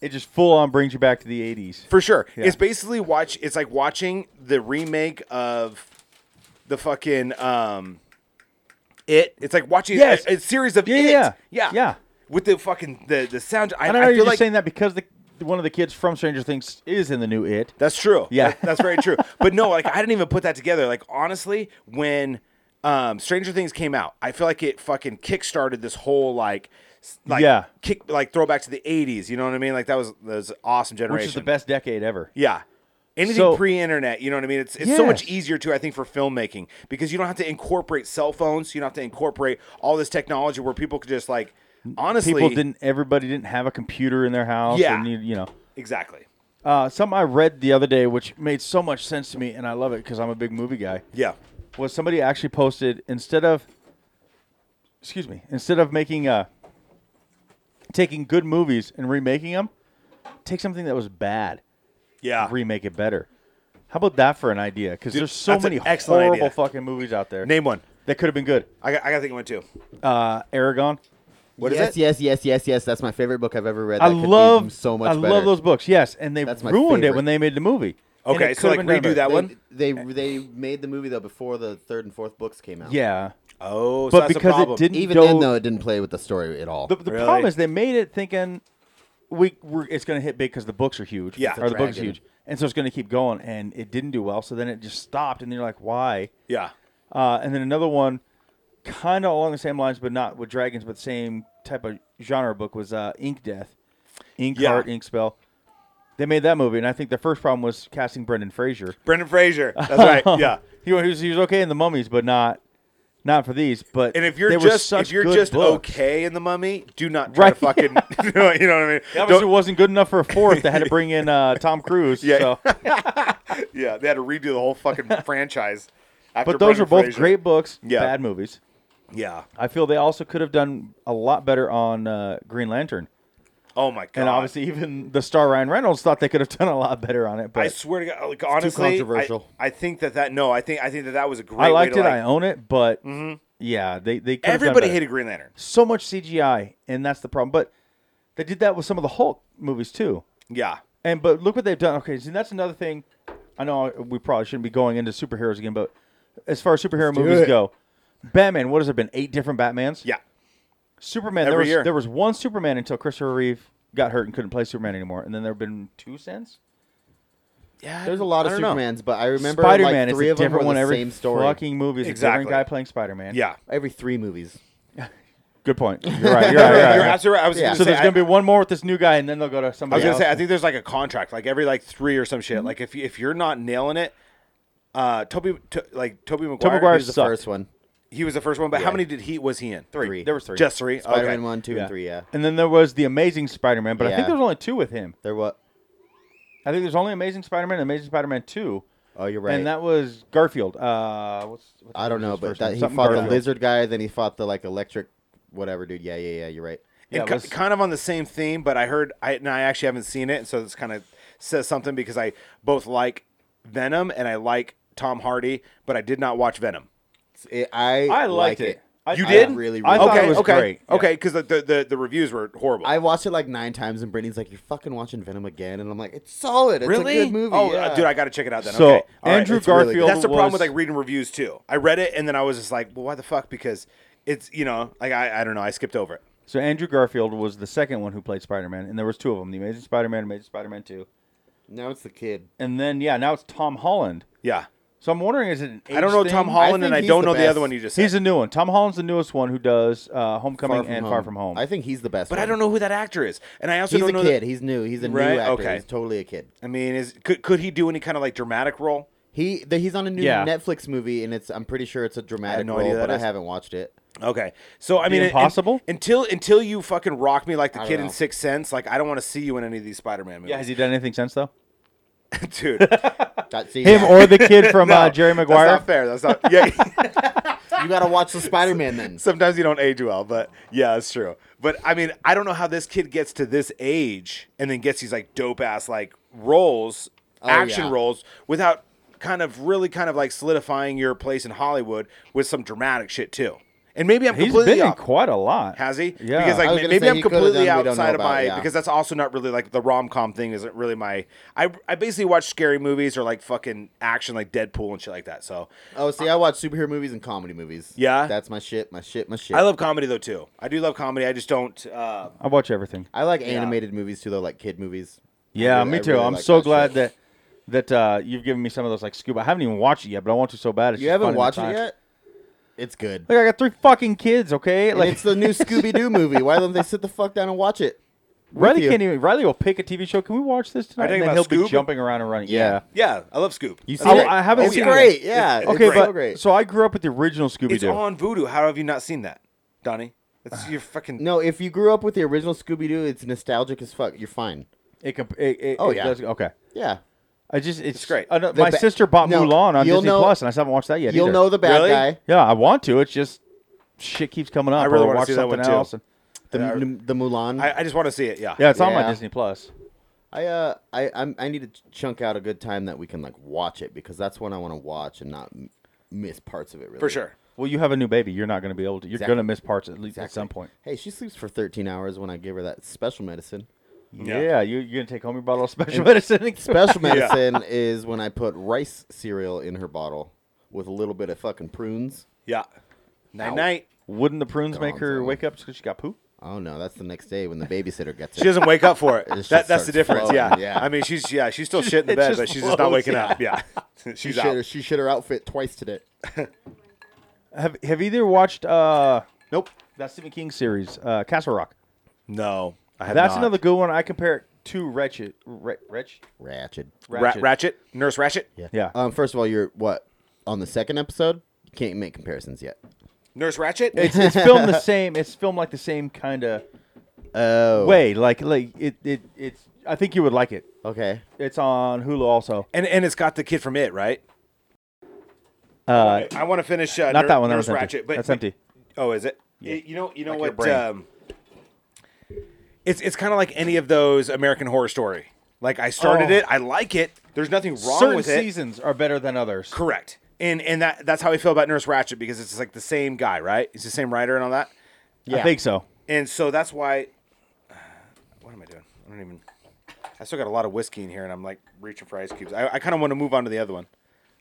[SPEAKER 3] It just full on brings you back to the 80s.
[SPEAKER 4] for sure.
[SPEAKER 3] Yeah.
[SPEAKER 4] It's basically watch. It's like watching the remake of the fucking um, it. It's like watching
[SPEAKER 3] Yes.
[SPEAKER 4] a, a series of
[SPEAKER 3] Yeah,
[SPEAKER 4] It.
[SPEAKER 3] yeah,
[SPEAKER 4] yeah,
[SPEAKER 3] yeah.
[SPEAKER 4] With the fucking the the sound. I,
[SPEAKER 3] I don't know.
[SPEAKER 4] I
[SPEAKER 3] you're
[SPEAKER 4] feel
[SPEAKER 3] just
[SPEAKER 4] like
[SPEAKER 3] saying that because the one of the kids from Stranger Things is in the new It.
[SPEAKER 4] That's true.
[SPEAKER 3] Yeah.
[SPEAKER 4] That- that's very true. But no, like I didn't even put that together. Like honestly, when um, Stranger Things came out, I feel like it fucking kickstarted this whole like, s- like
[SPEAKER 3] Yeah.
[SPEAKER 4] kick like throwback to the '80s. You know what I mean? Like that was that was an awesome generation.
[SPEAKER 3] Which is the best decade ever.
[SPEAKER 4] Yeah. Anything
[SPEAKER 3] So-
[SPEAKER 4] pre-internet, you know what I mean? It's, it's so much
[SPEAKER 3] Yes.
[SPEAKER 4] easier too, I think, for filmmaking because you don't have to incorporate cell phones. You don't have to incorporate all this technology where people could just like, honestly,
[SPEAKER 3] People didn't. Everybody didn't have a computer in their house.
[SPEAKER 4] Yeah.
[SPEAKER 3] and you, you know.
[SPEAKER 4] exactly.
[SPEAKER 3] Uh, something I read the other day, which made so much sense to me, and I love it because I'm a big movie guy.
[SPEAKER 4] Yeah,
[SPEAKER 3] Was somebody actually posted instead of, excuse me, instead of making uh, taking good movies and remaking them, take something that was bad,
[SPEAKER 4] yeah.
[SPEAKER 3] remake it better. How about that for an idea? Because
[SPEAKER 4] Ah. Dude,
[SPEAKER 3] there's so
[SPEAKER 4] that's an
[SPEAKER 3] many
[SPEAKER 4] excellent
[SPEAKER 3] horrible
[SPEAKER 4] idea.
[SPEAKER 3] fucking movies out there
[SPEAKER 4] Name one.
[SPEAKER 3] that could have been good.
[SPEAKER 4] I got, I got to think of one too.
[SPEAKER 3] Uh, Aragon.
[SPEAKER 4] What is
[SPEAKER 5] yes,
[SPEAKER 4] it?
[SPEAKER 5] yes, yes, yes, yes. That's my favorite book I've ever read.
[SPEAKER 3] I
[SPEAKER 5] That could be
[SPEAKER 3] love
[SPEAKER 5] so much.
[SPEAKER 3] I
[SPEAKER 5] better.
[SPEAKER 3] love those books. Yes, and they
[SPEAKER 5] That's my
[SPEAKER 3] ruined it
[SPEAKER 5] favorite.
[SPEAKER 3] when they made the movie. And
[SPEAKER 4] Okay,
[SPEAKER 3] it
[SPEAKER 4] so,
[SPEAKER 3] could've
[SPEAKER 4] like,
[SPEAKER 3] been done
[SPEAKER 4] redo that
[SPEAKER 3] better.
[SPEAKER 5] They,
[SPEAKER 4] one?
[SPEAKER 5] They they made the movie though before the third and fourth books came out.
[SPEAKER 3] Yeah,
[SPEAKER 4] Oh, so
[SPEAKER 3] but
[SPEAKER 4] that's the
[SPEAKER 3] because it
[SPEAKER 4] problem.
[SPEAKER 3] didn't
[SPEAKER 5] Even
[SPEAKER 3] go,
[SPEAKER 5] then though, it didn't play with the story at all.
[SPEAKER 3] The, the
[SPEAKER 4] Really?
[SPEAKER 3] problem is they made it thinking we we're, it's going to hit big because the books are huge.
[SPEAKER 4] Yeah.
[SPEAKER 3] or the books are
[SPEAKER 5] Dragon.
[SPEAKER 3] huge, and so it's going to keep going. And it didn't do well, so then it just stopped. And you're like, why?
[SPEAKER 4] Yeah.
[SPEAKER 3] Uh, and then another one, kind of along the same lines, but not with dragons, but same type of genre book was uh, Ink Death, Ink
[SPEAKER 4] Yeah.
[SPEAKER 3] Heart, Ink Spell. They made that movie, and I think the first problem was casting Brendan Fraser.
[SPEAKER 4] Brendan Fraser. That's right. Yeah.
[SPEAKER 3] He was, he was he was okay in the mummies, but not not for these. But
[SPEAKER 4] And if you're
[SPEAKER 3] they were
[SPEAKER 4] just
[SPEAKER 3] such
[SPEAKER 4] if you're
[SPEAKER 3] good
[SPEAKER 4] just
[SPEAKER 3] books.
[SPEAKER 4] okay in the mummy, do not try to
[SPEAKER 3] Right.
[SPEAKER 4] fucking you, know, you know what I mean.
[SPEAKER 3] That
[SPEAKER 4] Don't-
[SPEAKER 3] obviously wasn't good enough for a fourth. They had to bring in uh, Tom Cruise.
[SPEAKER 4] Yeah.
[SPEAKER 3] so.
[SPEAKER 4] yeah, they had to redo the whole fucking franchise. After
[SPEAKER 3] But those
[SPEAKER 4] Brendan
[SPEAKER 3] are both
[SPEAKER 4] Fraser.
[SPEAKER 3] great books,
[SPEAKER 4] Yeah.
[SPEAKER 3] bad movies.
[SPEAKER 4] Yeah.
[SPEAKER 3] I feel they also could have done a lot better on uh, Green Lantern.
[SPEAKER 4] Oh my god.
[SPEAKER 3] And obviously, even the star Ryan Reynolds thought they could have done a lot better on it.
[SPEAKER 4] I
[SPEAKER 3] But
[SPEAKER 4] swear to God, like honestly, I-
[SPEAKER 5] controversial.
[SPEAKER 4] I, think that that no, I think I think that that was a great.
[SPEAKER 3] I,
[SPEAKER 4] way
[SPEAKER 3] liked
[SPEAKER 4] to,
[SPEAKER 3] it.
[SPEAKER 4] like-
[SPEAKER 3] I own it. But yeah, they they could have done
[SPEAKER 4] everybody
[SPEAKER 3] better.
[SPEAKER 4] hated Green Lantern.
[SPEAKER 3] so much CGI, and that's the problem. But they did that with some of the Hulk movies too.
[SPEAKER 4] Yeah.
[SPEAKER 3] And but look what they've done. Okay, see that's another thing. I know we probably shouldn't be going into superheroes again, but as far as superhero
[SPEAKER 5] do
[SPEAKER 3] movies
[SPEAKER 5] it.
[SPEAKER 3] go, Batman. What has there been? Eight different Batmans.
[SPEAKER 4] Yeah.
[SPEAKER 3] Superman. there
[SPEAKER 4] Every
[SPEAKER 3] was
[SPEAKER 4] year.
[SPEAKER 3] there was one Superman until Christopher Reeve got hurt and couldn't play Superman anymore, and then there have been two since.
[SPEAKER 4] Yeah.
[SPEAKER 5] There's a lot of
[SPEAKER 4] I don't know.
[SPEAKER 5] Supermans, but I remember
[SPEAKER 3] Spider-Man
[SPEAKER 5] like
[SPEAKER 3] is
[SPEAKER 5] three
[SPEAKER 3] a
[SPEAKER 5] of them
[SPEAKER 3] different
[SPEAKER 5] were
[SPEAKER 3] one
[SPEAKER 5] the
[SPEAKER 3] every
[SPEAKER 5] same story.
[SPEAKER 3] fucking movie. Is a
[SPEAKER 4] Exactly.
[SPEAKER 3] different guy playing Spider-Man.
[SPEAKER 4] Yeah.
[SPEAKER 5] Every three movies.
[SPEAKER 3] good point. You're right. You're right. You're right.
[SPEAKER 4] You're absolutely right. I was
[SPEAKER 5] Yeah.
[SPEAKER 4] gonna
[SPEAKER 3] so
[SPEAKER 4] say,
[SPEAKER 3] there's
[SPEAKER 4] I-
[SPEAKER 3] gonna be one more with this new guy, and then they'll go to
[SPEAKER 4] I was
[SPEAKER 3] somebody
[SPEAKER 4] gonna say, I
[SPEAKER 3] else.
[SPEAKER 4] think there's like a contract, like every like three or some shit. Like if you, if you're not nailing it, uh, Toby, to, like Toby McGuire,
[SPEAKER 3] Maguire
[SPEAKER 5] Here's the
[SPEAKER 3] sucked.
[SPEAKER 5] first one.
[SPEAKER 4] he was the first one. But how
[SPEAKER 5] Yeah.
[SPEAKER 4] many did he was he in?
[SPEAKER 5] Three.
[SPEAKER 3] There was three.
[SPEAKER 4] Just three. Okay.
[SPEAKER 5] Spider-Man one, two, and three. Yeah,
[SPEAKER 3] And then there was the Amazing Spider-Man, but I think
[SPEAKER 5] Yeah.
[SPEAKER 3] there was only two with him.
[SPEAKER 5] there what?
[SPEAKER 3] I think there's only Amazing Spider-Man, and Amazing Spider-Man two,
[SPEAKER 5] Oh, you're right.
[SPEAKER 3] and that was Garfield. Uh, what's, what's
[SPEAKER 5] I don't know,
[SPEAKER 3] his
[SPEAKER 5] but
[SPEAKER 3] first
[SPEAKER 5] that
[SPEAKER 3] name?
[SPEAKER 5] he
[SPEAKER 3] Something
[SPEAKER 5] fought
[SPEAKER 3] Garfield.
[SPEAKER 5] the lizard guy, then he fought the like electric, whatever dude. Yeah, yeah, yeah. You're right.
[SPEAKER 3] Yeah,
[SPEAKER 4] And
[SPEAKER 3] it
[SPEAKER 4] ki-
[SPEAKER 3] was-
[SPEAKER 4] kind of on the same theme, but I heard I and I actually haven't seen it, and so this kind of says something because I both like Venom and I like Tom Hardy, but I did not watch Venom.
[SPEAKER 5] It- I
[SPEAKER 3] I liked
[SPEAKER 5] like
[SPEAKER 3] it. I-
[SPEAKER 4] You
[SPEAKER 5] I
[SPEAKER 4] did
[SPEAKER 5] really, really.
[SPEAKER 3] I thought
[SPEAKER 5] like
[SPEAKER 4] okay,
[SPEAKER 3] it was
[SPEAKER 4] okay,
[SPEAKER 3] great. Yeah.
[SPEAKER 4] okay, because the, the the reviews were horrible.
[SPEAKER 5] I watched it like nine times, and Brittany's like, "You're fucking watching Venom again," and I'm like, "It's solid. It's a good movie."
[SPEAKER 3] uh,
[SPEAKER 4] Oh,
[SPEAKER 5] yeah.
[SPEAKER 4] dude, I got to check it out then.
[SPEAKER 3] So
[SPEAKER 4] okay. All right.
[SPEAKER 3] Andrew
[SPEAKER 5] it's really
[SPEAKER 3] Garfield.
[SPEAKER 5] good.
[SPEAKER 4] That's the problem with
[SPEAKER 3] was-
[SPEAKER 4] like reading reviews too. I read it and then I was just like, well, why the fuck? Because it's you know, like I, I don't know, I skipped over it.
[SPEAKER 3] So Andrew Garfield was the second one who played Spider-Man, and there was two of them: the Amazing Spider-Man, Amazing Spider-Man Two,
[SPEAKER 5] now it's the kid.
[SPEAKER 3] and then yeah, now it's Tom Holland.
[SPEAKER 4] Yeah,
[SPEAKER 3] So I'm wondering, is it? An age
[SPEAKER 4] I don't know
[SPEAKER 3] thing?
[SPEAKER 4] Tom Holland and
[SPEAKER 5] think
[SPEAKER 4] I
[SPEAKER 5] he's
[SPEAKER 4] don't
[SPEAKER 5] the
[SPEAKER 4] know the
[SPEAKER 5] best.
[SPEAKER 4] other one you just said.
[SPEAKER 3] He's a new one. Tom Holland's the newest one who does uh, Homecoming and Far From Home.
[SPEAKER 5] I think he's the best.
[SPEAKER 4] but I
[SPEAKER 5] one.
[SPEAKER 4] don't know who that actor is, and I also
[SPEAKER 5] He's
[SPEAKER 4] don't
[SPEAKER 5] a
[SPEAKER 4] know.
[SPEAKER 5] kid.
[SPEAKER 4] that-
[SPEAKER 5] He's new. He's a
[SPEAKER 4] Right?
[SPEAKER 5] new actor.
[SPEAKER 4] Okay.
[SPEAKER 5] He's totally a kid.
[SPEAKER 4] I mean, is could could he do any kind of like dramatic role?
[SPEAKER 5] He the, he's on a new
[SPEAKER 3] Yeah.
[SPEAKER 5] Netflix movie, and it's I'm pretty sure it's a dramatic
[SPEAKER 4] no
[SPEAKER 5] role,
[SPEAKER 4] idea that
[SPEAKER 5] but
[SPEAKER 4] is.
[SPEAKER 5] I haven't watched it.
[SPEAKER 4] Okay, so I
[SPEAKER 3] The
[SPEAKER 4] mean, and-
[SPEAKER 3] Impossible?
[SPEAKER 4] until until you fucking rock me like the
[SPEAKER 5] I
[SPEAKER 4] kid
[SPEAKER 5] don't
[SPEAKER 4] in
[SPEAKER 5] know.
[SPEAKER 4] Sixth Sense, like I don't want to see you in any of these Spider-Man movies.
[SPEAKER 3] yeah, has he done anything since though?
[SPEAKER 4] dude. That's
[SPEAKER 5] Got, see,
[SPEAKER 3] Him
[SPEAKER 5] yeah.
[SPEAKER 3] or the kid from uh, Jerry
[SPEAKER 4] not
[SPEAKER 3] Maguire.
[SPEAKER 4] fair. That's not. Yeah.
[SPEAKER 5] you gotta watch the Spider Man then.
[SPEAKER 4] sometimes you don't age well, but yeah, it's true. But I mean, I don't know how this kid gets to this age and then gets these like dope ass like roles,
[SPEAKER 3] Oh,
[SPEAKER 4] action
[SPEAKER 5] yeah.
[SPEAKER 4] roles without kind of really kind of like solidifying your place in Hollywood with some dramatic shit too. And maybe I'm
[SPEAKER 3] He's
[SPEAKER 4] completely
[SPEAKER 3] been in
[SPEAKER 4] off.
[SPEAKER 3] quite a lot.
[SPEAKER 4] Has he?
[SPEAKER 3] Yeah.
[SPEAKER 4] Because like
[SPEAKER 5] I was
[SPEAKER 4] may-
[SPEAKER 5] gonna
[SPEAKER 4] maybe
[SPEAKER 5] say
[SPEAKER 4] I'm
[SPEAKER 5] he coulda
[SPEAKER 4] completely
[SPEAKER 5] done, we don't know
[SPEAKER 4] outside of
[SPEAKER 5] about,
[SPEAKER 4] my
[SPEAKER 5] yeah.
[SPEAKER 4] because that's also not really like the rom com thing isn't really my. I I basically watch scary movies or like fucking action like Deadpool and shit like that. So
[SPEAKER 5] Oh, see, I watch superhero movies and comedy movies.
[SPEAKER 4] Yeah?
[SPEAKER 5] that's my shit. My shit. My shit.
[SPEAKER 4] I love comedy though too. I do love comedy. I just don't. Uh,
[SPEAKER 3] I watch everything.
[SPEAKER 5] I like animated movies too, though, like kid movies.
[SPEAKER 3] Yeah,
[SPEAKER 5] I really-
[SPEAKER 3] me
[SPEAKER 5] I
[SPEAKER 3] too.
[SPEAKER 5] really
[SPEAKER 3] I'm
[SPEAKER 5] like
[SPEAKER 3] so
[SPEAKER 5] that
[SPEAKER 3] glad
[SPEAKER 5] shit.
[SPEAKER 3] that that uh, you've given me some of those like scuba. I haven't even watched it yet, but I want to so bad. It's
[SPEAKER 5] you
[SPEAKER 3] just
[SPEAKER 5] haven't
[SPEAKER 3] finding the
[SPEAKER 5] watched
[SPEAKER 3] time.
[SPEAKER 5] it yet. It's good.
[SPEAKER 3] Look, I got three fucking kids. Okay,
[SPEAKER 5] And it's the new Scooby Doo movie. Why don't they sit the fuck down and watch it? with
[SPEAKER 3] Riley
[SPEAKER 5] you?
[SPEAKER 3] can't even. Riley will pick a TV show. Can we watch this tonight?
[SPEAKER 4] Are you
[SPEAKER 3] And
[SPEAKER 4] talking
[SPEAKER 3] then he'll
[SPEAKER 4] about Scoob?
[SPEAKER 3] be jumping around and running.
[SPEAKER 5] Yeah.
[SPEAKER 4] Yeah, I love Scoop.
[SPEAKER 5] You
[SPEAKER 4] That's
[SPEAKER 5] see
[SPEAKER 3] I-
[SPEAKER 5] it?
[SPEAKER 3] I haven't
[SPEAKER 5] It's
[SPEAKER 3] seen it.
[SPEAKER 5] great. Yeah.
[SPEAKER 4] It's-
[SPEAKER 5] it's
[SPEAKER 3] Okay,
[SPEAKER 5] so
[SPEAKER 3] but
[SPEAKER 5] great.
[SPEAKER 3] so I grew up with the original Scooby
[SPEAKER 4] It's
[SPEAKER 3] Doo.
[SPEAKER 4] on Voodoo. How have you not seen that, Donnie? That's
[SPEAKER 3] Uh,
[SPEAKER 4] your fucking.
[SPEAKER 5] no, if you grew up with the original Scooby Doo, it's nostalgic as fuck. You're fine.
[SPEAKER 3] It, comp- it, it,
[SPEAKER 5] Oh,
[SPEAKER 3] it
[SPEAKER 5] yeah.
[SPEAKER 3] does- okay.
[SPEAKER 5] Yeah.
[SPEAKER 3] I just it's,
[SPEAKER 4] great.
[SPEAKER 3] I know-
[SPEAKER 5] The
[SPEAKER 3] my
[SPEAKER 5] ba-
[SPEAKER 3] sister bought
[SPEAKER 5] No,
[SPEAKER 3] Mulan on
[SPEAKER 5] you'll
[SPEAKER 3] Disney
[SPEAKER 5] know-
[SPEAKER 3] Plus, and I still haven't watched that yet.
[SPEAKER 5] You'll
[SPEAKER 3] either.
[SPEAKER 5] know the bad
[SPEAKER 4] Really?
[SPEAKER 5] guy.
[SPEAKER 3] Yeah, I want to. It's just shit keeps coming up.
[SPEAKER 4] I really
[SPEAKER 3] or
[SPEAKER 4] wanna
[SPEAKER 3] watch
[SPEAKER 4] see that
[SPEAKER 3] something
[SPEAKER 4] one, too.
[SPEAKER 3] else. and-
[SPEAKER 5] The,
[SPEAKER 4] Yeah.
[SPEAKER 5] M- the Mulan.
[SPEAKER 4] I, I just want to see it. Yeah.
[SPEAKER 3] yeah, it's on my
[SPEAKER 5] Yeah.
[SPEAKER 3] Disney Plus.
[SPEAKER 5] I uh I I'm, I need to chunk out a good time that we can like watch it because that's when I want to watch and not m- miss parts of it. Really.
[SPEAKER 4] for sure.
[SPEAKER 3] Well, you have a new baby. You're not going to be able to. You're
[SPEAKER 5] Exactly.
[SPEAKER 3] going to miss parts at least at some point.
[SPEAKER 5] Hey, she sleeps for 13 hours when I give her that special medicine.
[SPEAKER 3] Yeah,
[SPEAKER 4] Yeah.
[SPEAKER 3] you, you're going to take home your bottle of special medicine. and-
[SPEAKER 5] Special medicine is when I put rice cereal in her bottle with a little bit of fucking prunes.
[SPEAKER 4] Yeah. Night night.
[SPEAKER 3] Wouldn't the prunes make
[SPEAKER 5] on,
[SPEAKER 3] her
[SPEAKER 5] son.
[SPEAKER 3] wake up because she got poop?
[SPEAKER 5] Oh no, that's the next day when the babysitter gets
[SPEAKER 4] She
[SPEAKER 5] it.
[SPEAKER 4] doesn't wake up for it.
[SPEAKER 5] just
[SPEAKER 4] that, that's the
[SPEAKER 5] starts
[SPEAKER 4] difference.
[SPEAKER 5] flowing,
[SPEAKER 4] Yeah.
[SPEAKER 5] yeah.
[SPEAKER 4] I mean, she's yeah, she's still
[SPEAKER 3] Just-
[SPEAKER 4] shit in the
[SPEAKER 3] it
[SPEAKER 4] bed,
[SPEAKER 3] just
[SPEAKER 4] but she's just not
[SPEAKER 3] flows,
[SPEAKER 4] waking up. Yeah.
[SPEAKER 5] She
[SPEAKER 4] she's
[SPEAKER 5] shit, her,
[SPEAKER 4] out.
[SPEAKER 5] she shit her outfit twice today.
[SPEAKER 3] Have Have either watched uh
[SPEAKER 5] Nope.
[SPEAKER 3] that Stephen King series, uh, Castle Rock?
[SPEAKER 4] No. I have
[SPEAKER 3] That's
[SPEAKER 4] not.
[SPEAKER 3] another good one. I compare it to Wretched. Wre- Wretch?
[SPEAKER 5] Ratchet.
[SPEAKER 4] Ra- Ratchet. Nurse Ratchet.
[SPEAKER 3] Yeah.
[SPEAKER 5] Um. First of all, you're what on the second episode? You can't make comparisons yet.
[SPEAKER 4] Nurse Ratchet.
[SPEAKER 3] it's, it's filmed the same. It's filmed like the same kind of
[SPEAKER 5] Oh.
[SPEAKER 3] way. Like like it, it it's. I think you would like it.
[SPEAKER 5] Okay.
[SPEAKER 3] It's on Hulu also.
[SPEAKER 4] and and it's got the kid from it, right?
[SPEAKER 3] Uh,
[SPEAKER 4] I want to finish. Uh,
[SPEAKER 3] not
[SPEAKER 4] Nur-
[SPEAKER 3] that one. That
[SPEAKER 4] Nurse
[SPEAKER 3] was empty.
[SPEAKER 4] Ratchet. But
[SPEAKER 3] That's empty.
[SPEAKER 4] Oh, is it? Y- You know, you know
[SPEAKER 3] Like your
[SPEAKER 4] what?
[SPEAKER 3] brain.
[SPEAKER 4] Um, it's it's kind of like any of those American Horror Story. Like I started
[SPEAKER 3] Oh.
[SPEAKER 4] it, I like it. There's nothing wrong
[SPEAKER 3] Certain
[SPEAKER 4] with it.
[SPEAKER 3] seasons are better than others.
[SPEAKER 4] Correct. And and that that's how I feel about Nurse Ratchet because it's like the same guy, right? It's the same writer and all that.
[SPEAKER 3] I think so.
[SPEAKER 4] And so that's why. What am I doing? I don't even. I still got a lot of whiskey in here, and I'm like reaching for ice cubes. I, I kind of want to move on to the other one.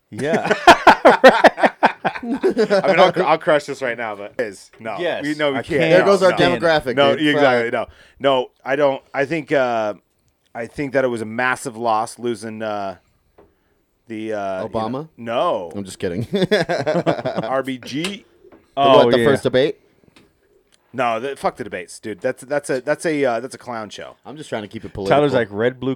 [SPEAKER 3] Yeah.
[SPEAKER 4] I mean, I'll, I'll crush this right now, but is no,
[SPEAKER 3] Yes.
[SPEAKER 4] we, no, we
[SPEAKER 3] I
[SPEAKER 4] can't.
[SPEAKER 3] can't.
[SPEAKER 5] There
[SPEAKER 4] No,
[SPEAKER 5] goes our
[SPEAKER 4] no.
[SPEAKER 5] demographic.
[SPEAKER 4] No,
[SPEAKER 5] dude.
[SPEAKER 4] exactly. No, no, I don't. I think uh, I think that it was a massive loss losing uh, the uh, you
[SPEAKER 5] Obama?
[SPEAKER 4] know- no,
[SPEAKER 5] I'm just kidding. what,
[SPEAKER 4] RBG.
[SPEAKER 3] oh
[SPEAKER 5] the
[SPEAKER 3] yeah.
[SPEAKER 5] first debate?
[SPEAKER 4] No, the, fuck the debates, dude. That's that's a that's a uh, that's a clown show.
[SPEAKER 5] I'm just trying to keep it political.
[SPEAKER 3] Tyler's like red, blue,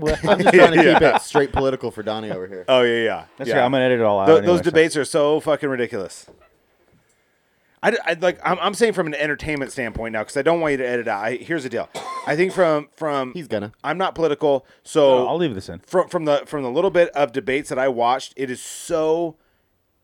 [SPEAKER 3] What?
[SPEAKER 5] I'm just trying to keep it straight political for Donnie over here.
[SPEAKER 4] Oh yeah, yeah.
[SPEAKER 3] That's
[SPEAKER 4] yeah.
[SPEAKER 3] right. I'm gonna edit it all out.
[SPEAKER 4] Tho-
[SPEAKER 3] anyway,
[SPEAKER 4] those
[SPEAKER 3] so-
[SPEAKER 4] debates are so fucking ridiculous. I, d- I- like I'm, I'm saying from an entertainment standpoint now because I don't want you to edit out. I, here's the deal. I think from from
[SPEAKER 5] He's gonna.
[SPEAKER 4] I'm not political, so
[SPEAKER 3] I'll leave this in.
[SPEAKER 4] from from the from the little bit of debates that I watched, it is so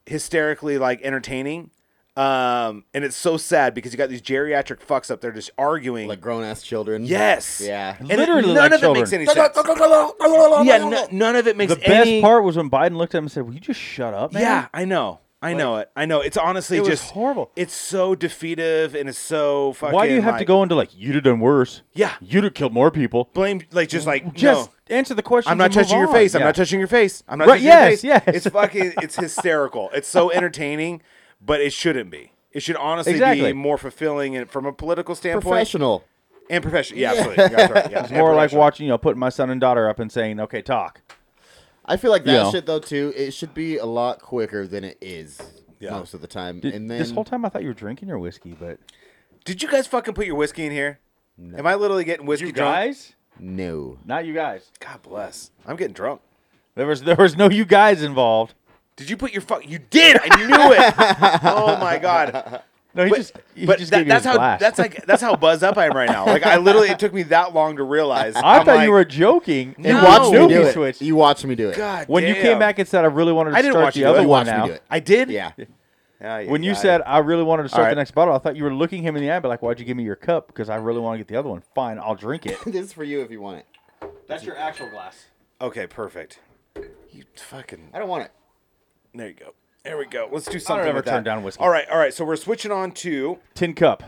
[SPEAKER 4] hysterically like entertaining. Um, and it's so sad because you got these geriatric fucks up there just arguing.
[SPEAKER 5] Like grown ass children.
[SPEAKER 4] yes,
[SPEAKER 5] Yeah.
[SPEAKER 4] And it-
[SPEAKER 3] Literally
[SPEAKER 4] none of
[SPEAKER 3] like
[SPEAKER 4] it makes any
[SPEAKER 3] children.
[SPEAKER 4] sense. yeah, no, none of it makes
[SPEAKER 3] The best
[SPEAKER 4] any.
[SPEAKER 3] part was when Biden looked at him and said, "Will you just shut up, man?"
[SPEAKER 4] Yeah, I know. I know it. I know. It's honestly
[SPEAKER 3] It was
[SPEAKER 4] just
[SPEAKER 3] horrible.
[SPEAKER 4] It's so defeative and it's so fucking.
[SPEAKER 3] Why do you have to
[SPEAKER 4] like,
[SPEAKER 3] go into like you'd have done worse?
[SPEAKER 4] Yeah.
[SPEAKER 3] you'd have killed more people.
[SPEAKER 4] blame? Like just like
[SPEAKER 3] Just
[SPEAKER 4] no.
[SPEAKER 3] answer the question.
[SPEAKER 4] I'm not touching your face. I'm not touching your face. I'm not
[SPEAKER 3] Right,
[SPEAKER 4] touching
[SPEAKER 3] yes,
[SPEAKER 4] your face.
[SPEAKER 3] yes.
[SPEAKER 4] It's fucking it's hysterical. It's so entertaining, but it shouldn't be. It should honestly be
[SPEAKER 3] Exactly.
[SPEAKER 4] more fulfilling and from a political standpoint
[SPEAKER 5] Professional.
[SPEAKER 4] and professional. Yeah, absolutely. That's right. Yeah,
[SPEAKER 3] It's more like
[SPEAKER 4] watching.
[SPEAKER 3] watching, you know, putting my son and daughter up and saying, "Okay, talk."
[SPEAKER 5] I feel like that
[SPEAKER 3] Yeah.
[SPEAKER 5] shit though too. It should be a lot quicker than it is
[SPEAKER 4] Yeah.
[SPEAKER 5] most of the time.
[SPEAKER 3] Dude,
[SPEAKER 5] and then
[SPEAKER 3] this whole time, I thought you were drinking your whiskey, but
[SPEAKER 4] Did you guys fucking put your whiskey in here? Am I literally getting whiskey drunk?
[SPEAKER 5] no.
[SPEAKER 3] not you guys.
[SPEAKER 4] God bless. I'm getting drunk.
[SPEAKER 3] There was there was no you guys involved.
[SPEAKER 4] Did you put your fuck? You did. I knew it. oh my god.
[SPEAKER 3] No, he
[SPEAKER 4] But,
[SPEAKER 3] just he
[SPEAKER 4] but
[SPEAKER 3] just
[SPEAKER 4] that-
[SPEAKER 3] gave you
[SPEAKER 4] that's
[SPEAKER 3] his
[SPEAKER 4] how
[SPEAKER 3] blast.
[SPEAKER 4] that's like that's how buzzed up I am right now. Like I literally, it took me that long to realize.
[SPEAKER 3] I
[SPEAKER 4] I'm
[SPEAKER 3] thought
[SPEAKER 4] like,
[SPEAKER 3] you were joking. and
[SPEAKER 5] You
[SPEAKER 4] No.
[SPEAKER 5] watched me
[SPEAKER 3] knew
[SPEAKER 5] do
[SPEAKER 3] he
[SPEAKER 5] it.
[SPEAKER 3] switched.
[SPEAKER 5] You watched me do it.
[SPEAKER 4] God
[SPEAKER 3] when you came
[SPEAKER 4] damn.
[SPEAKER 3] back and said I really wanted to
[SPEAKER 4] I didn't
[SPEAKER 3] start
[SPEAKER 4] watch
[SPEAKER 3] the
[SPEAKER 4] you do it.
[SPEAKER 3] other
[SPEAKER 4] You
[SPEAKER 3] one
[SPEAKER 5] watched me
[SPEAKER 3] now.
[SPEAKER 5] do it.
[SPEAKER 4] I did.
[SPEAKER 5] Yeah.
[SPEAKER 4] Ay,
[SPEAKER 3] When you
[SPEAKER 4] ay,
[SPEAKER 3] said
[SPEAKER 4] ay.
[SPEAKER 3] I really wanted to start
[SPEAKER 4] Alright.
[SPEAKER 3] the next bottle, I thought you were looking him in the eye, but like, why'd you give me your cup? Because I really want to get the other one. Fine, I'll drink it.
[SPEAKER 5] this is for you if you want it.
[SPEAKER 3] That's your actual glass.
[SPEAKER 4] okay, perfect. You fucking.
[SPEAKER 5] I don't want it.
[SPEAKER 4] There you go. There we go. Let's do something.
[SPEAKER 3] ever
[SPEAKER 4] with that.
[SPEAKER 3] turn down whiskey.
[SPEAKER 4] All right, all right. So we're switching on to
[SPEAKER 3] Tin cup.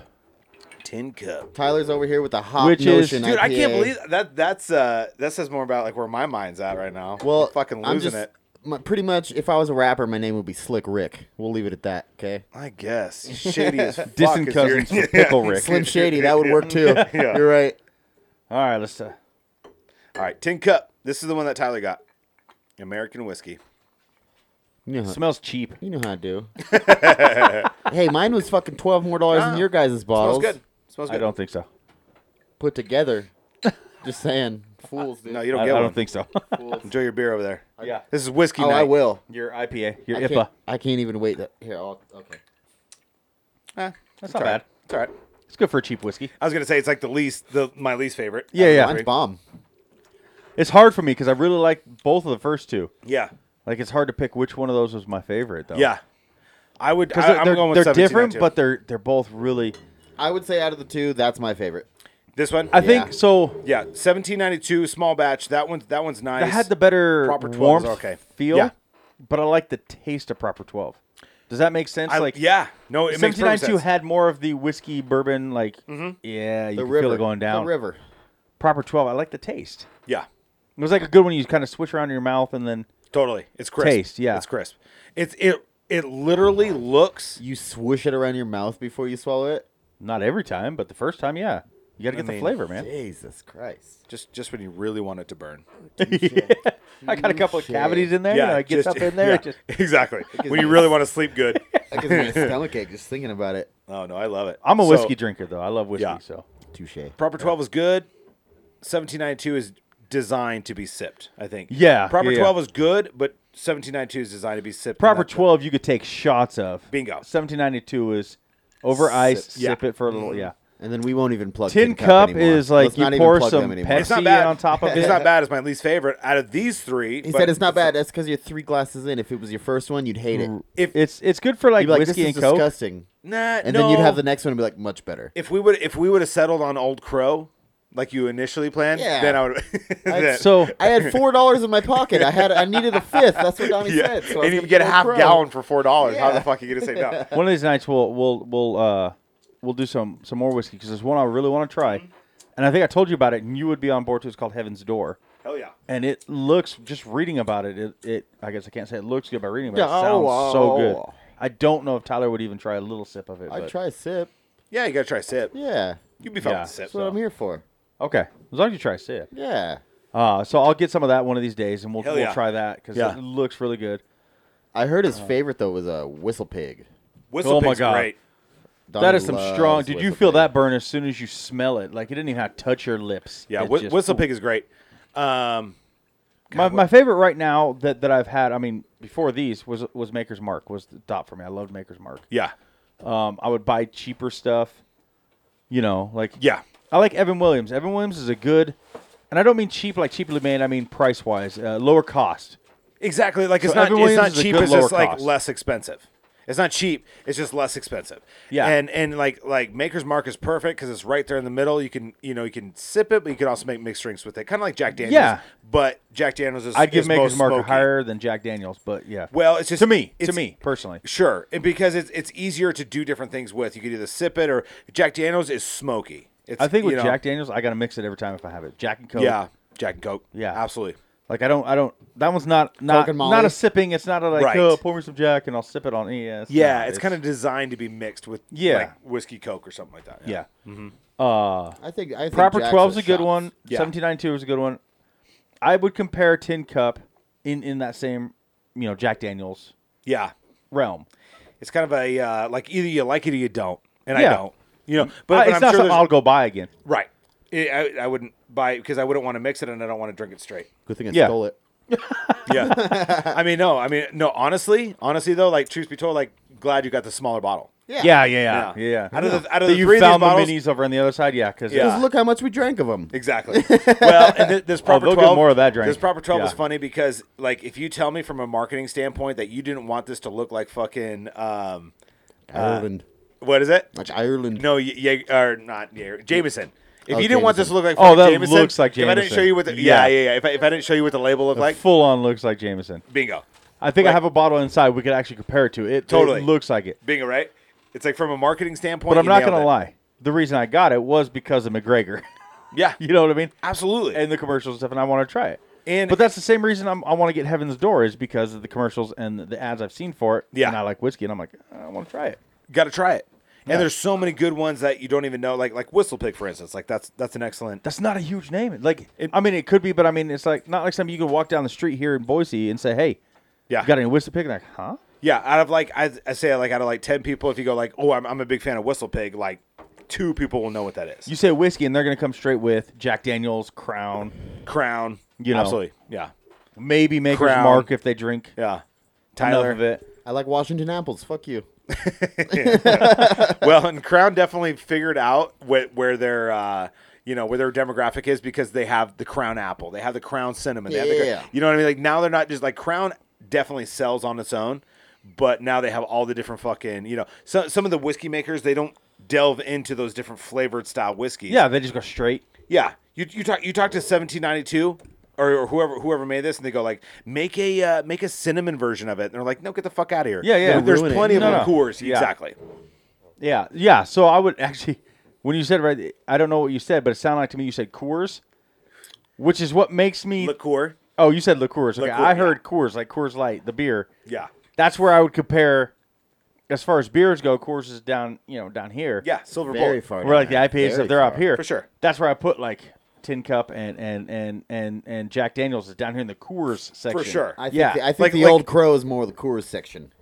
[SPEAKER 4] tin cup.
[SPEAKER 5] Tyler's over here with a hot
[SPEAKER 3] Which is-
[SPEAKER 5] notion
[SPEAKER 4] Dude, I can't
[SPEAKER 5] IPA.
[SPEAKER 4] believe that. That's uh, that says more about like where my mind's at right now.
[SPEAKER 5] Well,
[SPEAKER 4] I'm fucking losing
[SPEAKER 5] I'm just,
[SPEAKER 4] it.
[SPEAKER 5] My, pretty much, if I was a rapper, my name would be Slick Rick. We'll leave it at that. Okay.
[SPEAKER 4] I guess shady as fuck.
[SPEAKER 3] Distant
[SPEAKER 4] is your-
[SPEAKER 3] cousins for Pickle Rick.
[SPEAKER 5] Slim Shady, that would work too.
[SPEAKER 4] Yeah.
[SPEAKER 5] You're right.
[SPEAKER 3] All right, let's. Uh,
[SPEAKER 4] All right, tin cup. This is the one that Tyler got. American whiskey.
[SPEAKER 5] You know, how,
[SPEAKER 3] smells cheap.
[SPEAKER 5] you know how I do. hey, mine was fucking twelve more dollars than
[SPEAKER 4] Ah,
[SPEAKER 5] your guys' bottles
[SPEAKER 4] Smells good. Smells good.
[SPEAKER 3] I don't think so.
[SPEAKER 5] put together. Just saying, fools, dude.
[SPEAKER 4] No, you don't
[SPEAKER 3] I, I
[SPEAKER 4] get
[SPEAKER 3] don't
[SPEAKER 4] one.
[SPEAKER 3] think so.
[SPEAKER 4] Enjoy your beer over there.
[SPEAKER 3] yeah.
[SPEAKER 4] This is whiskey
[SPEAKER 5] oh,
[SPEAKER 4] night.
[SPEAKER 5] I will.
[SPEAKER 3] Your IPA. Your
[SPEAKER 5] I
[SPEAKER 3] IPA.
[SPEAKER 5] can't, I can't even wait. That, here, I'll, okay.
[SPEAKER 4] Eh,
[SPEAKER 3] That's
[SPEAKER 4] it's
[SPEAKER 3] not
[SPEAKER 4] all right.
[SPEAKER 3] bad.
[SPEAKER 4] It's all right.
[SPEAKER 3] It's good for a cheap whiskey.
[SPEAKER 4] I was gonna say it's like the least, the my least favorite.
[SPEAKER 3] Yeah, yeah.
[SPEAKER 5] Mine's bomb.
[SPEAKER 3] It's hard for me because I really like both of the first two.
[SPEAKER 4] yeah,
[SPEAKER 3] Like it's hard to pick which one of those was my favorite though.
[SPEAKER 4] yeah. I would.
[SPEAKER 3] because
[SPEAKER 4] I,
[SPEAKER 3] they're,
[SPEAKER 4] am
[SPEAKER 3] they're,
[SPEAKER 4] going with
[SPEAKER 3] they're
[SPEAKER 4] 17
[SPEAKER 3] different,
[SPEAKER 4] too.
[SPEAKER 3] but they're they're both really.
[SPEAKER 5] I would say out of the two, that's my favorite.
[SPEAKER 4] this one,
[SPEAKER 3] I think
[SPEAKER 5] Yeah.
[SPEAKER 3] so.
[SPEAKER 4] yeah, 1792 small batch. That one's that one's nice.
[SPEAKER 3] That had the better
[SPEAKER 4] Proper 12 is
[SPEAKER 3] warmth
[SPEAKER 4] okay.
[SPEAKER 3] feel,
[SPEAKER 4] Yeah.
[SPEAKER 3] but I like the taste of proper twelve. Does that make sense?
[SPEAKER 4] I,
[SPEAKER 3] like
[SPEAKER 4] yeah, no, it makes perfect
[SPEAKER 3] seventeen ninety two
[SPEAKER 4] sense. Mm-hmm.
[SPEAKER 3] had more of the whiskey bourbon like yeah you
[SPEAKER 5] The
[SPEAKER 3] can
[SPEAKER 5] river
[SPEAKER 3] feel it going down.
[SPEAKER 5] The river.
[SPEAKER 3] Proper twelve, I like the taste.
[SPEAKER 4] yeah,
[SPEAKER 3] It was like a good one. You kind of switch around in your mouth and then
[SPEAKER 4] totally. It's crisp.
[SPEAKER 3] Taste, yeah.
[SPEAKER 4] it's crisp. It's it it literally looks.
[SPEAKER 5] You swoosh it around your mouth before you swallow it.
[SPEAKER 3] not every time, but the first time, yeah, you got to
[SPEAKER 4] I
[SPEAKER 3] get the
[SPEAKER 4] mean,
[SPEAKER 3] flavor, man.
[SPEAKER 5] Jesus Christ.
[SPEAKER 4] Just, just when you really want it to burn.
[SPEAKER 3] I got a couple of
[SPEAKER 5] Touche.
[SPEAKER 3] cavities in there. Yeah, and I get
[SPEAKER 4] just-
[SPEAKER 3] up in there.
[SPEAKER 4] yeah,
[SPEAKER 3] it just
[SPEAKER 4] exactly. When
[SPEAKER 5] me
[SPEAKER 4] you
[SPEAKER 5] a-
[SPEAKER 4] really want to sleep good.
[SPEAKER 5] That gives me a stomachache just thinking about it.
[SPEAKER 4] Oh no, I love it.
[SPEAKER 3] I'm a
[SPEAKER 4] So,
[SPEAKER 3] whiskey drinker though. I love whiskey,
[SPEAKER 4] Yeah.
[SPEAKER 3] so
[SPEAKER 5] Touche.
[SPEAKER 4] Proper 12 is good. 1792 is designed to be sipped, I think.
[SPEAKER 3] Yeah,
[SPEAKER 4] Proper
[SPEAKER 3] yeah, yeah.
[SPEAKER 4] 12 is good, but 1792 is designed to be sipped. and
[SPEAKER 3] proper
[SPEAKER 4] that's-
[SPEAKER 3] 12 you could take shots of.
[SPEAKER 4] Bingo.
[SPEAKER 3] 1792 is over ice,
[SPEAKER 4] yeah.
[SPEAKER 3] sip it for a little. Yeah.
[SPEAKER 5] And then we won't even plug
[SPEAKER 3] Tin
[SPEAKER 5] cup,
[SPEAKER 3] cup
[SPEAKER 5] anymore.
[SPEAKER 3] is like
[SPEAKER 5] Let's
[SPEAKER 3] you
[SPEAKER 5] not even
[SPEAKER 3] pour
[SPEAKER 5] plug
[SPEAKER 3] some
[SPEAKER 5] them anymore.
[SPEAKER 3] Pepsi
[SPEAKER 4] It's not bad.
[SPEAKER 3] on top of
[SPEAKER 4] It's
[SPEAKER 3] it.
[SPEAKER 4] not bad. It's my least favorite out of these three.
[SPEAKER 5] He
[SPEAKER 4] but
[SPEAKER 5] said it's not bad. That's because you're three glasses in. If it was your first one, you'd hate it.
[SPEAKER 4] If
[SPEAKER 3] It's it's good for like,
[SPEAKER 5] Mm-hmm. You'd be like,
[SPEAKER 3] whiskey
[SPEAKER 5] this
[SPEAKER 3] and
[SPEAKER 5] is
[SPEAKER 3] coke.
[SPEAKER 5] disgusting.
[SPEAKER 4] nah,
[SPEAKER 5] And
[SPEAKER 4] no.
[SPEAKER 5] then you'd have the next one and be like, much better.
[SPEAKER 4] If we would, if we would have settled on Old Crow, like you initially planned,
[SPEAKER 5] Yeah.
[SPEAKER 4] then I would. then-
[SPEAKER 3] So
[SPEAKER 5] I had four dollars in my pocket. I had I needed a fifth. That's what Donnie
[SPEAKER 4] yeah,
[SPEAKER 5] said. So I was "Oh,
[SPEAKER 4] and you
[SPEAKER 5] gonna
[SPEAKER 4] get a
[SPEAKER 5] go
[SPEAKER 4] half
[SPEAKER 5] pro.
[SPEAKER 4] gallon for four dollars. How
[SPEAKER 5] Yeah.
[SPEAKER 4] the fuck are you gonna say no?
[SPEAKER 3] one of these nights we'll we'll we'll uh we'll do some some more whiskey because there's one I really want to try,
[SPEAKER 4] Mm-hmm.
[SPEAKER 3] and I think I told you about it, and you would be on board too. It's called Heaven's Door.
[SPEAKER 4] Hell yeah.
[SPEAKER 3] And it looks just reading about it. It, it I guess I can't say it looks good by reading about it. It sounds
[SPEAKER 5] No.
[SPEAKER 3] so good. I don't know if Tyler would even try a little sip of it.
[SPEAKER 5] I'd
[SPEAKER 3] but-
[SPEAKER 5] oh. try a sip.
[SPEAKER 4] Yeah, you gotta try sip.
[SPEAKER 5] Yeah.
[SPEAKER 4] You'd be fine
[SPEAKER 3] Yeah.
[SPEAKER 4] with sip.
[SPEAKER 5] That's what I'm here for.
[SPEAKER 3] Okay, as long as you try a sip.
[SPEAKER 5] Yeah.
[SPEAKER 3] Uh, so I'll get some of that one of these days, and we'll,
[SPEAKER 4] Hell
[SPEAKER 3] we'll
[SPEAKER 4] yeah.
[SPEAKER 3] try that because
[SPEAKER 4] Yeah.
[SPEAKER 3] it looks really good.
[SPEAKER 5] I heard
[SPEAKER 3] Uh.
[SPEAKER 5] his favorite though was a whistle pig.
[SPEAKER 4] Whistle
[SPEAKER 3] Oh my
[SPEAKER 4] Pig's
[SPEAKER 3] God.
[SPEAKER 4] great.
[SPEAKER 5] Donnie
[SPEAKER 3] that is some
[SPEAKER 5] loves
[SPEAKER 3] strong. Did you
[SPEAKER 5] Whistle
[SPEAKER 3] feel
[SPEAKER 5] Pig.
[SPEAKER 3] that burn as soon as you smell it? Like it didn't even have to touch your lips.
[SPEAKER 4] Yeah,
[SPEAKER 3] It
[SPEAKER 4] whi
[SPEAKER 3] just-
[SPEAKER 4] Whistle Pig is great. Um,
[SPEAKER 3] My, my favorite right now that, that I've had. I mean, before these was was Maker's Mark was the top for me. I loved Maker's Mark.
[SPEAKER 4] yeah,
[SPEAKER 3] Um, I would buy cheaper stuff. You know, like
[SPEAKER 4] yeah,
[SPEAKER 3] I like Evan Williams. Evan Williams is a good, and I don't mean cheap like cheaply made. I mean price wise, uh, lower cost.
[SPEAKER 4] exactly. Like it's
[SPEAKER 3] So
[SPEAKER 4] not
[SPEAKER 3] Evan
[SPEAKER 4] it's
[SPEAKER 3] Williams
[SPEAKER 4] not
[SPEAKER 3] is a
[SPEAKER 4] cheap.
[SPEAKER 3] good
[SPEAKER 4] It's just
[SPEAKER 3] lower
[SPEAKER 4] like
[SPEAKER 3] cost.
[SPEAKER 4] less expensive. It's not cheap. It's just less expensive.
[SPEAKER 3] Yeah.
[SPEAKER 4] and and like like Maker's Mark is perfect because it's right there in the middle. You can you know you can sip it, but you can also make mixed drinks with it, kind of like Jack Daniels.
[SPEAKER 3] Yeah.
[SPEAKER 4] but Jack Daniels is
[SPEAKER 3] I'd give
[SPEAKER 4] is
[SPEAKER 3] Maker's
[SPEAKER 4] most
[SPEAKER 3] Mark
[SPEAKER 4] smoky.
[SPEAKER 3] higher than Jack Daniels, but yeah.
[SPEAKER 4] Well, it's just
[SPEAKER 3] to me, to
[SPEAKER 4] it's-
[SPEAKER 3] me personally.
[SPEAKER 4] Sure, and because it's it's easier to do different things with. You could either sip it or Jack Daniels is smoky. It's,
[SPEAKER 3] I think
[SPEAKER 4] you
[SPEAKER 3] with
[SPEAKER 4] know,
[SPEAKER 3] Jack Daniels, I gotta mix it every time if I have it. Jack and Coke.
[SPEAKER 4] yeah, Jack and Coke,
[SPEAKER 3] Yeah.
[SPEAKER 4] absolutely.
[SPEAKER 3] Like I don't, I don't. That one's not not
[SPEAKER 5] and
[SPEAKER 3] not
[SPEAKER 5] Molly?
[SPEAKER 3] a sipping. It's not a like
[SPEAKER 4] Right.
[SPEAKER 3] oh, pour me some Jack and I'll sip it on. Yeah, it's
[SPEAKER 4] Yeah,
[SPEAKER 3] not.
[SPEAKER 4] it's, kind of designed to be mixed with
[SPEAKER 3] Yeah.
[SPEAKER 4] like whiskey coke or something like that.
[SPEAKER 3] yeah.
[SPEAKER 4] Mm-hmm.
[SPEAKER 5] I think I think
[SPEAKER 3] Proper
[SPEAKER 5] Jack's
[SPEAKER 3] 12's a good
[SPEAKER 5] shots.
[SPEAKER 3] one.
[SPEAKER 4] Yeah.
[SPEAKER 3] Seventeen ninety two is a good one. I would compare Tin Cup in in that same you know Jack Daniels
[SPEAKER 4] Yeah.
[SPEAKER 3] realm.
[SPEAKER 4] It's kind of a uh, like either you like it or you don't, and
[SPEAKER 3] Yeah.
[SPEAKER 4] I don't. You know, but,
[SPEAKER 3] But
[SPEAKER 4] but
[SPEAKER 3] it's
[SPEAKER 4] I'm
[SPEAKER 3] not
[SPEAKER 4] sure
[SPEAKER 3] something
[SPEAKER 4] there's-
[SPEAKER 3] I'll go buy again.
[SPEAKER 4] right. I I, I wouldn't buy it because I wouldn't want to mix it, and I don't want to drink it straight.
[SPEAKER 5] Good thing I
[SPEAKER 3] Yeah.
[SPEAKER 5] stole it.
[SPEAKER 4] Yeah. I mean, no. I mean, no. Honestly, honestly though, like truth be told, like glad you got the smaller bottle.
[SPEAKER 3] Yeah, yeah, yeah, yeah.
[SPEAKER 4] Yeah.
[SPEAKER 3] yeah.
[SPEAKER 4] Out of the- out of
[SPEAKER 3] That
[SPEAKER 4] the
[SPEAKER 3] you
[SPEAKER 4] three of these
[SPEAKER 3] found the
[SPEAKER 4] models-
[SPEAKER 3] minis over on the other side, yeah, because
[SPEAKER 4] Yeah.
[SPEAKER 5] Just look how much we drank of them.
[SPEAKER 4] Exactly. well, and th- this proper
[SPEAKER 3] they'll get
[SPEAKER 4] twelve
[SPEAKER 3] more of that drink.
[SPEAKER 4] This proper twelve
[SPEAKER 3] Yeah.
[SPEAKER 4] was funny because, like, if you tell me from a marketing standpoint that you didn't want this to look like fucking um,
[SPEAKER 3] uh,
[SPEAKER 5] Ireland.
[SPEAKER 4] what is it?
[SPEAKER 5] Like Ireland.
[SPEAKER 4] No, yeah, or not yeah, Jameson. If
[SPEAKER 5] Oh,
[SPEAKER 4] you didn't want this to
[SPEAKER 5] Jameson.
[SPEAKER 4] look like
[SPEAKER 3] Oh,
[SPEAKER 4] fucking
[SPEAKER 3] that
[SPEAKER 4] Jameson,
[SPEAKER 3] looks like
[SPEAKER 4] If I didn't show
[SPEAKER 3] Jameson.
[SPEAKER 4] you what the yeah
[SPEAKER 3] Yeah.
[SPEAKER 4] yeah, yeah. If, I, if I didn't show you what the label looked like,
[SPEAKER 3] full on looks like Jameson.
[SPEAKER 4] bingo,
[SPEAKER 3] I think I
[SPEAKER 4] Like-
[SPEAKER 3] have a bottle inside. We could actually compare it to it.
[SPEAKER 4] Totally.
[SPEAKER 3] it looks like it.
[SPEAKER 4] bingo, right? It's like from a marketing standpoint.
[SPEAKER 3] But I'm
[SPEAKER 4] you
[SPEAKER 3] not
[SPEAKER 4] nailed
[SPEAKER 3] gonna
[SPEAKER 4] it.
[SPEAKER 3] lie. The reason I got it was because of McGregor.
[SPEAKER 4] Yeah,
[SPEAKER 3] you know what I mean?
[SPEAKER 4] absolutely.
[SPEAKER 3] And the commercials and stuff, and I want to try it.
[SPEAKER 4] And-
[SPEAKER 3] but that's the same reason I'm, I want to get Heaven's Door is because of the commercials and the ads I've seen for it.
[SPEAKER 4] Yeah.
[SPEAKER 3] and I like whiskey, and I'm like, I want to try it.
[SPEAKER 4] got to try it. And there's so many good ones that you don't even know, like like Whistlepick, for instance. Like that's that's an excellent.
[SPEAKER 3] That's not a huge name. Like, I mean, it could be, but I mean, it's like not like something you can walk down the street here in Boise and say, "Hey,
[SPEAKER 4] Yeah.
[SPEAKER 3] you got any whiskey pick?" And like, huh?
[SPEAKER 4] Yeah, out of like I, I say like out of like ten people, if you go like, oh, I'm, I'm a big fan of Whistle Pig, like two people will know what that is.
[SPEAKER 3] You say whiskey, and they're gonna come straight with Jack Daniel's Crown,
[SPEAKER 4] Crown,
[SPEAKER 3] You know.
[SPEAKER 4] absolutely, yeah,
[SPEAKER 3] maybe Maker's
[SPEAKER 4] Crown.
[SPEAKER 3] Mark if they drink
[SPEAKER 4] yeah.
[SPEAKER 3] enough
[SPEAKER 4] Tyler,
[SPEAKER 3] of it.
[SPEAKER 5] I like Washington apples. Fuck you.
[SPEAKER 4] well, and Crown definitely figured out wh- where their uh, you know where their demographic is because they have the Crown apple, they have the Crown cinnamon, they have the,
[SPEAKER 5] Yeah.
[SPEAKER 4] you know what I mean. Like now they're not just like Crown definitely sells on its own, but now they have all the different fucking you know so, some of the whiskey makers they don't delve into those different flavored style whiskeys.
[SPEAKER 3] Yeah, they just go straight.
[SPEAKER 4] Yeah, you you talk you talk to 1792 or, or whoever whoever made this, and they go like, make a uh, make a cinnamon version of it, and they're like, no, get the fuck out of here.
[SPEAKER 3] Yeah, yeah.
[SPEAKER 4] There- there's
[SPEAKER 5] Ruin it.
[SPEAKER 4] plenty of
[SPEAKER 3] No, no.
[SPEAKER 4] liqueurs.
[SPEAKER 3] Yeah.
[SPEAKER 4] Exactly.
[SPEAKER 3] Yeah, yeah. So I would actually, when you said right, I don't know what you said, but it sounded like to me you said Coors, which is what makes me.
[SPEAKER 4] Liqueur.
[SPEAKER 3] oh, you said liqueurs. Okay,
[SPEAKER 4] Liqueur,
[SPEAKER 3] I
[SPEAKER 4] yeah.
[SPEAKER 3] heard Coors, like Coors Light, the beer.
[SPEAKER 4] Yeah.
[SPEAKER 3] That's where I would compare, as far as beers go. Coors is down, you know, down here.
[SPEAKER 4] Yeah. Silver
[SPEAKER 5] Very
[SPEAKER 4] bullet.
[SPEAKER 5] far.
[SPEAKER 3] We're like the
[SPEAKER 5] down.
[SPEAKER 3] IPAs,
[SPEAKER 5] Very
[SPEAKER 3] if they're up
[SPEAKER 5] far.
[SPEAKER 3] here
[SPEAKER 4] For sure.
[SPEAKER 3] That's where I put like Tin Cup and and and and and Jack Daniels is down here in the Coors section.
[SPEAKER 4] sure.
[SPEAKER 5] I think
[SPEAKER 3] yeah.
[SPEAKER 5] the, I think
[SPEAKER 4] Like-
[SPEAKER 5] the
[SPEAKER 4] like-
[SPEAKER 5] old crow is more the Coors section.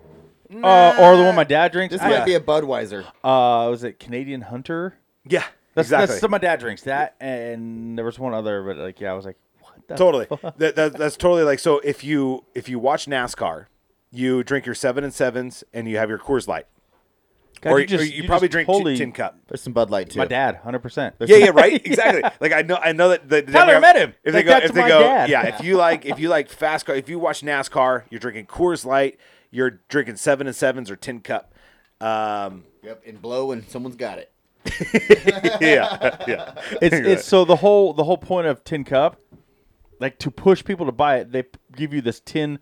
[SPEAKER 3] Uh, or the one my dad drinks.
[SPEAKER 5] This
[SPEAKER 3] I-
[SPEAKER 5] might be a Budweiser.
[SPEAKER 3] uh, was it Canadian Hunter?
[SPEAKER 4] Yeah.
[SPEAKER 3] That's,
[SPEAKER 4] exactly.
[SPEAKER 3] That's what my dad drinks. That and there was one other, but like yeah, I was like, what? The
[SPEAKER 4] totally.
[SPEAKER 3] fuck?
[SPEAKER 4] that, that, that's totally like so. If you if you watch NASCAR, you drink your seven and sevens, and you have your Coors Light,
[SPEAKER 3] God,
[SPEAKER 4] or you, or you probably
[SPEAKER 3] just
[SPEAKER 4] drink
[SPEAKER 3] totally-
[SPEAKER 4] tin cup.
[SPEAKER 5] There's some Bud Light too.
[SPEAKER 3] My dad, hundred percent.
[SPEAKER 4] Yeah, yeah, right. Exactly. Like I know, I know that the, the
[SPEAKER 3] Tyler
[SPEAKER 4] demographic-
[SPEAKER 3] met him.
[SPEAKER 4] If
[SPEAKER 3] Like,
[SPEAKER 4] they go,
[SPEAKER 3] that's
[SPEAKER 4] if they
[SPEAKER 3] my
[SPEAKER 4] go,
[SPEAKER 3] dad.
[SPEAKER 4] yeah. If you like, if you like fast car, if you watch NASCAR, you're drinking Coors Light. You're drinking seven and sevens or tin cup. Um,
[SPEAKER 5] Yep, and blow, and someone's got it.
[SPEAKER 4] yeah, yeah.
[SPEAKER 3] It's it's so the whole the whole point of tin cup, like to push people to buy it, they p- give you this tin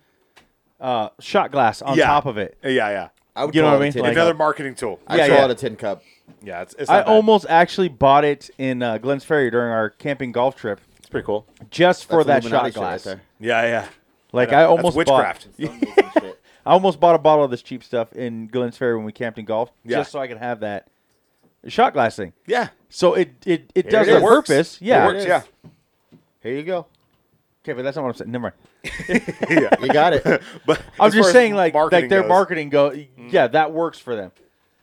[SPEAKER 3] uh, shot glass on
[SPEAKER 4] Yeah.
[SPEAKER 3] top of it.
[SPEAKER 4] yeah, yeah.
[SPEAKER 5] I would
[SPEAKER 3] You know
[SPEAKER 5] call
[SPEAKER 3] what I
[SPEAKER 5] it a
[SPEAKER 3] mean?
[SPEAKER 5] tin
[SPEAKER 3] Like-
[SPEAKER 5] cup.
[SPEAKER 4] Another marketing tool.
[SPEAKER 5] I
[SPEAKER 3] Yeah,
[SPEAKER 5] call
[SPEAKER 3] yeah.
[SPEAKER 5] it a tin cup.
[SPEAKER 4] Yeah, it's, it's
[SPEAKER 3] I
[SPEAKER 4] not bad.
[SPEAKER 3] almost actually bought it in uh, Glens Ferry during our camping golf trip
[SPEAKER 4] It's pretty cool.
[SPEAKER 3] just for
[SPEAKER 5] That's
[SPEAKER 3] that shot
[SPEAKER 5] Illuminati shit right
[SPEAKER 3] glass.
[SPEAKER 5] there.
[SPEAKER 4] Yeah, yeah.
[SPEAKER 3] like
[SPEAKER 4] know.
[SPEAKER 3] I
[SPEAKER 4] That's
[SPEAKER 3] almost
[SPEAKER 4] witchcraft.
[SPEAKER 3] bought.
[SPEAKER 5] Some shit.
[SPEAKER 3] I almost bought a bottle of this cheap stuff in Glens Ferry when we camped in golf,
[SPEAKER 4] Yeah.
[SPEAKER 3] just so I could have that shot glass thing.
[SPEAKER 4] Yeah,
[SPEAKER 3] So it it, it does
[SPEAKER 4] it
[SPEAKER 3] the
[SPEAKER 4] works.
[SPEAKER 3] purpose.
[SPEAKER 4] It
[SPEAKER 3] Yeah.
[SPEAKER 4] works, yeah.
[SPEAKER 5] Here you go.
[SPEAKER 3] Okay, but that's not what I'm saying. Never mind.
[SPEAKER 5] You got it.
[SPEAKER 4] But
[SPEAKER 3] I'm
[SPEAKER 4] as far
[SPEAKER 3] just
[SPEAKER 4] as
[SPEAKER 3] saying like like
[SPEAKER 4] marketing
[SPEAKER 3] their
[SPEAKER 4] goes,
[SPEAKER 3] marketing go. Yeah, that works for them.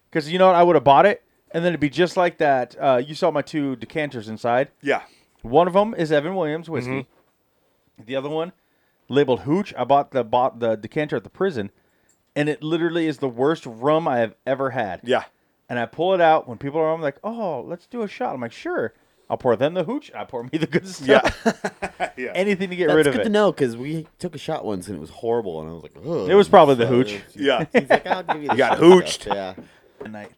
[SPEAKER 3] Because you know what, I would have bought it, and then it'd be just like that. Uh, you saw my two decanters inside.
[SPEAKER 4] Yeah,
[SPEAKER 3] One of them is Evan Williams whiskey. The other one, labeled Hooch. I bought the bought the decanter at the prison, and it literally is the worst rum I have ever had.
[SPEAKER 4] yeah.
[SPEAKER 3] And I pull it out when people are I'm like, "Oh, let's do a shot." I'm like, "Sure." I'll pour them the hooch. I pour me the good stuff.
[SPEAKER 4] Yeah.
[SPEAKER 3] Anything to get
[SPEAKER 5] That's
[SPEAKER 3] rid of
[SPEAKER 5] good
[SPEAKER 3] it.
[SPEAKER 5] to know because we took a shot once and it was horrible, and I was like, Ugh.
[SPEAKER 3] It was probably the hooch.
[SPEAKER 4] Yeah.
[SPEAKER 5] He's like, I'll give you. The
[SPEAKER 4] You got
[SPEAKER 5] shot glass."
[SPEAKER 4] hooched.
[SPEAKER 5] Yeah.
[SPEAKER 3] At night.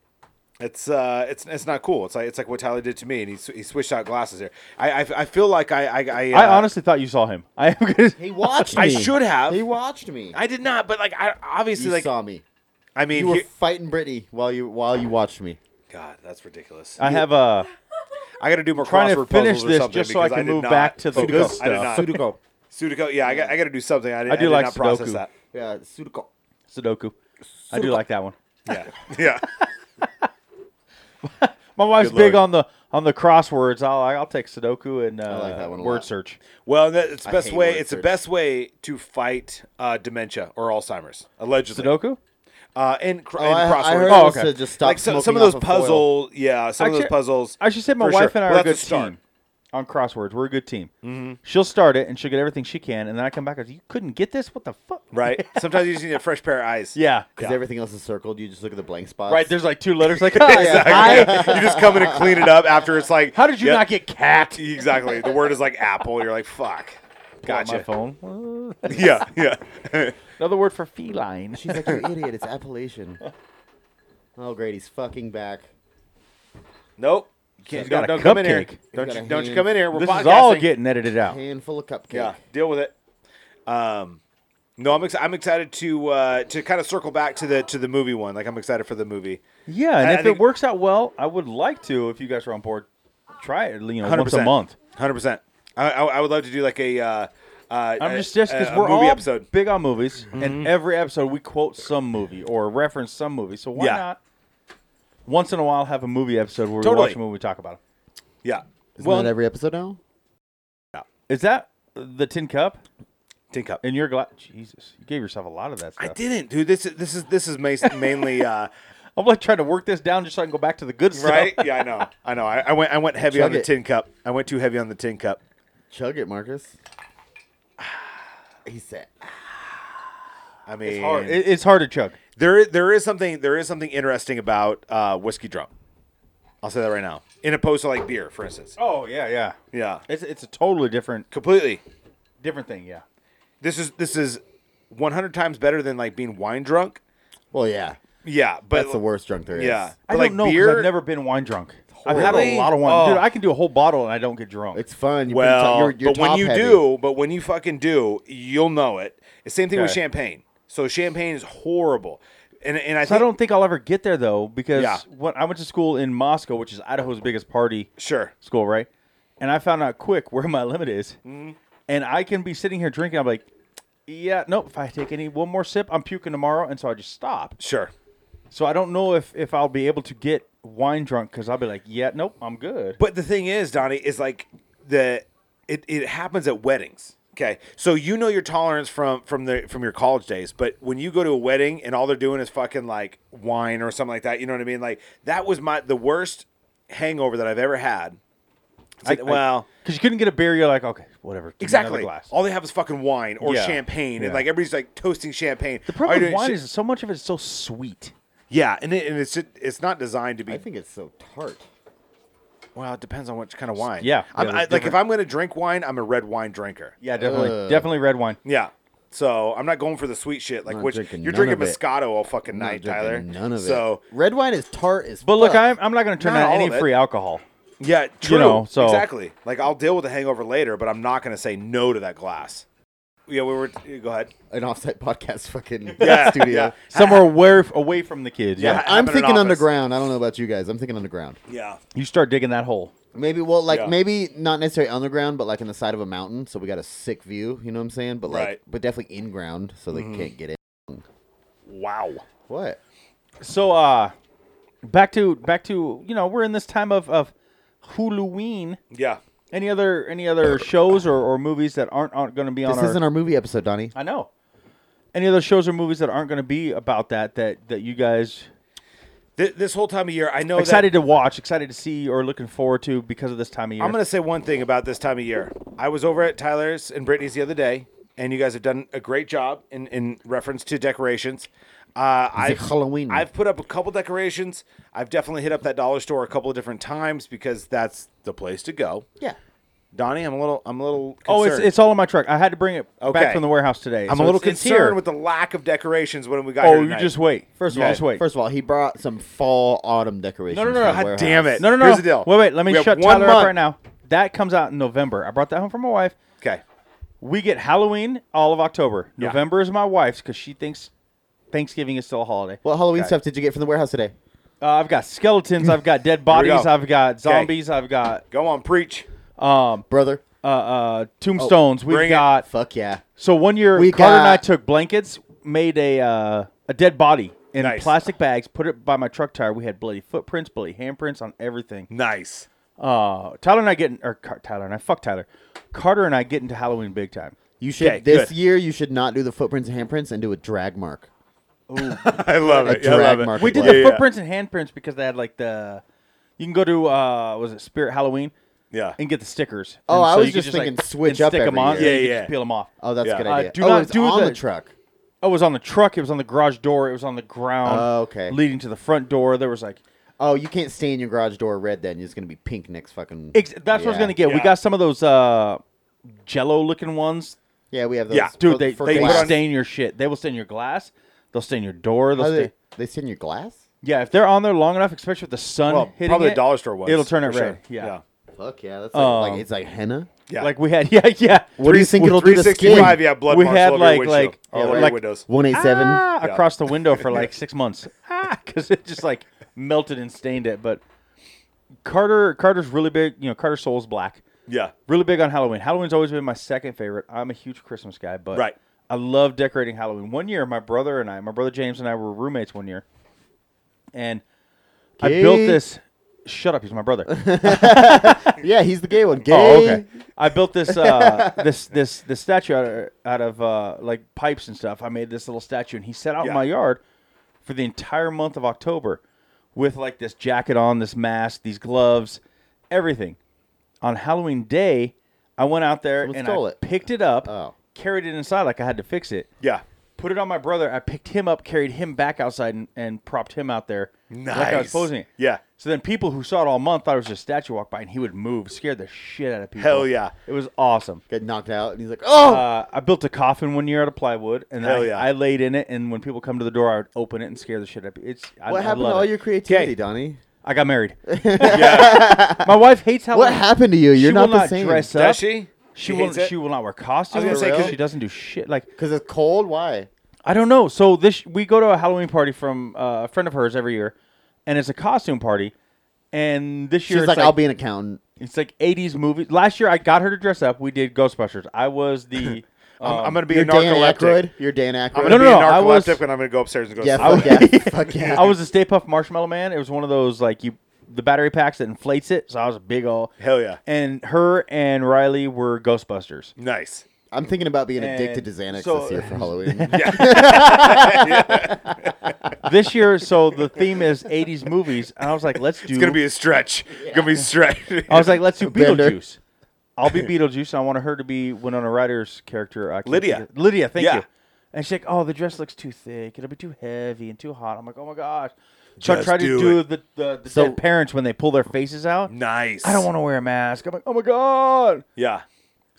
[SPEAKER 4] It's uh, it's it's not cool. It's like it's like what Tyler did to me, and he, sw- he switched out glasses here. I I, I feel like I I I, uh,
[SPEAKER 3] I honestly thought you saw him. I am gonna,
[SPEAKER 5] He watched me.
[SPEAKER 4] I should have.
[SPEAKER 5] He watched me.
[SPEAKER 4] I did not, but like I obviously
[SPEAKER 5] you
[SPEAKER 4] like
[SPEAKER 5] saw me.
[SPEAKER 4] I mean,
[SPEAKER 5] You were
[SPEAKER 4] here-
[SPEAKER 5] fighting Brittany while you while you watched me.
[SPEAKER 4] God, that's ridiculous.
[SPEAKER 3] I have uh, a
[SPEAKER 4] I got to do more
[SPEAKER 3] trying to
[SPEAKER 4] crossword
[SPEAKER 3] finish
[SPEAKER 4] puzzles or
[SPEAKER 3] this
[SPEAKER 4] something
[SPEAKER 3] just so I
[SPEAKER 4] because
[SPEAKER 3] can
[SPEAKER 4] did
[SPEAKER 3] move
[SPEAKER 4] not-
[SPEAKER 3] back to the
[SPEAKER 4] Sudoku.
[SPEAKER 3] good
[SPEAKER 4] I did not.
[SPEAKER 3] stuff.
[SPEAKER 5] Sudoku.
[SPEAKER 4] Sudoku. Yeah, I got, I got to do something. I, did, I
[SPEAKER 3] do
[SPEAKER 4] did
[SPEAKER 3] like
[SPEAKER 4] not process
[SPEAKER 3] Sudoku.
[SPEAKER 4] that.
[SPEAKER 5] Yeah, Sudoku.
[SPEAKER 3] Sudoku. I do like that one.
[SPEAKER 4] Yeah, yeah.
[SPEAKER 3] My wife's
[SPEAKER 4] Good lord.
[SPEAKER 3] big on the on the crosswords. I'll I'll take Sudoku and uh,
[SPEAKER 5] like that one a
[SPEAKER 3] word
[SPEAKER 5] lot.
[SPEAKER 3] search.
[SPEAKER 4] Well, that, it's the
[SPEAKER 5] I
[SPEAKER 4] best
[SPEAKER 5] hate
[SPEAKER 4] way.
[SPEAKER 5] word
[SPEAKER 4] It's the
[SPEAKER 5] search.
[SPEAKER 4] best way to fight uh, dementia or Alzheimer's, allegedly.
[SPEAKER 3] Sudoku.
[SPEAKER 4] Uh, and, cr-
[SPEAKER 5] Oh,
[SPEAKER 4] and
[SPEAKER 5] I,
[SPEAKER 4] crossword.
[SPEAKER 5] I heard
[SPEAKER 3] Oh,
[SPEAKER 5] it was
[SPEAKER 3] okay.
[SPEAKER 5] to just stop
[SPEAKER 4] like so, some
[SPEAKER 5] smoking
[SPEAKER 4] of those
[SPEAKER 5] off of foil.
[SPEAKER 4] puzzle, yeah, some of
[SPEAKER 3] Actually-
[SPEAKER 4] those puzzles.
[SPEAKER 3] I should say my
[SPEAKER 4] for sure.
[SPEAKER 3] wife and I
[SPEAKER 4] Well,
[SPEAKER 3] are a
[SPEAKER 4] that's
[SPEAKER 3] good
[SPEAKER 4] start.
[SPEAKER 3] team. on crosswords. We're a good team. She'll start it and she'll get everything she can, and then I come back. I say, you couldn't get this. What the fuck?
[SPEAKER 4] right? Sometimes you just need a fresh pair of eyes.
[SPEAKER 3] Yeah.
[SPEAKER 5] Because everything else is circled. You just look at the blank spots.
[SPEAKER 3] Right. There's like two letters. Like, "Ah, yeah,
[SPEAKER 4] Exactly. you just come in and clean it up after it's like.
[SPEAKER 3] How did you
[SPEAKER 4] Yep.
[SPEAKER 3] not get cat?
[SPEAKER 4] Exactly. The word is like apple. You're like fuck.
[SPEAKER 3] Got My
[SPEAKER 4] Gotcha.
[SPEAKER 3] phone.
[SPEAKER 4] Yeah, yeah.
[SPEAKER 3] Another word for feline.
[SPEAKER 5] She's like, you idiot. It's Appalachian. Oh, great. He's fucking back.
[SPEAKER 4] nope. You can't,
[SPEAKER 3] She's
[SPEAKER 4] don't
[SPEAKER 3] got a
[SPEAKER 4] don't come in here.
[SPEAKER 3] cupcake.
[SPEAKER 4] Don't
[SPEAKER 5] She's got
[SPEAKER 4] you,
[SPEAKER 5] a
[SPEAKER 4] don't you
[SPEAKER 5] hand.
[SPEAKER 4] come in here. We're
[SPEAKER 3] This is all
[SPEAKER 4] podcasting.
[SPEAKER 3] getting edited out.
[SPEAKER 5] Handful of cupcake.
[SPEAKER 4] Yeah, deal with it. Um, no, I'm ex- I'm excited to uh, to kind of circle back to the to the movie one. Like I'm excited for the movie.
[SPEAKER 3] Yeah, and
[SPEAKER 4] I- I
[SPEAKER 3] if
[SPEAKER 4] think-
[SPEAKER 3] it works out well, I would like to. If you guys are on board, try it. You know, once a month.
[SPEAKER 4] Hundred percent. I, I I would love to do like a. Uh, uh,
[SPEAKER 3] I'm
[SPEAKER 4] a-
[SPEAKER 3] just just because
[SPEAKER 4] a- a
[SPEAKER 3] we're
[SPEAKER 4] movie
[SPEAKER 3] all
[SPEAKER 4] episode.
[SPEAKER 3] big on movies, and every episode we quote some movie or reference some movie. So why
[SPEAKER 4] Yeah.
[SPEAKER 3] not? Once in a while, have a movie episode where we
[SPEAKER 4] Totally.
[SPEAKER 3] watch a movie, we talk about it.
[SPEAKER 4] Yeah,
[SPEAKER 5] Isn't
[SPEAKER 3] Well,
[SPEAKER 5] that every episode now?
[SPEAKER 3] is that the tin cup
[SPEAKER 4] tin cup.
[SPEAKER 3] in your glass? Jesus, you gave yourself a lot of that
[SPEAKER 4] I
[SPEAKER 3] stuff.
[SPEAKER 4] didn't, dude. This is this is this is mas- mainly uh,
[SPEAKER 3] I'm like trying to work this down just so I can go back to the good stuff.
[SPEAKER 4] right. Yeah, I know. I know. I, I went I went heavy on
[SPEAKER 5] Chug
[SPEAKER 4] the
[SPEAKER 5] it.
[SPEAKER 4] tin cup. I went too heavy on the tin cup.
[SPEAKER 5] Chug it, Marcus. He said,
[SPEAKER 4] "Ah." I mean,
[SPEAKER 3] It's hard. It- it's hard to chug.
[SPEAKER 4] There, there is something, there is something interesting about uh, whiskey drum. I'll say that right now. In opposed to like beer, for instance.
[SPEAKER 3] Oh yeah, yeah,
[SPEAKER 4] Yeah,
[SPEAKER 3] It's it's a totally different
[SPEAKER 4] completely.
[SPEAKER 3] different thing. Yeah.
[SPEAKER 4] This is this is 100 times better than like being wine drunk.
[SPEAKER 5] well, yeah.
[SPEAKER 4] Yeah, but
[SPEAKER 5] That's the worst drunk there is.
[SPEAKER 4] Yeah, But,
[SPEAKER 3] I don't
[SPEAKER 4] like
[SPEAKER 3] know 'cause
[SPEAKER 4] beer.
[SPEAKER 3] I've never been wine drunk. I've had
[SPEAKER 4] Really?
[SPEAKER 3] a lot of wine, dude.
[SPEAKER 4] Oh.
[SPEAKER 3] I can do a whole bottle and I don't get drunk.
[SPEAKER 5] It's fun. You've been
[SPEAKER 4] well,
[SPEAKER 5] ta- you're- you're
[SPEAKER 4] but when
[SPEAKER 5] top
[SPEAKER 4] you
[SPEAKER 5] heavy.
[SPEAKER 4] do, but when you fucking do, you'll know it. It's same thing with
[SPEAKER 3] Okay.
[SPEAKER 4] champagne. So champagne is horrible, and and I
[SPEAKER 3] So I
[SPEAKER 4] think
[SPEAKER 3] don't think I'll ever get there though, because
[SPEAKER 4] Yeah.
[SPEAKER 3] when I went to school in Moscow, which is Idaho's biggest party
[SPEAKER 4] sure.
[SPEAKER 3] school, right? And I found out quick where my limit is, and I can be sitting here drinking. I'm like, yeah, nope. If I take any one more sip, I'm puking tomorrow, and so I just stop.
[SPEAKER 4] Sure.
[SPEAKER 3] So I don't know if if I'll be able to get wine drunk because I'll be like, yeah, nope, I'm good.
[SPEAKER 4] But the thing is, Donnie, is like the it, it happens at weddings. Okay. So you know your tolerance from from the from your college days, but when you go to a wedding and all they're doing is fucking like wine or something like that, you know what I mean? Like that was my the worst hangover that I've ever had. It's like, well,
[SPEAKER 3] because you couldn't get a beer, you're like, okay, whatever. give me another
[SPEAKER 4] exactly.
[SPEAKER 3] glass.
[SPEAKER 4] All they have is fucking wine or
[SPEAKER 3] Yeah.
[SPEAKER 4] champagne, and
[SPEAKER 3] Yeah.
[SPEAKER 4] like everybody's like toasting champagne.
[SPEAKER 3] The problem with wine
[SPEAKER 4] shit-
[SPEAKER 3] is so much of it is so sweet.
[SPEAKER 4] yeah, and, it, and it's it's not designed to be
[SPEAKER 5] I think it's so tart.
[SPEAKER 4] Well, it depends on which kind of wine.
[SPEAKER 3] Yeah,
[SPEAKER 4] I'm,
[SPEAKER 3] yeah,
[SPEAKER 4] I,
[SPEAKER 3] there's
[SPEAKER 4] like if
[SPEAKER 3] different-
[SPEAKER 4] I'm going to drink wine, I'm a red wine drinker.
[SPEAKER 3] Yeah, definitely,
[SPEAKER 5] Ugh.
[SPEAKER 3] definitely red wine.
[SPEAKER 4] Yeah. So I'm not going for the sweet shit. Like
[SPEAKER 5] Not
[SPEAKER 4] which
[SPEAKER 5] drinking
[SPEAKER 4] you're
[SPEAKER 5] none
[SPEAKER 4] drinking
[SPEAKER 5] of it.
[SPEAKER 4] Moscato all fucking
[SPEAKER 5] Not
[SPEAKER 4] night,
[SPEAKER 5] drinking
[SPEAKER 4] Tyler.
[SPEAKER 5] None of
[SPEAKER 4] so,
[SPEAKER 5] it. Red wine is tart as
[SPEAKER 3] But look,
[SPEAKER 5] fuck.
[SPEAKER 3] I'm, I'm not going to turn
[SPEAKER 4] Not
[SPEAKER 3] down
[SPEAKER 4] all
[SPEAKER 3] any
[SPEAKER 4] of it.
[SPEAKER 3] free alcohol.
[SPEAKER 4] yeah, true.
[SPEAKER 3] know, so-
[SPEAKER 4] exactly. Like I'll deal with the hangover later, but I'm not going to say no to that glass. Yeah, we were. Go ahead.
[SPEAKER 5] an offsite podcast fucking
[SPEAKER 4] Yeah,
[SPEAKER 5] studio.
[SPEAKER 4] yeah.
[SPEAKER 3] somewhere where away from the kids. Yeah.
[SPEAKER 4] Yeah.
[SPEAKER 5] I'm
[SPEAKER 4] Having an
[SPEAKER 5] thinking
[SPEAKER 4] office.
[SPEAKER 5] underground. I don't know about you guys. I'm thinking underground.
[SPEAKER 4] Yeah.
[SPEAKER 3] you start digging that hole.
[SPEAKER 5] Maybe well, like
[SPEAKER 4] Yeah.
[SPEAKER 5] maybe not necessarily underground, but like in the side of a mountain, so we got a sick view. You know what I'm saying? But like,
[SPEAKER 4] Right.
[SPEAKER 5] but definitely in ground, so they can't get in.
[SPEAKER 4] Wow.
[SPEAKER 5] What?
[SPEAKER 3] So uh back to back to you know we're in this time of of Halloween.
[SPEAKER 4] Yeah.
[SPEAKER 3] Any other any other shows or, or movies that aren't, aren't going to be on
[SPEAKER 5] This
[SPEAKER 3] our?
[SPEAKER 5] isn't our movie episode, Donnie.
[SPEAKER 3] I know. Any other shows or movies that aren't going to be about that that that you guys
[SPEAKER 4] Th- this whole time of year, I know.
[SPEAKER 3] excited
[SPEAKER 4] Excited.
[SPEAKER 3] to watch, excited to see, or looking forward to because of this time of year?
[SPEAKER 4] I'm going to say one thing about this time of year. I was over at Tyler's and Brittany's the other day, and you guys have done a great job in in reference to decorations. Uh, I
[SPEAKER 5] It's like Halloween.
[SPEAKER 4] I've put up a couple decorations. I've definitely hit up that dollar store a couple of different times because that's the place to go.
[SPEAKER 5] yeah.
[SPEAKER 4] Donnie, I'm a little, I'm a little. Concerned.
[SPEAKER 3] Oh, it's, it's all in my truck. I had to bring it
[SPEAKER 4] Okay.
[SPEAKER 3] back from the warehouse today.
[SPEAKER 4] I'm
[SPEAKER 3] so
[SPEAKER 4] a little
[SPEAKER 3] it's- it's
[SPEAKER 4] concerned
[SPEAKER 3] here.
[SPEAKER 4] with the lack of decorations when we got here.
[SPEAKER 3] Oh, you
[SPEAKER 4] tonight.
[SPEAKER 3] just wait.
[SPEAKER 5] First of
[SPEAKER 3] You
[SPEAKER 5] all,
[SPEAKER 3] just wait.
[SPEAKER 5] first of all, he brought some fall autumn decorations.
[SPEAKER 3] no, no,
[SPEAKER 5] from the
[SPEAKER 3] God
[SPEAKER 5] warehouse.
[SPEAKER 4] damn it.
[SPEAKER 3] No, no, no.
[SPEAKER 4] Here's the deal.
[SPEAKER 3] Wait, wait. Let me
[SPEAKER 4] We have
[SPEAKER 3] shut
[SPEAKER 4] one
[SPEAKER 3] Tyler up
[SPEAKER 4] month.
[SPEAKER 3] right now. That comes out in November. I brought that home from my wife.
[SPEAKER 4] okay.
[SPEAKER 3] We get Halloween all of October.
[SPEAKER 4] Yeah.
[SPEAKER 3] November is my wife's because she thinks Thanksgiving is still a holiday.
[SPEAKER 5] What Halloween
[SPEAKER 4] Okay.
[SPEAKER 5] stuff did you get from the warehouse today?
[SPEAKER 3] Uh, I've got skeletons. I've got dead bodies.
[SPEAKER 4] go.
[SPEAKER 3] I've got zombies. I've got
[SPEAKER 4] Go on, preach.
[SPEAKER 3] um,
[SPEAKER 5] Brother,
[SPEAKER 3] uh, uh, tombstones. We've
[SPEAKER 4] Oh, bring it.
[SPEAKER 3] got
[SPEAKER 5] fuck yeah.
[SPEAKER 3] so one year
[SPEAKER 5] We
[SPEAKER 3] Carter and I
[SPEAKER 5] got-
[SPEAKER 3] took blankets, made a uh, a dead body in
[SPEAKER 4] Nice.
[SPEAKER 3] plastic bags, put it by my truck tire. We had bloody footprints, bloody handprints on everything.
[SPEAKER 4] Nice.
[SPEAKER 3] Uh, Tyler and I get in, or Car- Tyler and I fuck Tyler, Carter and I get into Halloween big time.
[SPEAKER 5] You should
[SPEAKER 4] Okay,
[SPEAKER 5] this
[SPEAKER 4] good.
[SPEAKER 5] year you should not do the footprints and handprints and do a drag mark.
[SPEAKER 4] I love it.
[SPEAKER 5] A
[SPEAKER 4] I love
[SPEAKER 5] drag
[SPEAKER 4] it.
[SPEAKER 5] market
[SPEAKER 3] We did
[SPEAKER 5] Yeah,
[SPEAKER 3] the footprints and handprints because they had like the, you can go to uh was it Spirit Halloween
[SPEAKER 4] Yeah.
[SPEAKER 3] and get the stickers.
[SPEAKER 5] Oh,
[SPEAKER 3] And
[SPEAKER 5] I
[SPEAKER 3] so
[SPEAKER 5] was
[SPEAKER 3] you could
[SPEAKER 5] just thinking
[SPEAKER 3] like,
[SPEAKER 5] switch
[SPEAKER 3] and
[SPEAKER 5] up
[SPEAKER 3] stick them
[SPEAKER 5] every
[SPEAKER 3] on.
[SPEAKER 5] year.
[SPEAKER 3] and you
[SPEAKER 4] Yeah,
[SPEAKER 3] could
[SPEAKER 4] yeah.
[SPEAKER 3] peel them off.
[SPEAKER 5] Oh, that's
[SPEAKER 4] Yeah.
[SPEAKER 5] a good
[SPEAKER 4] Uh,
[SPEAKER 5] idea.
[SPEAKER 3] do
[SPEAKER 5] oh,
[SPEAKER 3] not
[SPEAKER 5] it's
[SPEAKER 3] do
[SPEAKER 5] on
[SPEAKER 3] the-
[SPEAKER 5] truck.
[SPEAKER 3] I was on the truck. It was on the garage door. It was on the ground.
[SPEAKER 5] Oh, okay.
[SPEAKER 3] Leading to the front door. There was like
[SPEAKER 5] Oh, you can't stain your garage door red then. It's gonna be pink next fucking.
[SPEAKER 3] Ex- that's what I was
[SPEAKER 5] Yeah.
[SPEAKER 3] gonna get. We
[SPEAKER 4] Yeah.
[SPEAKER 3] got some of those uh, Jello looking ones,
[SPEAKER 5] Yeah, we have those.
[SPEAKER 4] Yeah.
[SPEAKER 3] dude.
[SPEAKER 5] for-
[SPEAKER 3] they
[SPEAKER 5] for
[SPEAKER 3] they
[SPEAKER 5] glass.
[SPEAKER 3] will
[SPEAKER 4] put on-
[SPEAKER 3] stain your shit. They will stain your glass. They'll stain your door. They'll
[SPEAKER 5] How do
[SPEAKER 3] stain,
[SPEAKER 5] they, they stain your glass?
[SPEAKER 3] yeah, if they're on there long enough, especially with the sun
[SPEAKER 4] Well,
[SPEAKER 3] hitting
[SPEAKER 4] probably
[SPEAKER 3] it,
[SPEAKER 4] the dollar store was.
[SPEAKER 3] It'll turn it
[SPEAKER 4] for sure.
[SPEAKER 3] red. Yeah.
[SPEAKER 5] Fuck yeah, that's like, like-
[SPEAKER 3] Um,
[SPEAKER 5] it's like henna.
[SPEAKER 4] Yeah.
[SPEAKER 3] like we had. Yeah, yeah.
[SPEAKER 5] What do you think it'll do to
[SPEAKER 4] 365,
[SPEAKER 5] skin?
[SPEAKER 4] yeah, blood
[SPEAKER 3] We
[SPEAKER 4] marks
[SPEAKER 3] had
[SPEAKER 4] all over your
[SPEAKER 3] like-
[SPEAKER 4] windshield,
[SPEAKER 3] like-
[SPEAKER 4] all
[SPEAKER 3] yeah,
[SPEAKER 4] over your
[SPEAKER 3] like-
[SPEAKER 4] windows.
[SPEAKER 5] One eight seven.
[SPEAKER 3] Ah,
[SPEAKER 4] Yeah.
[SPEAKER 3] across the window for like six months because it just like melted and stained it. But Carter, Carter's really big. You know, Carter Soul's black.
[SPEAKER 4] Yeah.
[SPEAKER 3] Really big on Halloween. Halloween's always been my second favorite. I'm a huge Christmas guy, but
[SPEAKER 4] Right.
[SPEAKER 3] I love decorating Halloween. One year, my brother and I, my brother James and I, were roommates one year, and I built
[SPEAKER 5] Gay.
[SPEAKER 3] this. Shut up! He's my brother.
[SPEAKER 5] Yeah, he's the gay one. Gay.
[SPEAKER 3] Oh, okay. I built this uh, this this this statue out of, out of uh, like pipes and stuff. I made this little statue, and he sat out
[SPEAKER 4] Yeah.
[SPEAKER 3] in my yard for the entire month of October with like this jacket on, this mask, these gloves, everything. On Halloween day, I went out there
[SPEAKER 5] Someone
[SPEAKER 3] and
[SPEAKER 5] stole
[SPEAKER 3] I
[SPEAKER 5] it.
[SPEAKER 3] picked it up,
[SPEAKER 5] Oh.
[SPEAKER 3] carried it inside like I had to fix it.
[SPEAKER 4] Yeah.
[SPEAKER 3] Put it on my brother. I picked him up, carried him back outside, and, and propped him out there like I was
[SPEAKER 4] Nice.
[SPEAKER 3] posing it.
[SPEAKER 4] Yeah.
[SPEAKER 3] So then people who saw it all month thought it was just a statue walk by, and he would move, scared the shit out of people.
[SPEAKER 4] Hell yeah.
[SPEAKER 3] It was awesome.
[SPEAKER 5] Get knocked out, and he's like, "Oh,
[SPEAKER 3] Uh, I built a coffin one year out of plywood, and
[SPEAKER 4] Hell
[SPEAKER 3] I,
[SPEAKER 4] yeah.
[SPEAKER 3] I laid in it. And when people come to the door, I would open it and scare the shit out of people. It's I,
[SPEAKER 5] what
[SPEAKER 3] I
[SPEAKER 5] happened to
[SPEAKER 3] love
[SPEAKER 5] all
[SPEAKER 3] it.
[SPEAKER 5] your creativity,
[SPEAKER 4] Gay.
[SPEAKER 5] Donnie?
[SPEAKER 3] I got married. My wife hates Halloween.
[SPEAKER 5] What happened to you? You're
[SPEAKER 3] she
[SPEAKER 5] not
[SPEAKER 3] will
[SPEAKER 5] the
[SPEAKER 3] not
[SPEAKER 5] same.
[SPEAKER 3] dress up.
[SPEAKER 4] Does she?
[SPEAKER 3] She will.
[SPEAKER 4] hates it?
[SPEAKER 3] She will not wear costumes.
[SPEAKER 4] gonna say, 'cause-
[SPEAKER 3] she doesn't do shit. Like
[SPEAKER 5] Because it's cold. Why?
[SPEAKER 3] I don't know. So this we go to a Halloween party from uh, a friend of hers every year, and it's a costume party. And this year
[SPEAKER 5] She's
[SPEAKER 3] it's
[SPEAKER 5] like, "I'll be an accountant."
[SPEAKER 3] It's like '80s movies. Last year, I got her to dress up. We did Ghostbusters. I was the.
[SPEAKER 4] I'm,
[SPEAKER 3] um,
[SPEAKER 4] I'm gonna be a
[SPEAKER 5] You're Dan
[SPEAKER 4] narcoleptic.
[SPEAKER 5] Aykroyd. You're Dan
[SPEAKER 4] I'm
[SPEAKER 5] Aykroyd.
[SPEAKER 4] gonna
[SPEAKER 3] No,
[SPEAKER 4] be
[SPEAKER 3] no,
[SPEAKER 4] a
[SPEAKER 3] no,
[SPEAKER 4] narcoleptic,
[SPEAKER 3] I was-
[SPEAKER 4] and I'm gonna go upstairs and go.
[SPEAKER 5] Yeah,
[SPEAKER 4] sleep.
[SPEAKER 5] fuck yeah, fuck yeah.
[SPEAKER 3] I was the Stay Puff Marshmallow Man. It was one of those like you, the battery packs that inflates it. So I was a big ol'
[SPEAKER 4] Hell yeah.
[SPEAKER 3] And her and Riley were Ghostbusters.
[SPEAKER 4] Nice.
[SPEAKER 5] I'm thinking about being addicted to
[SPEAKER 3] And
[SPEAKER 5] Xanax
[SPEAKER 3] so-
[SPEAKER 5] this year for Halloween.
[SPEAKER 3] this year, so the theme is '80s movies, and I was like, let's do.
[SPEAKER 4] It's gonna be a stretch. It's Gonna be a stretch.
[SPEAKER 3] I was like, let's do
[SPEAKER 5] Bender.
[SPEAKER 3] Beetlejuice. I'll be Beetlejuice, and I want her to be Winona Ryder's character. I can't
[SPEAKER 4] Lydia.
[SPEAKER 3] think of- Lydia, thank
[SPEAKER 4] Yeah.
[SPEAKER 3] you. And she's like, oh, the dress looks too thick. It'll be too heavy and too hot. I'm like, oh my gosh. So I
[SPEAKER 4] Just
[SPEAKER 3] try to
[SPEAKER 4] do
[SPEAKER 3] do
[SPEAKER 4] it.
[SPEAKER 3] the, the, the
[SPEAKER 5] So-
[SPEAKER 3] dead parents when they pull their faces out.
[SPEAKER 4] nice.
[SPEAKER 3] I don't want to wear a mask. I'm like, oh my god.
[SPEAKER 4] Yeah.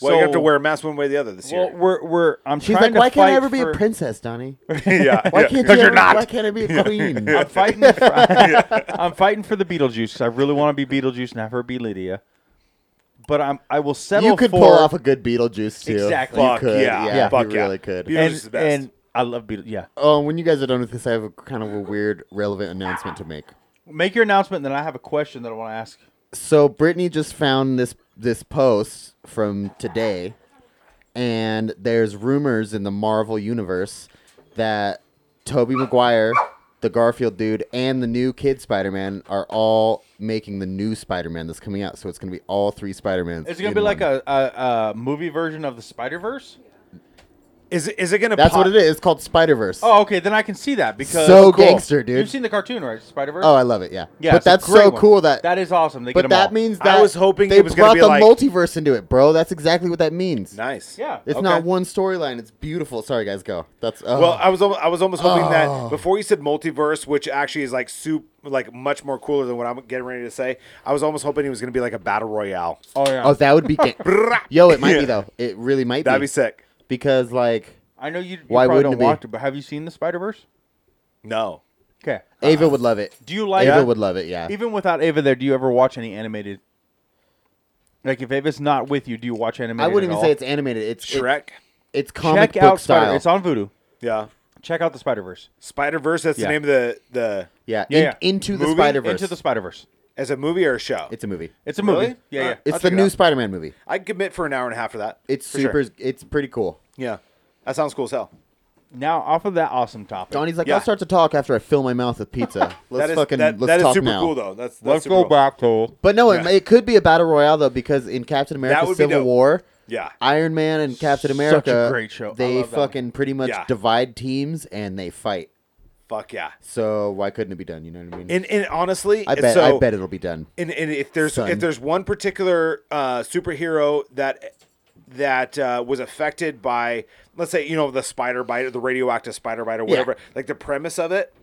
[SPEAKER 4] Well, you have to
[SPEAKER 3] So-
[SPEAKER 4] wear a mask one way or the other this
[SPEAKER 3] Well,
[SPEAKER 4] year.
[SPEAKER 3] we're we're I'm
[SPEAKER 5] She's
[SPEAKER 3] trying
[SPEAKER 5] like, "Why
[SPEAKER 3] to
[SPEAKER 5] can't I
[SPEAKER 3] fight
[SPEAKER 5] ever be a
[SPEAKER 3] for-
[SPEAKER 5] princess, Donnie?
[SPEAKER 4] yeah.
[SPEAKER 5] Why
[SPEAKER 4] yeah.
[SPEAKER 5] can't
[SPEAKER 4] 'Cause
[SPEAKER 5] you
[SPEAKER 4] you're
[SPEAKER 5] ever-
[SPEAKER 4] not.
[SPEAKER 5] Why can't I be a queen?"
[SPEAKER 3] I'm fighting. For, I'm fighting for the Beetlejuice. 'cause I really want to be Beetlejuice and have her be Lydia. But I'm I will settle.
[SPEAKER 5] you could
[SPEAKER 3] for,
[SPEAKER 5] pull off a good Beetlejuice too.
[SPEAKER 3] Exactly.
[SPEAKER 5] You
[SPEAKER 4] Fuck
[SPEAKER 5] could.
[SPEAKER 4] yeah.
[SPEAKER 5] yeah,
[SPEAKER 4] Yeah. Fuck
[SPEAKER 5] you
[SPEAKER 4] yeah.
[SPEAKER 5] really could.
[SPEAKER 4] Beetlejuice is
[SPEAKER 3] and,
[SPEAKER 4] the best.
[SPEAKER 3] and I love Beetle. Yeah,
[SPEAKER 5] Oh, when you guys are done with this, I have a kind of a weird, relevant announcement to make.
[SPEAKER 3] make your announcement. Then I have a question that I want to ask.
[SPEAKER 5] So Brittany just found this this post from today, and there's rumors in the Marvel universe that Toby Maguire, the Garfield dude, and the new kid Spider-Man are all making the new Spider-Man that's coming out. So it's gonna be all three Spider-Mans.
[SPEAKER 3] Is it gonna be like a, a, a movie version of the Spider Verse?
[SPEAKER 4] Is it, is it gonna?
[SPEAKER 5] That's
[SPEAKER 4] pop?
[SPEAKER 5] what it is. It's called Spider-Verse.
[SPEAKER 3] Oh, okay. Then I can see that because
[SPEAKER 5] So gangster, dude.
[SPEAKER 3] You've seen the cartoon, right? Spider Verse.
[SPEAKER 5] Oh, I love it. Yeah.
[SPEAKER 3] yeah.
[SPEAKER 5] But
[SPEAKER 3] it's a
[SPEAKER 5] that's
[SPEAKER 3] great
[SPEAKER 5] so
[SPEAKER 3] one.
[SPEAKER 5] cool that.
[SPEAKER 3] that is awesome. They get
[SPEAKER 5] but
[SPEAKER 3] 'em
[SPEAKER 5] that
[SPEAKER 3] all.
[SPEAKER 5] means
[SPEAKER 4] I
[SPEAKER 5] that
[SPEAKER 4] was hoping
[SPEAKER 5] they
[SPEAKER 4] it was gonna
[SPEAKER 5] brought
[SPEAKER 4] be
[SPEAKER 5] the
[SPEAKER 4] like-
[SPEAKER 5] multiverse into it, bro. That's exactly what that means.
[SPEAKER 4] Nice.
[SPEAKER 3] Yeah.
[SPEAKER 5] It's
[SPEAKER 4] Okay.
[SPEAKER 5] not one storyline. It's beautiful. Sorry, guys. Go. That's oh.
[SPEAKER 4] Well, I was al- I was almost hoping that before you said multiverse, which actually is like soup, like much more cooler than what I'm getting ready to say. I was almost hoping it was going to be like a battle royale.
[SPEAKER 3] Oh yeah.
[SPEAKER 5] oh, that would be. ga- Yo, it might
[SPEAKER 4] Yeah.
[SPEAKER 5] be though. It really might
[SPEAKER 4] That'd
[SPEAKER 5] be
[SPEAKER 4] be sick.
[SPEAKER 5] because like
[SPEAKER 3] I know you, you
[SPEAKER 5] Why
[SPEAKER 3] probably
[SPEAKER 5] wouldn't
[SPEAKER 3] don't
[SPEAKER 5] it be?
[SPEAKER 3] want to, but have you seen the Spider Verse?
[SPEAKER 4] No,
[SPEAKER 3] Okay.
[SPEAKER 5] Ava would love it.
[SPEAKER 3] Uh, Do you like
[SPEAKER 5] Ava
[SPEAKER 3] that?
[SPEAKER 5] would love it. Yeah.
[SPEAKER 3] Even without Ava there, do you ever watch any animated? Like if Ava's not with you, do you watch animated?
[SPEAKER 5] I wouldn't
[SPEAKER 3] at
[SPEAKER 5] even say
[SPEAKER 3] all?
[SPEAKER 5] it's animated. It's it-
[SPEAKER 4] Shrek.
[SPEAKER 5] it's
[SPEAKER 3] Check
[SPEAKER 5] comic book
[SPEAKER 3] out
[SPEAKER 5] style.
[SPEAKER 3] Spider. It's on Voodoo.
[SPEAKER 4] Yeah,
[SPEAKER 3] Check out the Spider Verse.
[SPEAKER 4] Spider Verse. That's
[SPEAKER 3] Yeah.
[SPEAKER 4] the name of the the
[SPEAKER 5] yeah.
[SPEAKER 3] Yeah,
[SPEAKER 5] in-
[SPEAKER 3] yeah.
[SPEAKER 5] Into the
[SPEAKER 4] Movie?
[SPEAKER 5] Spider Verse.
[SPEAKER 3] Into the Spider Verse.
[SPEAKER 4] as a movie or a show.
[SPEAKER 5] it's a movie.
[SPEAKER 3] It's a movie.
[SPEAKER 4] Really?
[SPEAKER 3] Yeah, yeah.
[SPEAKER 4] Alright.
[SPEAKER 5] It's
[SPEAKER 4] I'll
[SPEAKER 5] the
[SPEAKER 4] check it
[SPEAKER 5] new
[SPEAKER 4] out.
[SPEAKER 5] Spider-Man movie.
[SPEAKER 4] I can commit for an hour and a half for that.
[SPEAKER 5] It's
[SPEAKER 4] For sure.
[SPEAKER 5] super. It's pretty cool.
[SPEAKER 4] Yeah, that sounds cool as hell.
[SPEAKER 3] Now off of that awesome topic,
[SPEAKER 5] Donnie's like,
[SPEAKER 4] Yeah.
[SPEAKER 5] I'll start to talk after I fill my mouth with pizza. Let's
[SPEAKER 4] that is
[SPEAKER 5] fucking
[SPEAKER 4] that,
[SPEAKER 5] let's
[SPEAKER 4] that is
[SPEAKER 5] talk
[SPEAKER 4] super
[SPEAKER 5] now.
[SPEAKER 4] cool though. That's, that's
[SPEAKER 3] let's
[SPEAKER 4] super
[SPEAKER 3] go
[SPEAKER 4] cool.
[SPEAKER 3] back to
[SPEAKER 5] But no, it,
[SPEAKER 4] Yeah.
[SPEAKER 5] it could be a battle royale though, because in Captain America:
[SPEAKER 4] would be
[SPEAKER 5] Civil
[SPEAKER 4] dope.
[SPEAKER 5] War,
[SPEAKER 4] Yeah.
[SPEAKER 5] Iron Man and Captain
[SPEAKER 3] Such a
[SPEAKER 5] America,
[SPEAKER 3] great show. I
[SPEAKER 5] They
[SPEAKER 3] love that one.
[SPEAKER 5] fucking pretty much
[SPEAKER 4] Yeah.
[SPEAKER 5] divide teams and they fight.
[SPEAKER 4] Fuck yeah.
[SPEAKER 5] So why couldn't it be done? You know what I mean?
[SPEAKER 4] And, and honestly,
[SPEAKER 5] I bet.
[SPEAKER 4] so,
[SPEAKER 5] I bet it'll be done.
[SPEAKER 4] And, and if there's
[SPEAKER 5] Son.
[SPEAKER 4] if there's one particular uh, superhero that that uh, was affected by, let's say, you know, the spider bite or the radioactive spider bite or whatever, like the premise of it,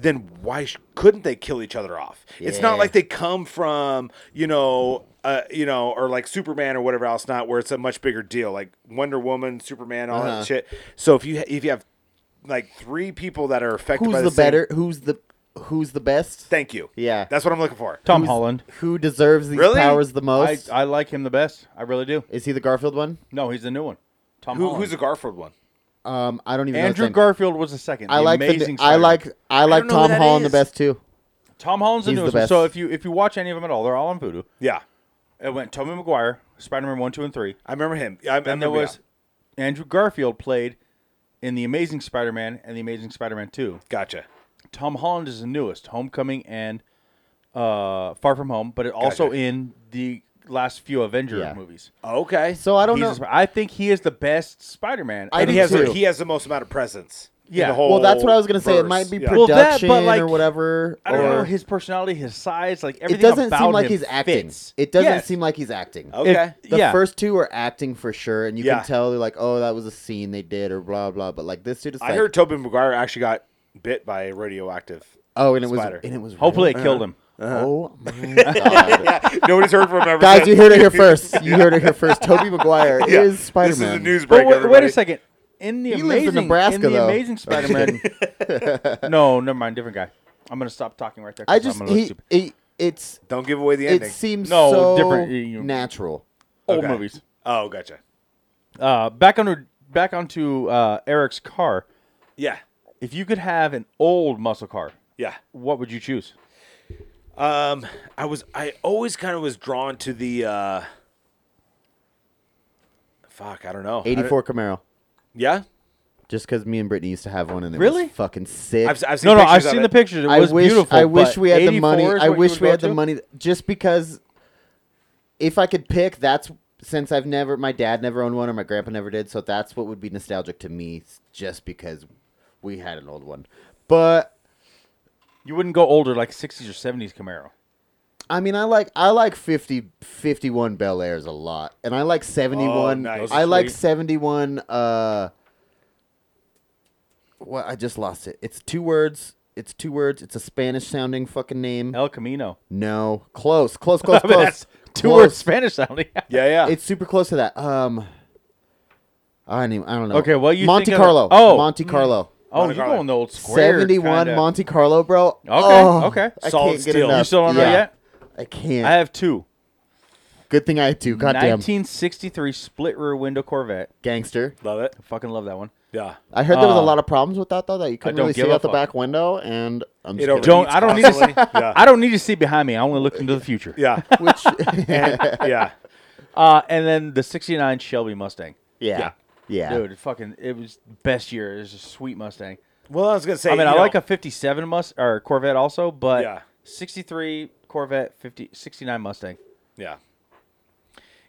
[SPEAKER 4] then why sh- couldn't they kill each other off? It's
[SPEAKER 5] Yeah.
[SPEAKER 4] not like they come from, you know. Uh, you know, or like Superman or whatever else, not where it's a much bigger deal. Like Wonder Woman, Superman, all
[SPEAKER 5] Uh-huh.
[SPEAKER 4] that shit. So if you if you have like three people that are affected
[SPEAKER 5] Who's
[SPEAKER 4] by the,
[SPEAKER 5] the,
[SPEAKER 4] same-
[SPEAKER 5] better? Who's the who's the best?
[SPEAKER 4] Thank you.
[SPEAKER 5] Yeah.
[SPEAKER 4] that's what I'm looking for.
[SPEAKER 3] Tom
[SPEAKER 5] Who's-
[SPEAKER 3] Holland.
[SPEAKER 5] Who deserves these
[SPEAKER 4] Really?
[SPEAKER 5] powers the
[SPEAKER 3] I,
[SPEAKER 5] most?
[SPEAKER 3] I like him the best. I really do.
[SPEAKER 5] Is he the Garfield one?
[SPEAKER 3] No, he's the new one. Tom
[SPEAKER 4] Who,
[SPEAKER 3] Holland.
[SPEAKER 4] who's the Garfield one?
[SPEAKER 5] Um, I don't even. know his
[SPEAKER 3] Andrew
[SPEAKER 5] name.
[SPEAKER 3] Garfield was the second.
[SPEAKER 5] I
[SPEAKER 3] the
[SPEAKER 5] like the,
[SPEAKER 3] amazing
[SPEAKER 5] I
[SPEAKER 3] Spider-Man.
[SPEAKER 5] like I
[SPEAKER 4] don't
[SPEAKER 5] like
[SPEAKER 4] know who
[SPEAKER 5] Tom
[SPEAKER 4] that
[SPEAKER 5] Holland the
[SPEAKER 4] is.
[SPEAKER 5] best too.
[SPEAKER 3] Tom Holland's the
[SPEAKER 5] He's the
[SPEAKER 3] newest one. So
[SPEAKER 5] best.
[SPEAKER 3] if you if you watch any of them at all, they're all on Voodoo.
[SPEAKER 4] Yeah,
[SPEAKER 3] It went Tobey Maguire, Spider Man one, two, and three.
[SPEAKER 4] I remember him. I, I
[SPEAKER 3] And there
[SPEAKER 4] remember,
[SPEAKER 3] was Andrew Garfield played in the Amazing Spider Man and the Amazing Spider Man two.
[SPEAKER 4] yeah. gotcha.
[SPEAKER 3] Tom Holland is the newest, Homecoming and uh, Far From Home, but it also
[SPEAKER 4] Gotcha.
[SPEAKER 3] in the last few Avenger
[SPEAKER 5] Yeah.
[SPEAKER 3] movies.
[SPEAKER 4] Okay, so
[SPEAKER 5] So I don't
[SPEAKER 3] He's
[SPEAKER 5] know.
[SPEAKER 3] a Sp- I think he is the best Spider Man.
[SPEAKER 5] I
[SPEAKER 4] and he
[SPEAKER 5] do
[SPEAKER 4] has
[SPEAKER 5] too.
[SPEAKER 4] he has the most amount of presence. in
[SPEAKER 3] Yeah.
[SPEAKER 4] the
[SPEAKER 3] Well,
[SPEAKER 4] whole
[SPEAKER 5] well, that's what I was gonna say. It
[SPEAKER 4] verse.
[SPEAKER 5] might be
[SPEAKER 4] Yeah.
[SPEAKER 3] Well, that,
[SPEAKER 5] production
[SPEAKER 3] but, like,
[SPEAKER 5] or whatever.
[SPEAKER 3] I don't
[SPEAKER 5] or
[SPEAKER 3] know his personality, his size, like
[SPEAKER 5] it
[SPEAKER 3] everything.
[SPEAKER 5] doesn't
[SPEAKER 3] about
[SPEAKER 5] seem like
[SPEAKER 3] him
[SPEAKER 5] he's acting.
[SPEAKER 3] fits.
[SPEAKER 5] It doesn't
[SPEAKER 3] Yes.
[SPEAKER 5] seem like he's acting.
[SPEAKER 4] Okay.
[SPEAKER 3] If-
[SPEAKER 5] The
[SPEAKER 3] yeah.
[SPEAKER 5] first two are acting for sure, and you
[SPEAKER 4] Oh, Yeah.
[SPEAKER 5] can tell they're like, "Oh, that was a scene they did," or blah blah. But like this dude is
[SPEAKER 4] I
[SPEAKER 5] like,
[SPEAKER 4] heard Tobey Maguire actually got bit by a radioactive.
[SPEAKER 5] "Oh, and it was
[SPEAKER 4] Spider.
[SPEAKER 5] and it was real."
[SPEAKER 3] Hopefully, it killed him.
[SPEAKER 5] Oh my god,
[SPEAKER 4] Nobody's heard from him ever
[SPEAKER 5] guys,
[SPEAKER 4] since.
[SPEAKER 5] you heard it here first. You heard it here first. Toby Maguire
[SPEAKER 4] Yeah.
[SPEAKER 5] is Spider
[SPEAKER 4] This is a
[SPEAKER 5] Man.
[SPEAKER 4] news
[SPEAKER 3] But
[SPEAKER 4] break.
[SPEAKER 3] wait, wait
[SPEAKER 4] everybody.
[SPEAKER 3] a second. In the
[SPEAKER 5] He
[SPEAKER 3] amazing,
[SPEAKER 5] lives in Nebraska,
[SPEAKER 3] the
[SPEAKER 5] though.
[SPEAKER 3] amazing Spider-Man. no, never mind. Different guy. I'm gonna stop talking right there.
[SPEAKER 5] I
[SPEAKER 3] 'cause I'm
[SPEAKER 5] just
[SPEAKER 3] gonna look
[SPEAKER 5] he,
[SPEAKER 3] stupid.
[SPEAKER 5] he it's
[SPEAKER 4] Don't give away the
[SPEAKER 5] it
[SPEAKER 4] ending.
[SPEAKER 5] seems
[SPEAKER 3] No,
[SPEAKER 5] so
[SPEAKER 3] different, you-
[SPEAKER 5] natural.
[SPEAKER 3] old
[SPEAKER 4] Okay.
[SPEAKER 3] movies.
[SPEAKER 4] Oh, gotcha.
[SPEAKER 3] Uh, back on back onto uh, Eric's car.
[SPEAKER 4] Yeah,
[SPEAKER 3] If you could have an old muscle car,
[SPEAKER 4] yeah.
[SPEAKER 3] what would you choose?
[SPEAKER 4] Um, I was I always kind of was drawn to the. uh Fuck, I don't know. I-
[SPEAKER 5] Eighty four Camaro.
[SPEAKER 4] Yeah,
[SPEAKER 5] Just because me and Brittany used to have one and it
[SPEAKER 3] Really?
[SPEAKER 5] was fucking sick.
[SPEAKER 4] I've, I've seen
[SPEAKER 3] No, no, I've
[SPEAKER 4] pictures of
[SPEAKER 3] seen
[SPEAKER 4] it.
[SPEAKER 3] the pictures. It
[SPEAKER 5] I
[SPEAKER 3] was
[SPEAKER 5] wish
[SPEAKER 3] beautiful.
[SPEAKER 5] I wish
[SPEAKER 3] but
[SPEAKER 5] we had the
[SPEAKER 3] 84
[SPEAKER 5] money.
[SPEAKER 3] is
[SPEAKER 5] I
[SPEAKER 3] what you
[SPEAKER 5] wish
[SPEAKER 3] would
[SPEAKER 5] we
[SPEAKER 3] go
[SPEAKER 5] had the
[SPEAKER 3] to?
[SPEAKER 5] money just because if I could pick, that's since I've never my dad never owned one or my grandpa never did, so that's what would be nostalgic to me s- just because we had an old one. But
[SPEAKER 3] You wouldn't go older, like '60s or '70s Camaro.
[SPEAKER 5] I mean, I like I like 50, 51 Bel Airs a lot, and I like seventy one.
[SPEAKER 4] Oh, nice.
[SPEAKER 5] I like
[SPEAKER 4] Sweet.
[SPEAKER 5] seventy one. Uh, what I just lost it. It's two words. It's two words. It's a Spanish sounding fucking name.
[SPEAKER 3] El Camino.
[SPEAKER 5] No, close, close, close,
[SPEAKER 3] I mean,
[SPEAKER 5] close.
[SPEAKER 3] that's two
[SPEAKER 5] Close.
[SPEAKER 3] words Spanish sounding.
[SPEAKER 4] Yeah, yeah.
[SPEAKER 5] It's super close to that. Um, I don't even. I don't know.
[SPEAKER 3] Okay, well, you
[SPEAKER 5] Monte
[SPEAKER 3] think of-
[SPEAKER 5] Carlo.
[SPEAKER 3] oh.
[SPEAKER 5] Monte Carlo.
[SPEAKER 3] oh,
[SPEAKER 4] Monte
[SPEAKER 3] you're
[SPEAKER 4] Carlo.
[SPEAKER 3] going the old square.
[SPEAKER 5] Seventy-one
[SPEAKER 3] kinda.
[SPEAKER 5] Monte Carlo, bro. Okay,
[SPEAKER 3] okay.
[SPEAKER 5] I
[SPEAKER 4] Solid
[SPEAKER 5] can't get
[SPEAKER 4] steal. You
[SPEAKER 5] enough.
[SPEAKER 3] You still don't know
[SPEAKER 5] Yeah,
[SPEAKER 3] yet.
[SPEAKER 5] I can't.
[SPEAKER 3] I have two.
[SPEAKER 5] Good thing I have two. Goddamn
[SPEAKER 3] 1963 split rear window Corvette.
[SPEAKER 5] gangster.
[SPEAKER 4] Love it.
[SPEAKER 3] I fucking love that one.
[SPEAKER 4] Yeah.
[SPEAKER 5] I heard there was a
[SPEAKER 3] Uh,
[SPEAKER 5] lot of problems with that though. That you couldn't
[SPEAKER 3] don't
[SPEAKER 5] really
[SPEAKER 3] give
[SPEAKER 5] see
[SPEAKER 3] a
[SPEAKER 5] out the
[SPEAKER 3] fuck.
[SPEAKER 5] back window, and I'm
[SPEAKER 4] It
[SPEAKER 5] just kidding.
[SPEAKER 3] Don't. I don't need to. See,
[SPEAKER 4] Constantly. Yeah.
[SPEAKER 3] I don't need to see behind me. I only look into the future.
[SPEAKER 4] Yeah.
[SPEAKER 5] Which,
[SPEAKER 4] yeah.
[SPEAKER 3] Uh, and then the '69 Shelby Mustang.
[SPEAKER 5] yeah, yeah.
[SPEAKER 3] Dude, it fucking, it was best year. It was a sweet Mustang.
[SPEAKER 4] Well, I was gonna say.
[SPEAKER 3] I mean,
[SPEAKER 4] you
[SPEAKER 3] I
[SPEAKER 4] know-
[SPEAKER 3] like a '57 Must or Corvette also, but
[SPEAKER 4] Yeah.
[SPEAKER 3] '63 Corvette, 50, 69 Mustang.
[SPEAKER 4] Yeah.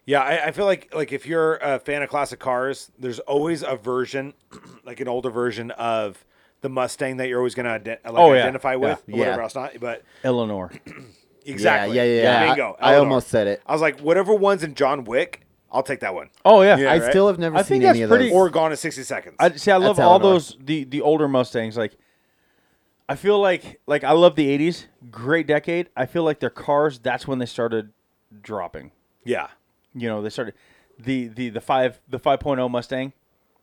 [SPEAKER 4] Yeah, I, I feel like like if you're a fan of classic cars, there's always a version, like an older version of the Mustang that you're always gonna ide- like
[SPEAKER 3] Oh, yeah.
[SPEAKER 4] identify with,
[SPEAKER 5] Yeah.
[SPEAKER 4] or whatever
[SPEAKER 5] Yeah.
[SPEAKER 4] else not. But
[SPEAKER 3] Eleanor.
[SPEAKER 4] exactly,
[SPEAKER 5] Yeah, yeah, yeah.
[SPEAKER 4] Bingo.
[SPEAKER 5] I, I
[SPEAKER 4] Eleanor.
[SPEAKER 5] almost said it.
[SPEAKER 4] I was like, whatever one's in John Wick, I'll take that one.
[SPEAKER 3] Oh yeah.
[SPEAKER 4] Yeah.
[SPEAKER 5] I
[SPEAKER 4] right?
[SPEAKER 5] still have never
[SPEAKER 3] I
[SPEAKER 5] seen
[SPEAKER 3] think
[SPEAKER 5] any
[SPEAKER 3] that's
[SPEAKER 5] of
[SPEAKER 3] pretty-
[SPEAKER 5] those.
[SPEAKER 4] Or Gone in sixty seconds.
[SPEAKER 3] I see. I love
[SPEAKER 5] That's
[SPEAKER 3] all
[SPEAKER 5] Eleanor.
[SPEAKER 3] those the the older Mustangs. Like, I feel like like I love the '80s, great decade. I feel like their cars. That's when they started dropping.
[SPEAKER 4] yeah,
[SPEAKER 3] You know, they started the the the five the 5.0 Mustang.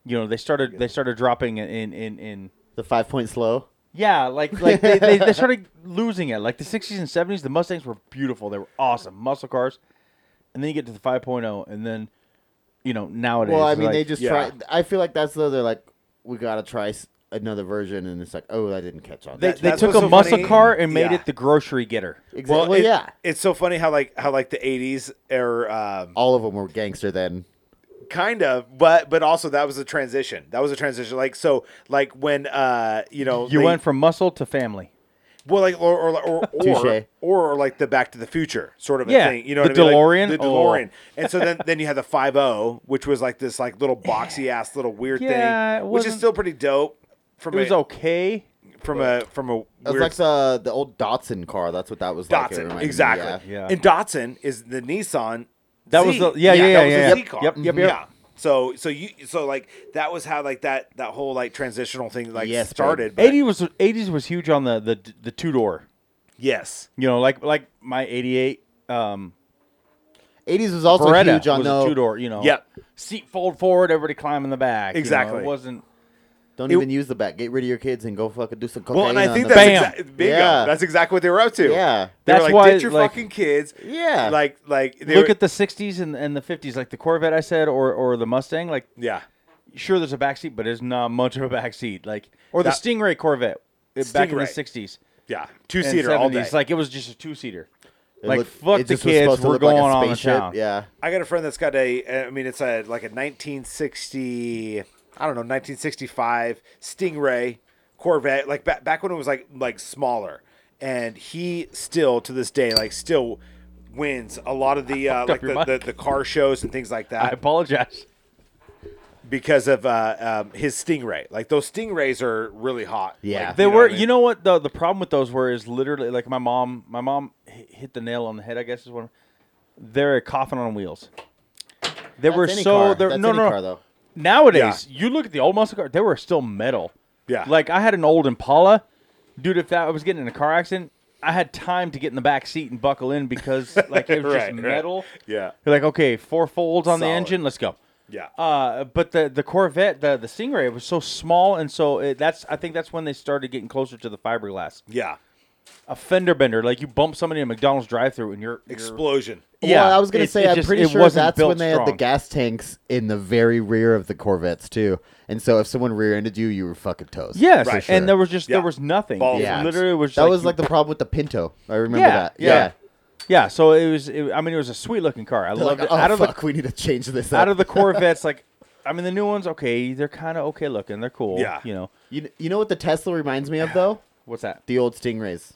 [SPEAKER 3] You know, they started they started dropping in in in. in
[SPEAKER 5] the five point slow.
[SPEAKER 3] yeah, like like they, they, they started losing it. Like the 60s and 70s, the Mustangs were beautiful. They were awesome muscle cars, and then you get to the 5.0, and then you know nowadays.
[SPEAKER 5] Well, I mean,
[SPEAKER 3] like-
[SPEAKER 5] they just
[SPEAKER 4] yeah.
[SPEAKER 5] try. I feel like that's though. They're like, we gotta try s- another version, and it's like, oh, I didn't catch on.
[SPEAKER 3] they,
[SPEAKER 5] That-
[SPEAKER 3] they
[SPEAKER 4] that's
[SPEAKER 3] took
[SPEAKER 4] what's
[SPEAKER 3] a
[SPEAKER 4] so
[SPEAKER 3] muscle
[SPEAKER 4] funny.
[SPEAKER 3] car and made
[SPEAKER 4] Yeah.
[SPEAKER 3] it the grocery getter.
[SPEAKER 5] exactly. Well,
[SPEAKER 4] it-
[SPEAKER 5] yeah,
[SPEAKER 4] It's so funny how like how like the '80s or um,
[SPEAKER 5] all of them were gangster then.
[SPEAKER 4] kind of but but also that was a transition that was a transition like so like when uh you know
[SPEAKER 3] You
[SPEAKER 4] they-
[SPEAKER 3] went from muscle to family.
[SPEAKER 4] well like or or or or,
[SPEAKER 5] Touche.
[SPEAKER 4] or, like the back to the future sort of a
[SPEAKER 3] Yeah,
[SPEAKER 4] thing you know
[SPEAKER 3] the
[SPEAKER 4] what I mean?
[SPEAKER 3] DeLorean?
[SPEAKER 4] like, the
[SPEAKER 3] Oh.
[SPEAKER 4] DeLorean and so then then you had the 50 which was like this like little boxy ass little weird
[SPEAKER 3] Yeah, it
[SPEAKER 4] thing which is
[SPEAKER 3] wasn't-
[SPEAKER 4] still pretty dope from
[SPEAKER 3] It was
[SPEAKER 4] a,
[SPEAKER 3] okay.
[SPEAKER 4] from a from a
[SPEAKER 5] It was
[SPEAKER 4] weird
[SPEAKER 5] like uh, the the old Datsun car. That's what that was like. It
[SPEAKER 4] Datsun.
[SPEAKER 5] reminded me,
[SPEAKER 4] exactly.
[SPEAKER 5] yeah.
[SPEAKER 3] yeah.
[SPEAKER 4] And Datsun is the Nissan.
[SPEAKER 3] That
[SPEAKER 4] Z.
[SPEAKER 3] was the- yeah, yeah,
[SPEAKER 4] that
[SPEAKER 3] yeah,
[SPEAKER 4] was the
[SPEAKER 3] yeah,
[SPEAKER 4] Z
[SPEAKER 3] yep,
[SPEAKER 4] car.
[SPEAKER 3] yep, yep, yep.
[SPEAKER 4] Yeah. So so you so like that was how like that that whole like transitional thing like
[SPEAKER 5] Yes, babe.
[SPEAKER 4] started. but-
[SPEAKER 3] Eighty was eighties was huge on the the the two door.
[SPEAKER 4] yes.
[SPEAKER 3] You know, like like my eighty eight um
[SPEAKER 5] 80s was also
[SPEAKER 3] Beretta
[SPEAKER 5] huge on
[SPEAKER 3] was
[SPEAKER 5] no.
[SPEAKER 3] a two door. You know,
[SPEAKER 4] Yep.
[SPEAKER 3] seat fold forward, everybody climb in the back. you know,
[SPEAKER 4] Exactly.
[SPEAKER 3] it wasn't.
[SPEAKER 5] Don't
[SPEAKER 4] It-
[SPEAKER 5] even use the back. Get rid of your kids and go fucking do some cocaine.
[SPEAKER 4] Well, and I
[SPEAKER 5] on
[SPEAKER 4] think
[SPEAKER 5] the
[SPEAKER 4] that's
[SPEAKER 5] back.
[SPEAKER 3] Bam.
[SPEAKER 4] exactly bingo.
[SPEAKER 5] Yeah.
[SPEAKER 4] That's exactly what they were up to.
[SPEAKER 5] yeah.
[SPEAKER 4] They were
[SPEAKER 3] That's
[SPEAKER 4] like,
[SPEAKER 3] why,
[SPEAKER 4] get your
[SPEAKER 3] like-
[SPEAKER 4] fucking kids.
[SPEAKER 5] Yeah.
[SPEAKER 4] Like like they
[SPEAKER 3] Look
[SPEAKER 4] were-
[SPEAKER 3] at the '60s and, and the '50s, like the Corvette I said, or or the Mustang. Like,
[SPEAKER 4] yeah.
[SPEAKER 3] sure, there's a back seat, but it's not much of a back seat. Like, or the
[SPEAKER 4] That-
[SPEAKER 3] Stingray Corvette uh, back in the
[SPEAKER 4] Stingray.
[SPEAKER 3] '60s.
[SPEAKER 4] Yeah. Two
[SPEAKER 3] and
[SPEAKER 4] seater all day.
[SPEAKER 3] 70s. Like it was just a two seater.
[SPEAKER 5] It
[SPEAKER 3] Like
[SPEAKER 5] looked-
[SPEAKER 3] fuck
[SPEAKER 5] it
[SPEAKER 3] the
[SPEAKER 5] just was
[SPEAKER 3] kids,
[SPEAKER 5] supposed to
[SPEAKER 3] we're
[SPEAKER 5] look like
[SPEAKER 3] going
[SPEAKER 5] a
[SPEAKER 3] on the
[SPEAKER 5] spaceship.
[SPEAKER 3] town.
[SPEAKER 5] Yeah.
[SPEAKER 4] I got a friend that's got a. uh, I mean, it's a like a 1960. I don't know, 1965 Stingray Corvette. Like back back when it was like like smaller, and he still to this day like still wins a lot of the uh,
[SPEAKER 3] up
[SPEAKER 4] like
[SPEAKER 3] your
[SPEAKER 4] the, the,
[SPEAKER 3] mic.
[SPEAKER 4] the car shows and things like
[SPEAKER 3] I
[SPEAKER 4] that
[SPEAKER 3] apologize.
[SPEAKER 4] because of uh, um, his Stingray. Like those Stingrays are really hot.
[SPEAKER 5] Yeah.
[SPEAKER 4] Like,
[SPEAKER 3] They
[SPEAKER 4] you know
[SPEAKER 3] were,
[SPEAKER 4] what I mean?
[SPEAKER 3] you know what? The the problem with those were is literally like my mom. My mom hi- hit the nail on the head. I guess is one. They're a coffin on wheels. They were
[SPEAKER 5] That's any
[SPEAKER 3] so.
[SPEAKER 5] car.
[SPEAKER 3] They're,
[SPEAKER 5] That's
[SPEAKER 3] no,
[SPEAKER 5] any
[SPEAKER 3] no.
[SPEAKER 5] car, though.
[SPEAKER 3] Nowadays, you look at the old muscle car. They were still metal.
[SPEAKER 4] Yeah.
[SPEAKER 3] Like I had an old Impala, dude. If that I was getting in a car accident, I had time to get in the back seat and buckle in because like it was
[SPEAKER 4] Right,
[SPEAKER 3] just
[SPEAKER 4] right.
[SPEAKER 3] metal.
[SPEAKER 4] Yeah.
[SPEAKER 3] You're like, okay, four folds on the
[SPEAKER 4] Solid.
[SPEAKER 3] engine. Let's go.
[SPEAKER 4] Yeah.
[SPEAKER 3] Uh, but the the Corvette, the the Stingray was so small, and so it, that's I think that's when they started getting closer to the fiberglass.
[SPEAKER 4] yeah.
[SPEAKER 3] A fender bender, like you bump somebody in a McDonald's drive-through, and you're, you're
[SPEAKER 4] Explosion.
[SPEAKER 5] Yeah, well, I was gonna
[SPEAKER 3] it-
[SPEAKER 5] say
[SPEAKER 3] it
[SPEAKER 5] I'm
[SPEAKER 3] just-
[SPEAKER 5] pretty
[SPEAKER 3] it
[SPEAKER 5] sure
[SPEAKER 3] wasn't
[SPEAKER 5] that's
[SPEAKER 3] built
[SPEAKER 5] when they had the
[SPEAKER 3] strong.
[SPEAKER 5] gas tanks in the very rear of the Corvettes too, and so if someone rear-ended you, you were fucking toast.
[SPEAKER 3] Yes,
[SPEAKER 4] Right.
[SPEAKER 3] and there was just
[SPEAKER 4] Yeah.
[SPEAKER 3] there was nothing.
[SPEAKER 4] Balls
[SPEAKER 3] It
[SPEAKER 5] Yeah.
[SPEAKER 3] literally was.
[SPEAKER 5] that
[SPEAKER 3] like
[SPEAKER 5] was
[SPEAKER 3] you-
[SPEAKER 5] like the problem with the Pinto. I remember
[SPEAKER 3] Yeah,
[SPEAKER 5] that.
[SPEAKER 3] yeah.
[SPEAKER 5] Yeah,
[SPEAKER 3] yeah. So it was. It, I mean, it was a sweet looking car. I
[SPEAKER 5] They're
[SPEAKER 3] loved
[SPEAKER 5] like,
[SPEAKER 3] it.
[SPEAKER 5] oh
[SPEAKER 3] out of
[SPEAKER 5] fuck, we need to change this.
[SPEAKER 3] the
[SPEAKER 5] up."
[SPEAKER 3] out of the Corvettes, like I mean, the new ones, okay, they're kind of okay looking. They're cool.
[SPEAKER 4] Yeah.
[SPEAKER 3] you know
[SPEAKER 5] you, you know what the Tesla reminds me of though?
[SPEAKER 3] what's that?
[SPEAKER 5] The old Stingrays.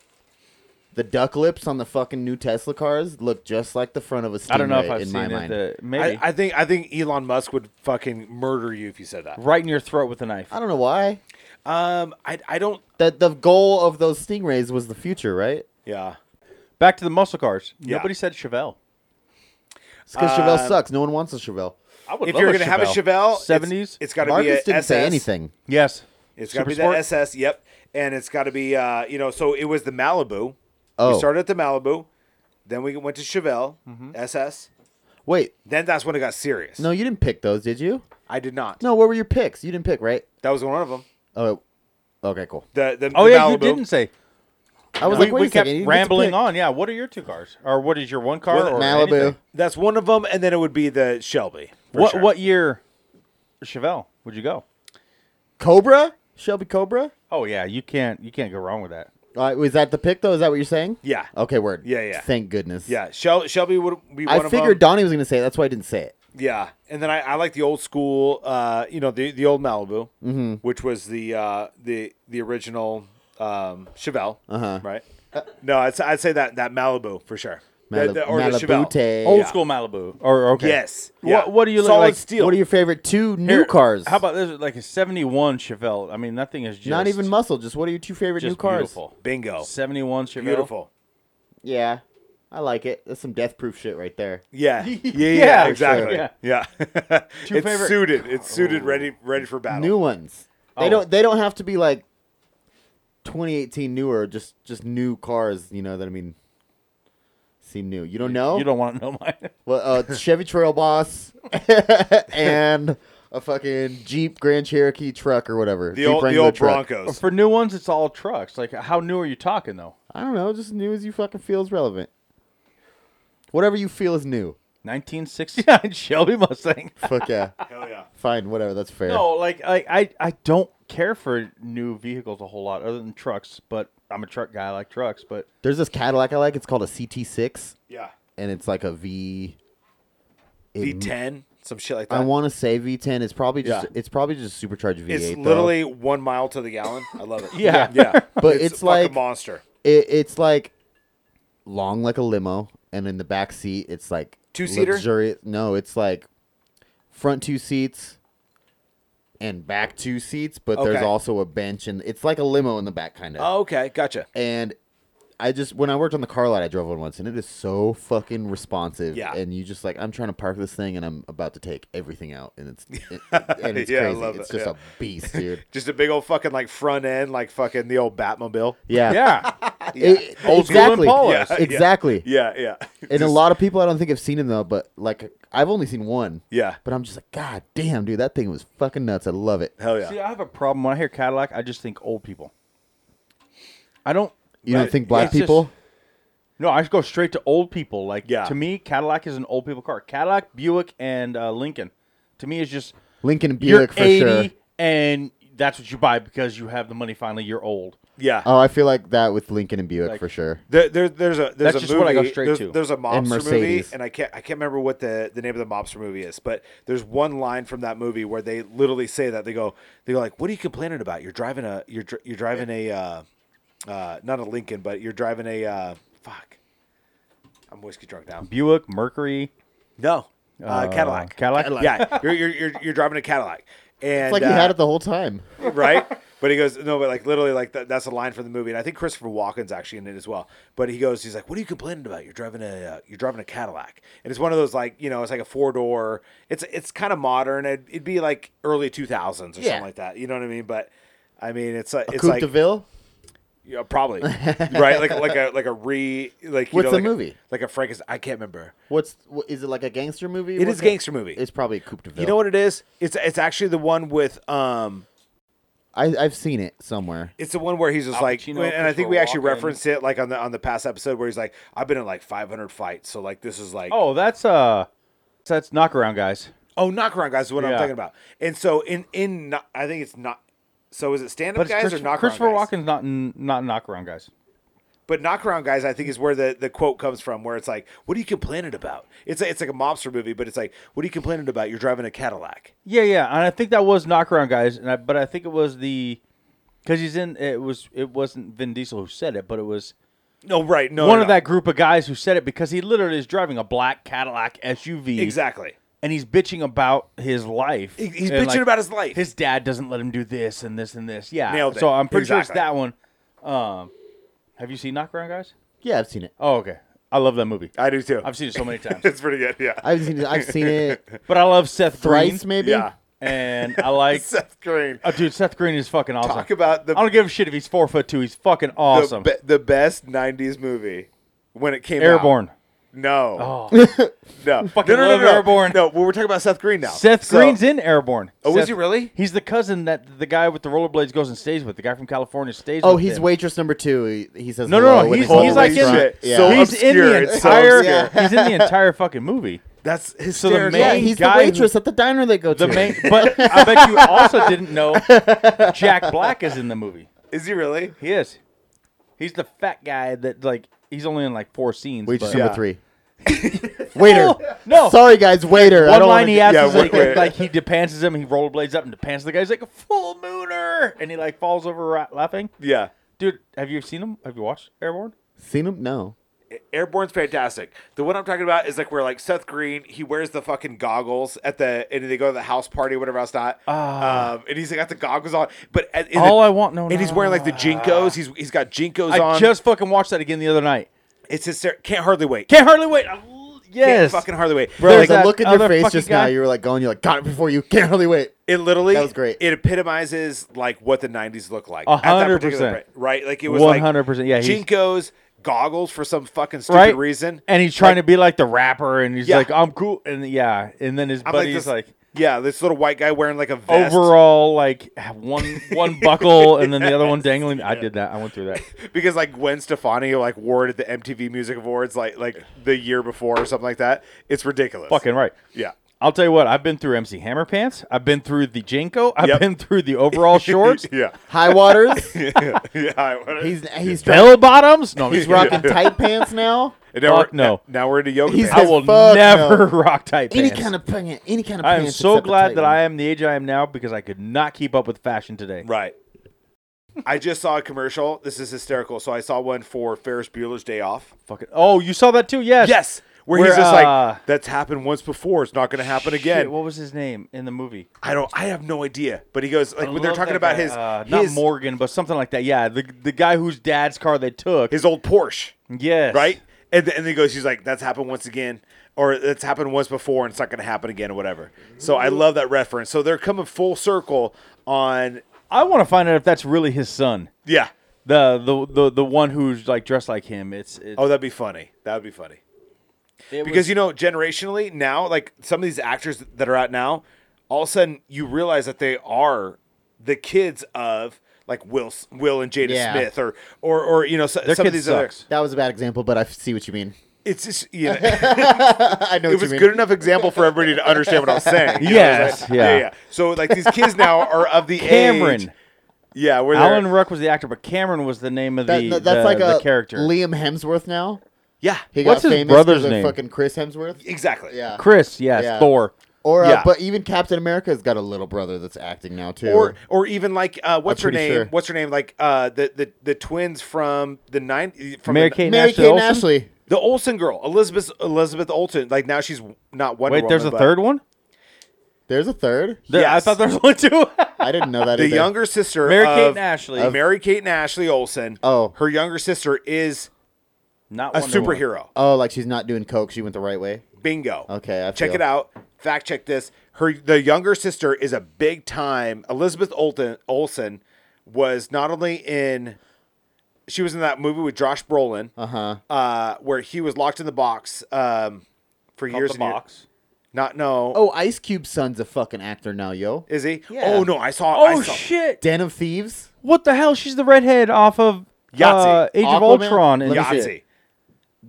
[SPEAKER 5] The duck lips on the fucking new Tesla cars look just like the front of a Stingray
[SPEAKER 3] I don't know if I've
[SPEAKER 5] in
[SPEAKER 3] seen
[SPEAKER 5] my
[SPEAKER 3] it.
[SPEAKER 5] mind.
[SPEAKER 3] The, maybe
[SPEAKER 4] I, I think I think Elon Musk would fucking murder you if you said that.
[SPEAKER 3] right in your throat with a knife.
[SPEAKER 5] I don't know why.
[SPEAKER 4] Um, I I don't.
[SPEAKER 5] That the goal of those Stingrays was the future, right?
[SPEAKER 4] Yeah.
[SPEAKER 3] Back to the muscle cars.
[SPEAKER 4] Yeah.
[SPEAKER 3] Nobody said Chevelle.
[SPEAKER 5] It's because Chevelle
[SPEAKER 3] Uh,
[SPEAKER 4] Um,
[SPEAKER 5] sucks. No one wants a Chevelle.
[SPEAKER 3] I would
[SPEAKER 4] if you're gonna have a Chevelle, it's-
[SPEAKER 3] seventies,
[SPEAKER 4] it's got to be a
[SPEAKER 5] Marcus didn't
[SPEAKER 4] SS.
[SPEAKER 5] say anything.
[SPEAKER 3] yes,
[SPEAKER 4] It's got to
[SPEAKER 3] Super
[SPEAKER 4] be
[SPEAKER 3] sport.
[SPEAKER 4] that SS. Yep, and it's got to be uh, you know. So it was the Malibu.
[SPEAKER 5] Oh.
[SPEAKER 4] We started at the Malibu, then we went to Chevelle
[SPEAKER 3] Mm-hmm.
[SPEAKER 4] SS.
[SPEAKER 5] Wait,
[SPEAKER 4] Then that's when it got serious.
[SPEAKER 5] no, you didn't pick those, did you?
[SPEAKER 4] I did not.
[SPEAKER 5] No, what were your picks? You didn't pick, right?
[SPEAKER 4] That was one of them.
[SPEAKER 5] Oh, okay, cool.
[SPEAKER 4] The the
[SPEAKER 3] Oh
[SPEAKER 4] the
[SPEAKER 3] yeah,
[SPEAKER 4] Malibu.
[SPEAKER 3] you didn't say.
[SPEAKER 5] I was
[SPEAKER 3] we
[SPEAKER 5] like, wait
[SPEAKER 3] we
[SPEAKER 5] a
[SPEAKER 3] kept
[SPEAKER 5] second, you didn't get to
[SPEAKER 3] rambling
[SPEAKER 5] pick.
[SPEAKER 3] on. Yeah, what are your two cars, or what is your one car?
[SPEAKER 4] Well,
[SPEAKER 3] or
[SPEAKER 5] Malibu.
[SPEAKER 3] anything?
[SPEAKER 4] That's one of them, and then it would be the Shelby. for
[SPEAKER 3] What
[SPEAKER 4] sure.
[SPEAKER 3] what year? Chevelle? Would you go?
[SPEAKER 5] Cobra? Shelby Cobra?
[SPEAKER 3] Oh yeah, you can't you can't go wrong with that.
[SPEAKER 5] Uh, was that the pick though? Is that what you're saying?
[SPEAKER 4] Yeah.
[SPEAKER 5] Okay, word.
[SPEAKER 4] Yeah, yeah.
[SPEAKER 5] Thank goodness.
[SPEAKER 4] Yeah, Shel- Shelby would be one
[SPEAKER 5] I
[SPEAKER 4] of
[SPEAKER 5] figured
[SPEAKER 4] them.
[SPEAKER 5] Donnie was gonna say it, that's why I didn't say it.
[SPEAKER 4] Yeah, and then I, I like the old school, uh, you know, the the old Malibu,
[SPEAKER 5] Mm-hmm.
[SPEAKER 4] which was the uh, the the original um, Chevelle,
[SPEAKER 5] Uh-huh.
[SPEAKER 4] right? no, I'd, s- I'd say that that Malibu for sure.
[SPEAKER 5] Malib- Malibute.
[SPEAKER 3] Old
[SPEAKER 4] Yeah.
[SPEAKER 3] school Malibu. Or okay.
[SPEAKER 4] Yes. yeah.
[SPEAKER 3] What what do you look
[SPEAKER 4] Solid
[SPEAKER 3] like?
[SPEAKER 4] steel.
[SPEAKER 5] What are your favorite two new
[SPEAKER 3] Here,
[SPEAKER 5] cars?
[SPEAKER 3] How about this? Like a '71 Chevelle. I mean, that thing is just
[SPEAKER 5] not even muscle? Just what are your two favorite
[SPEAKER 3] just
[SPEAKER 5] new cars?
[SPEAKER 3] Beautiful.
[SPEAKER 4] Bingo.
[SPEAKER 3] '71 Chevelle.
[SPEAKER 4] Beautiful.
[SPEAKER 5] Yeah, I like it. That's some death proof shit right there.
[SPEAKER 4] Yeah. Yeah. Yeah.
[SPEAKER 3] Yeah, for
[SPEAKER 4] exactly.
[SPEAKER 3] sure.
[SPEAKER 4] Yeah.
[SPEAKER 3] Two
[SPEAKER 4] it's
[SPEAKER 3] favorite-
[SPEAKER 4] suited. It's suited. Ready. Ready for battle.
[SPEAKER 5] Oh. New ones. They
[SPEAKER 3] Oh.
[SPEAKER 5] don't. They don't have to be like 2018 newer. Just just new cars. You know that I mean. Seem new. You don't know.
[SPEAKER 3] You don't want to know mine.
[SPEAKER 5] Well, uh, Chevy Trail Boss and a fucking Jeep Grand Cherokee truck or whatever.
[SPEAKER 4] the
[SPEAKER 5] Jeep
[SPEAKER 4] old the
[SPEAKER 5] Wrangler
[SPEAKER 4] old
[SPEAKER 5] truck.
[SPEAKER 4] Broncos.
[SPEAKER 3] For new ones, it's all trucks. Like, how new are you talking though?
[SPEAKER 5] I don't know. Just new as you fucking feel is relevant. Whatever you feel is new.
[SPEAKER 3] 1969 Shelby Mustang.
[SPEAKER 5] Fuck yeah.
[SPEAKER 4] Hell yeah.
[SPEAKER 5] Fine. Whatever. That's fair.
[SPEAKER 3] No, like I, I, I don't care for new vehicles a whole lot, other than trucks. But I'm a truck guy. I like trucks. But
[SPEAKER 5] There's this Cadillac I like. It's called a CT6,
[SPEAKER 4] Yeah.
[SPEAKER 5] and it's like a V. it
[SPEAKER 4] The
[SPEAKER 5] m-
[SPEAKER 4] ten. Some shit like that.
[SPEAKER 5] I want to say V10. It's probably just.
[SPEAKER 4] Yeah.
[SPEAKER 5] It's probably just a supercharged V8.
[SPEAKER 4] it's
[SPEAKER 5] though.
[SPEAKER 4] literally one mile to the gallon. I love it.
[SPEAKER 3] Yeah.
[SPEAKER 4] Yeah.
[SPEAKER 5] But
[SPEAKER 4] a
[SPEAKER 5] it's
[SPEAKER 4] fucking
[SPEAKER 5] like-
[SPEAKER 4] monster.
[SPEAKER 5] It, it's like long like a limo, and in the back seat it's like
[SPEAKER 4] Two-seater?
[SPEAKER 5] luxurious- No, it's like front two seats, and back two seats, but
[SPEAKER 4] Okay.
[SPEAKER 5] there's also a bench and it's like a limo in the back kind of.
[SPEAKER 4] Oh, okay, gotcha.
[SPEAKER 5] And I just when I worked on the car lot, I drove one once, and it is so fucking responsive.
[SPEAKER 4] Yeah.
[SPEAKER 5] And you just like I'm trying to park this thing, and I'm about to take everything out, and it's it, and it's
[SPEAKER 4] Yeah, I
[SPEAKER 5] crazy.
[SPEAKER 4] love
[SPEAKER 5] it's
[SPEAKER 4] it,
[SPEAKER 5] just
[SPEAKER 4] yeah.
[SPEAKER 5] a beast, dude.
[SPEAKER 4] Just a big old fucking like front end, like fucking the old Batmobile.
[SPEAKER 5] Yeah.
[SPEAKER 3] Yeah.
[SPEAKER 5] It-
[SPEAKER 3] Old school
[SPEAKER 5] exactly.
[SPEAKER 3] Impalas.
[SPEAKER 4] Yeah, yeah.
[SPEAKER 5] exactly.
[SPEAKER 4] Yeah, yeah.
[SPEAKER 5] And a lot of people I don't think have seen him though, but like I've only seen one.
[SPEAKER 4] Yeah.
[SPEAKER 5] But I'm just like, God damn, dude, that thing was fucking nuts. I love it.
[SPEAKER 4] Hell yeah.
[SPEAKER 3] See, I have a problem when I hear Cadillac. I just think old people. I don't.
[SPEAKER 5] You don't think black
[SPEAKER 3] It's just-
[SPEAKER 5] people?
[SPEAKER 3] No, I just go straight to old people. Like,
[SPEAKER 4] Yeah.
[SPEAKER 3] to me, Cadillac is an old people car. Cadillac, Buick, and uh, Lincoln, to me, is just
[SPEAKER 5] Lincoln
[SPEAKER 3] you're
[SPEAKER 5] Buick for sure.
[SPEAKER 3] and that's what you buy because you have the money. Finally, you're old.
[SPEAKER 4] Yeah.
[SPEAKER 3] Um,
[SPEAKER 5] Oh, I feel like that with Lincoln and Buick
[SPEAKER 3] Like-
[SPEAKER 5] for sure.
[SPEAKER 4] There, there, there's a there's
[SPEAKER 3] That's
[SPEAKER 4] a
[SPEAKER 3] just
[SPEAKER 4] movie.
[SPEAKER 3] what I go straight
[SPEAKER 4] there's,
[SPEAKER 3] to.
[SPEAKER 4] there's a mobster movie,
[SPEAKER 5] Mercedes.
[SPEAKER 4] and I can't I can't remember what the, the name of the mobster movie is, but there's one line from that movie where they literally say that they go they go like, "What are you complaining about? You're driving a you're dri- you're driving a uh, uh, not a Lincoln, but you're driving a uh, fuck." I'm whiskey drunk now.
[SPEAKER 3] Buick, Mercury,
[SPEAKER 4] No, uh, Cadillac.
[SPEAKER 3] Cadillac.
[SPEAKER 4] Yeah, you're, you're you're you're driving a Cadillac, and
[SPEAKER 5] It's like
[SPEAKER 4] uh,
[SPEAKER 5] he had it the whole time.
[SPEAKER 4] right? But he goes, no, but like literally, like that, that's a line from the movie, and I think Christopher Walken's actually in it as well. But he goes, he's like, "What are you complaining about? You're driving a, uh, you're driving a Cadillac, and it's one of those like, you know, it's like a four door. It's it's kind of modern. It'd, it'd be like early two thousands or
[SPEAKER 5] Yeah.
[SPEAKER 4] something like that. You know what I mean? But I mean, it's like it's
[SPEAKER 5] Coupe
[SPEAKER 4] like
[SPEAKER 5] de Ville?
[SPEAKER 4] yeah, probably right, like like a like a re like you
[SPEAKER 5] What's
[SPEAKER 4] know,
[SPEAKER 5] the
[SPEAKER 4] like a-
[SPEAKER 5] movie?
[SPEAKER 4] like a Frankenstein. I can't remember.
[SPEAKER 5] What's wh- is it like a gangster movie?
[SPEAKER 4] It
[SPEAKER 5] What
[SPEAKER 4] is
[SPEAKER 5] ki-
[SPEAKER 4] gangster movie.
[SPEAKER 5] It's probably a Coupe de Ville.
[SPEAKER 4] you know what it is? It's it's actually the one with um
[SPEAKER 5] I, I've seen it somewhere.
[SPEAKER 4] It's the one where he's just like,
[SPEAKER 3] Pacino,
[SPEAKER 4] and I think we
[SPEAKER 3] Christopher
[SPEAKER 4] actually
[SPEAKER 3] Walken.
[SPEAKER 4] referenced it like on the on the past episode where he's like, I've been in like 500 fights, so like this is like, oh,
[SPEAKER 3] Oh, that's uh, that's knockaround guys.
[SPEAKER 4] oh knock around guys is what I'm
[SPEAKER 3] Yeah.
[SPEAKER 4] talking about. And so in in Kno- I think it's not. So is it stand
[SPEAKER 3] But
[SPEAKER 4] up
[SPEAKER 3] it's
[SPEAKER 4] guys or
[SPEAKER 3] Christopher,
[SPEAKER 4] knock
[SPEAKER 3] Christopher
[SPEAKER 4] around guys?
[SPEAKER 3] Walken's not in, not in knockaround guys.
[SPEAKER 4] But knock around guys, I think is where the, the quote comes from, where it's like, what are you complaining about? It's a, it's like a mobster movie, but it's like, what are you complaining about? You're driving a Cadillac.
[SPEAKER 3] Yeah, yeah, and I think that was knockaround guys, and I, but I think it was the because he's in it was it wasn't Vin Diesel who said it, but it was
[SPEAKER 4] No, right? No,
[SPEAKER 3] one
[SPEAKER 4] no,
[SPEAKER 3] of
[SPEAKER 4] no.
[SPEAKER 3] that group of guys who said it because he literally is driving a black Cadillac SUV,
[SPEAKER 4] exactly.
[SPEAKER 3] and he's bitching about his life.
[SPEAKER 4] He- he's
[SPEAKER 3] and,
[SPEAKER 4] bitching about his life.
[SPEAKER 3] His dad doesn't let him do this and this and this. Yeah,
[SPEAKER 4] Nailed it.
[SPEAKER 3] so I'm pretty sure it's
[SPEAKER 4] Exactly.
[SPEAKER 3] that one. Um, have you seen Knockaround Guys?
[SPEAKER 5] Yeah, I've seen it.
[SPEAKER 3] Oh, okay. I love that movie.
[SPEAKER 4] I do too.
[SPEAKER 3] I've seen it so many times,
[SPEAKER 4] it's pretty good. Yeah.
[SPEAKER 5] I've seen it. I've seen it
[SPEAKER 3] but I love Seth
[SPEAKER 5] thrice,
[SPEAKER 3] Green,
[SPEAKER 5] maybe.
[SPEAKER 4] Yeah.
[SPEAKER 3] and I like
[SPEAKER 4] Seth Green.
[SPEAKER 3] Oh, dude, Seth Green is fucking awesome.
[SPEAKER 4] Talk about the-
[SPEAKER 3] I don't give a shit if he's four foot two. He's fucking awesome.
[SPEAKER 4] The, be- the best '90s movie when it came out.
[SPEAKER 3] Airborne.
[SPEAKER 4] No,
[SPEAKER 3] Oh,
[SPEAKER 4] no,
[SPEAKER 3] Fucking
[SPEAKER 4] no, no,
[SPEAKER 3] love
[SPEAKER 4] no, no.
[SPEAKER 3] Airborne.
[SPEAKER 4] No, well, we're talking about Seth Green now.
[SPEAKER 3] Seth
[SPEAKER 4] So-
[SPEAKER 3] Green's in Airborne.
[SPEAKER 4] Oh, is
[SPEAKER 3] Seth-
[SPEAKER 4] he really?
[SPEAKER 3] He's the cousin that the guy with the rollerblades goes and stays with. The guy from California stays.
[SPEAKER 5] Oh,
[SPEAKER 3] with
[SPEAKER 5] he's
[SPEAKER 3] him.
[SPEAKER 5] waitress number two. He, he says
[SPEAKER 3] No, no,
[SPEAKER 5] hello
[SPEAKER 3] no,
[SPEAKER 5] when
[SPEAKER 3] he's-
[SPEAKER 5] goes
[SPEAKER 4] Holy
[SPEAKER 3] he's
[SPEAKER 5] to the
[SPEAKER 3] like in-
[SPEAKER 5] restaurant.
[SPEAKER 4] shit.
[SPEAKER 5] Yeah.
[SPEAKER 4] So
[SPEAKER 3] He's in
[SPEAKER 4] obscure,
[SPEAKER 3] the
[SPEAKER 4] it's so
[SPEAKER 3] entire.
[SPEAKER 4] obscure.
[SPEAKER 3] he's in the entire fucking movie.
[SPEAKER 4] That's hysterical.
[SPEAKER 5] yeah,
[SPEAKER 3] main-
[SPEAKER 5] he's the
[SPEAKER 3] guy who-
[SPEAKER 5] waitress at the diner they go to.
[SPEAKER 3] The main, but I bet you also didn't know Jack Black is in the movie.
[SPEAKER 4] is he really?
[SPEAKER 3] He is. He's the fat guy that like he's only in like four scenes.
[SPEAKER 5] waitress
[SPEAKER 3] but-
[SPEAKER 5] number
[SPEAKER 4] Yeah.
[SPEAKER 5] three. waiter.
[SPEAKER 3] No.
[SPEAKER 5] Sorry, guys, waiter. I
[SPEAKER 3] One
[SPEAKER 5] don't
[SPEAKER 3] line
[SPEAKER 5] wanna
[SPEAKER 3] he
[SPEAKER 5] do-
[SPEAKER 3] asks
[SPEAKER 4] yeah,
[SPEAKER 3] is like,
[SPEAKER 4] wait, wait.
[SPEAKER 3] like he depances him, he rollerblades up and depants the guy. He's like a full mooner, and he like falls over ra- laughing.
[SPEAKER 4] Yeah.
[SPEAKER 3] Dude, have you seen him? Have you watched Airborne?
[SPEAKER 5] Seen him? No.
[SPEAKER 4] Airborne's fantastic. The one I'm talking about is like where like Seth Green, he wears the fucking goggles at the and they go to the house party, whatever else not.
[SPEAKER 3] Ah.
[SPEAKER 4] Um, and he's got the goggles on, but at, in the-
[SPEAKER 3] All I want, no,
[SPEAKER 4] and he's wearing like the jinkos. He's he's got jinkos
[SPEAKER 3] I
[SPEAKER 4] on.
[SPEAKER 3] just fucking watched that again the other night.
[SPEAKER 4] it's hysterical. Can't hardly wait.
[SPEAKER 3] Can't hardly wait. I l-
[SPEAKER 4] Can't
[SPEAKER 3] yes,
[SPEAKER 4] fucking hardly wait.
[SPEAKER 5] Bro,
[SPEAKER 3] There's
[SPEAKER 5] there's a
[SPEAKER 3] that
[SPEAKER 5] look in your
[SPEAKER 3] other
[SPEAKER 5] face
[SPEAKER 3] fucking
[SPEAKER 5] just now.
[SPEAKER 3] guy.
[SPEAKER 5] You were like going, you're like, got it before you. Can't really wait.
[SPEAKER 4] It literally
[SPEAKER 5] That was great.
[SPEAKER 4] It epitomizes like what the '90s looked like.
[SPEAKER 3] A
[SPEAKER 4] at that
[SPEAKER 3] hundred
[SPEAKER 4] particular
[SPEAKER 3] percent.
[SPEAKER 4] pri- right? Like it was like
[SPEAKER 3] 100%, yeah, he's-
[SPEAKER 4] Jinkos, goggles for some fucking stupid
[SPEAKER 3] right
[SPEAKER 4] reason,
[SPEAKER 3] And he's trying to be like the rapper, and he's
[SPEAKER 4] Yeah.
[SPEAKER 3] like, "I'm cool," and yeah, and then his
[SPEAKER 4] I'm
[SPEAKER 3] buddy's
[SPEAKER 4] this-
[SPEAKER 3] like.
[SPEAKER 4] yeah, this little white guy wearing like a vest.
[SPEAKER 3] Overall, like one one buckle and then the other one dangling. I did that. I went through that.
[SPEAKER 4] because like Gwen Stefani like wore it at the MTV Music Awards like like the year before or something like that. It's ridiculous.
[SPEAKER 3] Fucking right.
[SPEAKER 4] yeah.
[SPEAKER 3] I'll tell you what, I've been through MC Hammer pants. I've been through the Jinko. I've
[SPEAKER 4] Yep.
[SPEAKER 3] been through the overall shorts,
[SPEAKER 4] yeah,
[SPEAKER 5] High waters.
[SPEAKER 4] yeah. I-
[SPEAKER 5] he's he's trying,
[SPEAKER 3] bell bottoms. No,
[SPEAKER 5] he's rocking tight pants now.
[SPEAKER 4] and now
[SPEAKER 3] fuck
[SPEAKER 4] we're,
[SPEAKER 3] no.
[SPEAKER 4] Now we're into yoga.
[SPEAKER 5] He's
[SPEAKER 3] I
[SPEAKER 4] pants.
[SPEAKER 5] says,
[SPEAKER 3] will
[SPEAKER 5] "Fuck
[SPEAKER 3] never rock tight
[SPEAKER 5] Any
[SPEAKER 3] pants.
[SPEAKER 5] kind of pants. Any kind of
[SPEAKER 3] I
[SPEAKER 5] pants.
[SPEAKER 3] am so
[SPEAKER 5] except the
[SPEAKER 3] glad
[SPEAKER 5] tight
[SPEAKER 3] that
[SPEAKER 5] one.
[SPEAKER 3] I am the age I am now because I could not keep up with fashion today.
[SPEAKER 4] Right. I just saw a commercial. This is hysterical. So I saw one for Ferris Bueller's Day Off.
[SPEAKER 3] Fucking. Oh, you saw that too? Yes.
[SPEAKER 4] Yes. where he's
[SPEAKER 3] Where,
[SPEAKER 4] just
[SPEAKER 3] uh,
[SPEAKER 4] like, "That's happened once before. It's not going to happen
[SPEAKER 3] Shit,
[SPEAKER 4] again."
[SPEAKER 3] what was his name in the movie?
[SPEAKER 4] I don't. I have no idea. But he goes like
[SPEAKER 3] I
[SPEAKER 4] when they're
[SPEAKER 3] love
[SPEAKER 4] talking
[SPEAKER 3] that
[SPEAKER 4] about
[SPEAKER 3] guy.
[SPEAKER 4] his
[SPEAKER 3] Uh,
[SPEAKER 4] his,
[SPEAKER 3] not Morgan, but something like that. Yeah, the the guy whose dad's car they took.
[SPEAKER 4] his old Porsche,
[SPEAKER 3] yes,
[SPEAKER 4] right? And th- and he goes, he's like, "That's happened once again." Or that's happened once before, and it's not going to happen again, or whatever. So I love that reference. So they're coming full circle on,
[SPEAKER 3] I want to find out if that's really his son.
[SPEAKER 4] yeah.
[SPEAKER 3] The the the, the one who's like dressed like him. It's, it's
[SPEAKER 4] Oh, that'd be funny. That would be funny.
[SPEAKER 3] it
[SPEAKER 4] because
[SPEAKER 3] was-
[SPEAKER 4] you know generationally now like some of these actors that are out now all of a sudden you realize that they are the kids of like will S- will and jada
[SPEAKER 5] Yeah.
[SPEAKER 4] smith or or or you know so,
[SPEAKER 3] their
[SPEAKER 4] some
[SPEAKER 3] kid
[SPEAKER 4] of these
[SPEAKER 3] sucks.
[SPEAKER 5] That was a bad example, but I f- see what you mean.
[SPEAKER 4] other it's just you know
[SPEAKER 5] I know
[SPEAKER 4] it
[SPEAKER 5] what you
[SPEAKER 4] was
[SPEAKER 5] mean.
[SPEAKER 4] good enough example for everybody to understand what i was saying you know,
[SPEAKER 3] Yes,
[SPEAKER 4] like,
[SPEAKER 3] yeah.
[SPEAKER 4] so like these kids now are of the
[SPEAKER 3] Cameron.
[SPEAKER 4] age- yeah where they're-
[SPEAKER 3] Alan Ruck was the actor, but Cameron was the name of
[SPEAKER 5] That-
[SPEAKER 3] the,
[SPEAKER 5] no, that's
[SPEAKER 3] the-
[SPEAKER 5] like
[SPEAKER 3] the
[SPEAKER 5] a
[SPEAKER 3] character.
[SPEAKER 5] Liam Hemsworth now.
[SPEAKER 4] yeah
[SPEAKER 5] He
[SPEAKER 3] What's
[SPEAKER 5] got
[SPEAKER 3] his
[SPEAKER 5] famous
[SPEAKER 3] brother's
[SPEAKER 5] 'cause of
[SPEAKER 3] name?
[SPEAKER 5] fucking Chris Hemsworth.
[SPEAKER 4] exactly
[SPEAKER 5] Yeah.
[SPEAKER 3] Chris, yes,
[SPEAKER 5] Yeah.
[SPEAKER 3] Thor.
[SPEAKER 5] Or uh,
[SPEAKER 4] Yeah.
[SPEAKER 5] but even Captain America's got a little brother that's acting now too.
[SPEAKER 4] or or even like uh, what's her
[SPEAKER 5] pretty
[SPEAKER 4] name?
[SPEAKER 5] sure.
[SPEAKER 4] What's her name? Like uh, the, the the twins from the nine from the-
[SPEAKER 3] Mary Kate
[SPEAKER 5] Mary
[SPEAKER 3] Ashley
[SPEAKER 5] Kate and
[SPEAKER 3] Olsen?
[SPEAKER 5] Ashley.
[SPEAKER 4] The Olsen girl, Elizabeth Elizabeth Olsen. Like now she's not Wonder
[SPEAKER 3] Wait,
[SPEAKER 4] Woman.
[SPEAKER 3] there's a
[SPEAKER 4] but
[SPEAKER 3] third one.
[SPEAKER 5] There's a third.
[SPEAKER 3] There- I
[SPEAKER 4] Yes.
[SPEAKER 3] thought there was only two.
[SPEAKER 5] I didn't know that.
[SPEAKER 4] The
[SPEAKER 5] either.
[SPEAKER 4] younger sister,
[SPEAKER 3] Mary
[SPEAKER 4] of,
[SPEAKER 3] Kate and Ashley,
[SPEAKER 4] of Mary Kate and Ashley Olsen.
[SPEAKER 5] Oh.
[SPEAKER 4] her younger sister is
[SPEAKER 3] not
[SPEAKER 4] a
[SPEAKER 3] Wonder Woman.
[SPEAKER 4] superhero.
[SPEAKER 5] Oh, like she's not doing coke. She went the right way.
[SPEAKER 4] Bingo.
[SPEAKER 5] Okay, I
[SPEAKER 4] check
[SPEAKER 5] feel-
[SPEAKER 4] it out. Fact check this. Her the younger sister is a big time. Elizabeth Olsen Olsen was not only in. She was in that movie with Josh Brolin,
[SPEAKER 5] Uh-huh.
[SPEAKER 4] uh, where he was locked in the box um, for
[SPEAKER 3] Called
[SPEAKER 4] years. and
[SPEAKER 3] the
[SPEAKER 4] years.
[SPEAKER 3] box.
[SPEAKER 4] Not no.
[SPEAKER 5] Oh, Ice Cube's son's a fucking actor now, yo.
[SPEAKER 4] is he?
[SPEAKER 5] Yeah.
[SPEAKER 4] Oh no, I saw. I
[SPEAKER 3] Oh
[SPEAKER 4] saw-
[SPEAKER 3] shit!
[SPEAKER 5] Den of Thieves.
[SPEAKER 3] What the hell? She's the redhead off of
[SPEAKER 4] Yahtzee.
[SPEAKER 3] uh, Age of
[SPEAKER 5] Aquaman?
[SPEAKER 3] Ultron and
[SPEAKER 5] Yahtzee.
[SPEAKER 3] shit.
[SPEAKER 4] Yahtzee.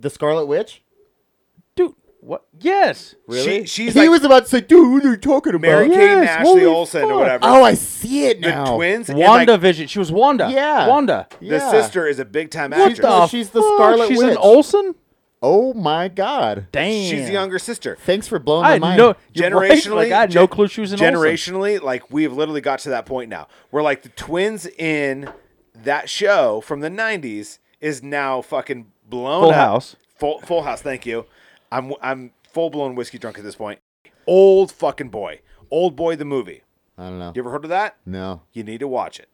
[SPEAKER 5] The Scarlet Witch.
[SPEAKER 3] Dude, what? Yes.
[SPEAKER 5] Really?
[SPEAKER 4] She, she's
[SPEAKER 5] he
[SPEAKER 4] like
[SPEAKER 5] was about to say, dude, what are you talking about?
[SPEAKER 4] Mary
[SPEAKER 3] Yeah.
[SPEAKER 4] Kate and
[SPEAKER 3] Yes,
[SPEAKER 4] Ashley
[SPEAKER 3] holy
[SPEAKER 4] Olsen or
[SPEAKER 3] fuck.
[SPEAKER 4] whatever.
[SPEAKER 5] Oh, I see it
[SPEAKER 4] the
[SPEAKER 5] now.
[SPEAKER 4] twins. and, like,
[SPEAKER 3] Wanda Vision. She was Wanda.
[SPEAKER 5] Yeah.
[SPEAKER 3] Wanda.
[SPEAKER 5] Yeah.
[SPEAKER 4] The sister is a big time
[SPEAKER 3] What
[SPEAKER 4] actress.
[SPEAKER 3] the?
[SPEAKER 5] She's the
[SPEAKER 3] fuck?
[SPEAKER 5] Scarlet
[SPEAKER 3] She's
[SPEAKER 5] Witch.
[SPEAKER 3] an Olsen.
[SPEAKER 5] Oh my god.
[SPEAKER 3] Damn.
[SPEAKER 4] She's the younger sister.
[SPEAKER 5] Thanks for blowing
[SPEAKER 3] I
[SPEAKER 5] my
[SPEAKER 3] had
[SPEAKER 5] mind.
[SPEAKER 3] no you're right,
[SPEAKER 4] Generationally,
[SPEAKER 3] Like, I had
[SPEAKER 4] gen-
[SPEAKER 3] no clue she was an Olsen.
[SPEAKER 4] generationally, like we've literally got to that point now. Where like the twins in that show from the '90s is now fucking blown
[SPEAKER 3] Full
[SPEAKER 4] up.
[SPEAKER 3] House.
[SPEAKER 4] Full, full House. Thank you. I'm I'm full blown whiskey drunk at this point. Old fucking boy. Old boy the movie.
[SPEAKER 5] I don't know.
[SPEAKER 4] You ever heard of that?
[SPEAKER 5] No.
[SPEAKER 4] You need to watch it.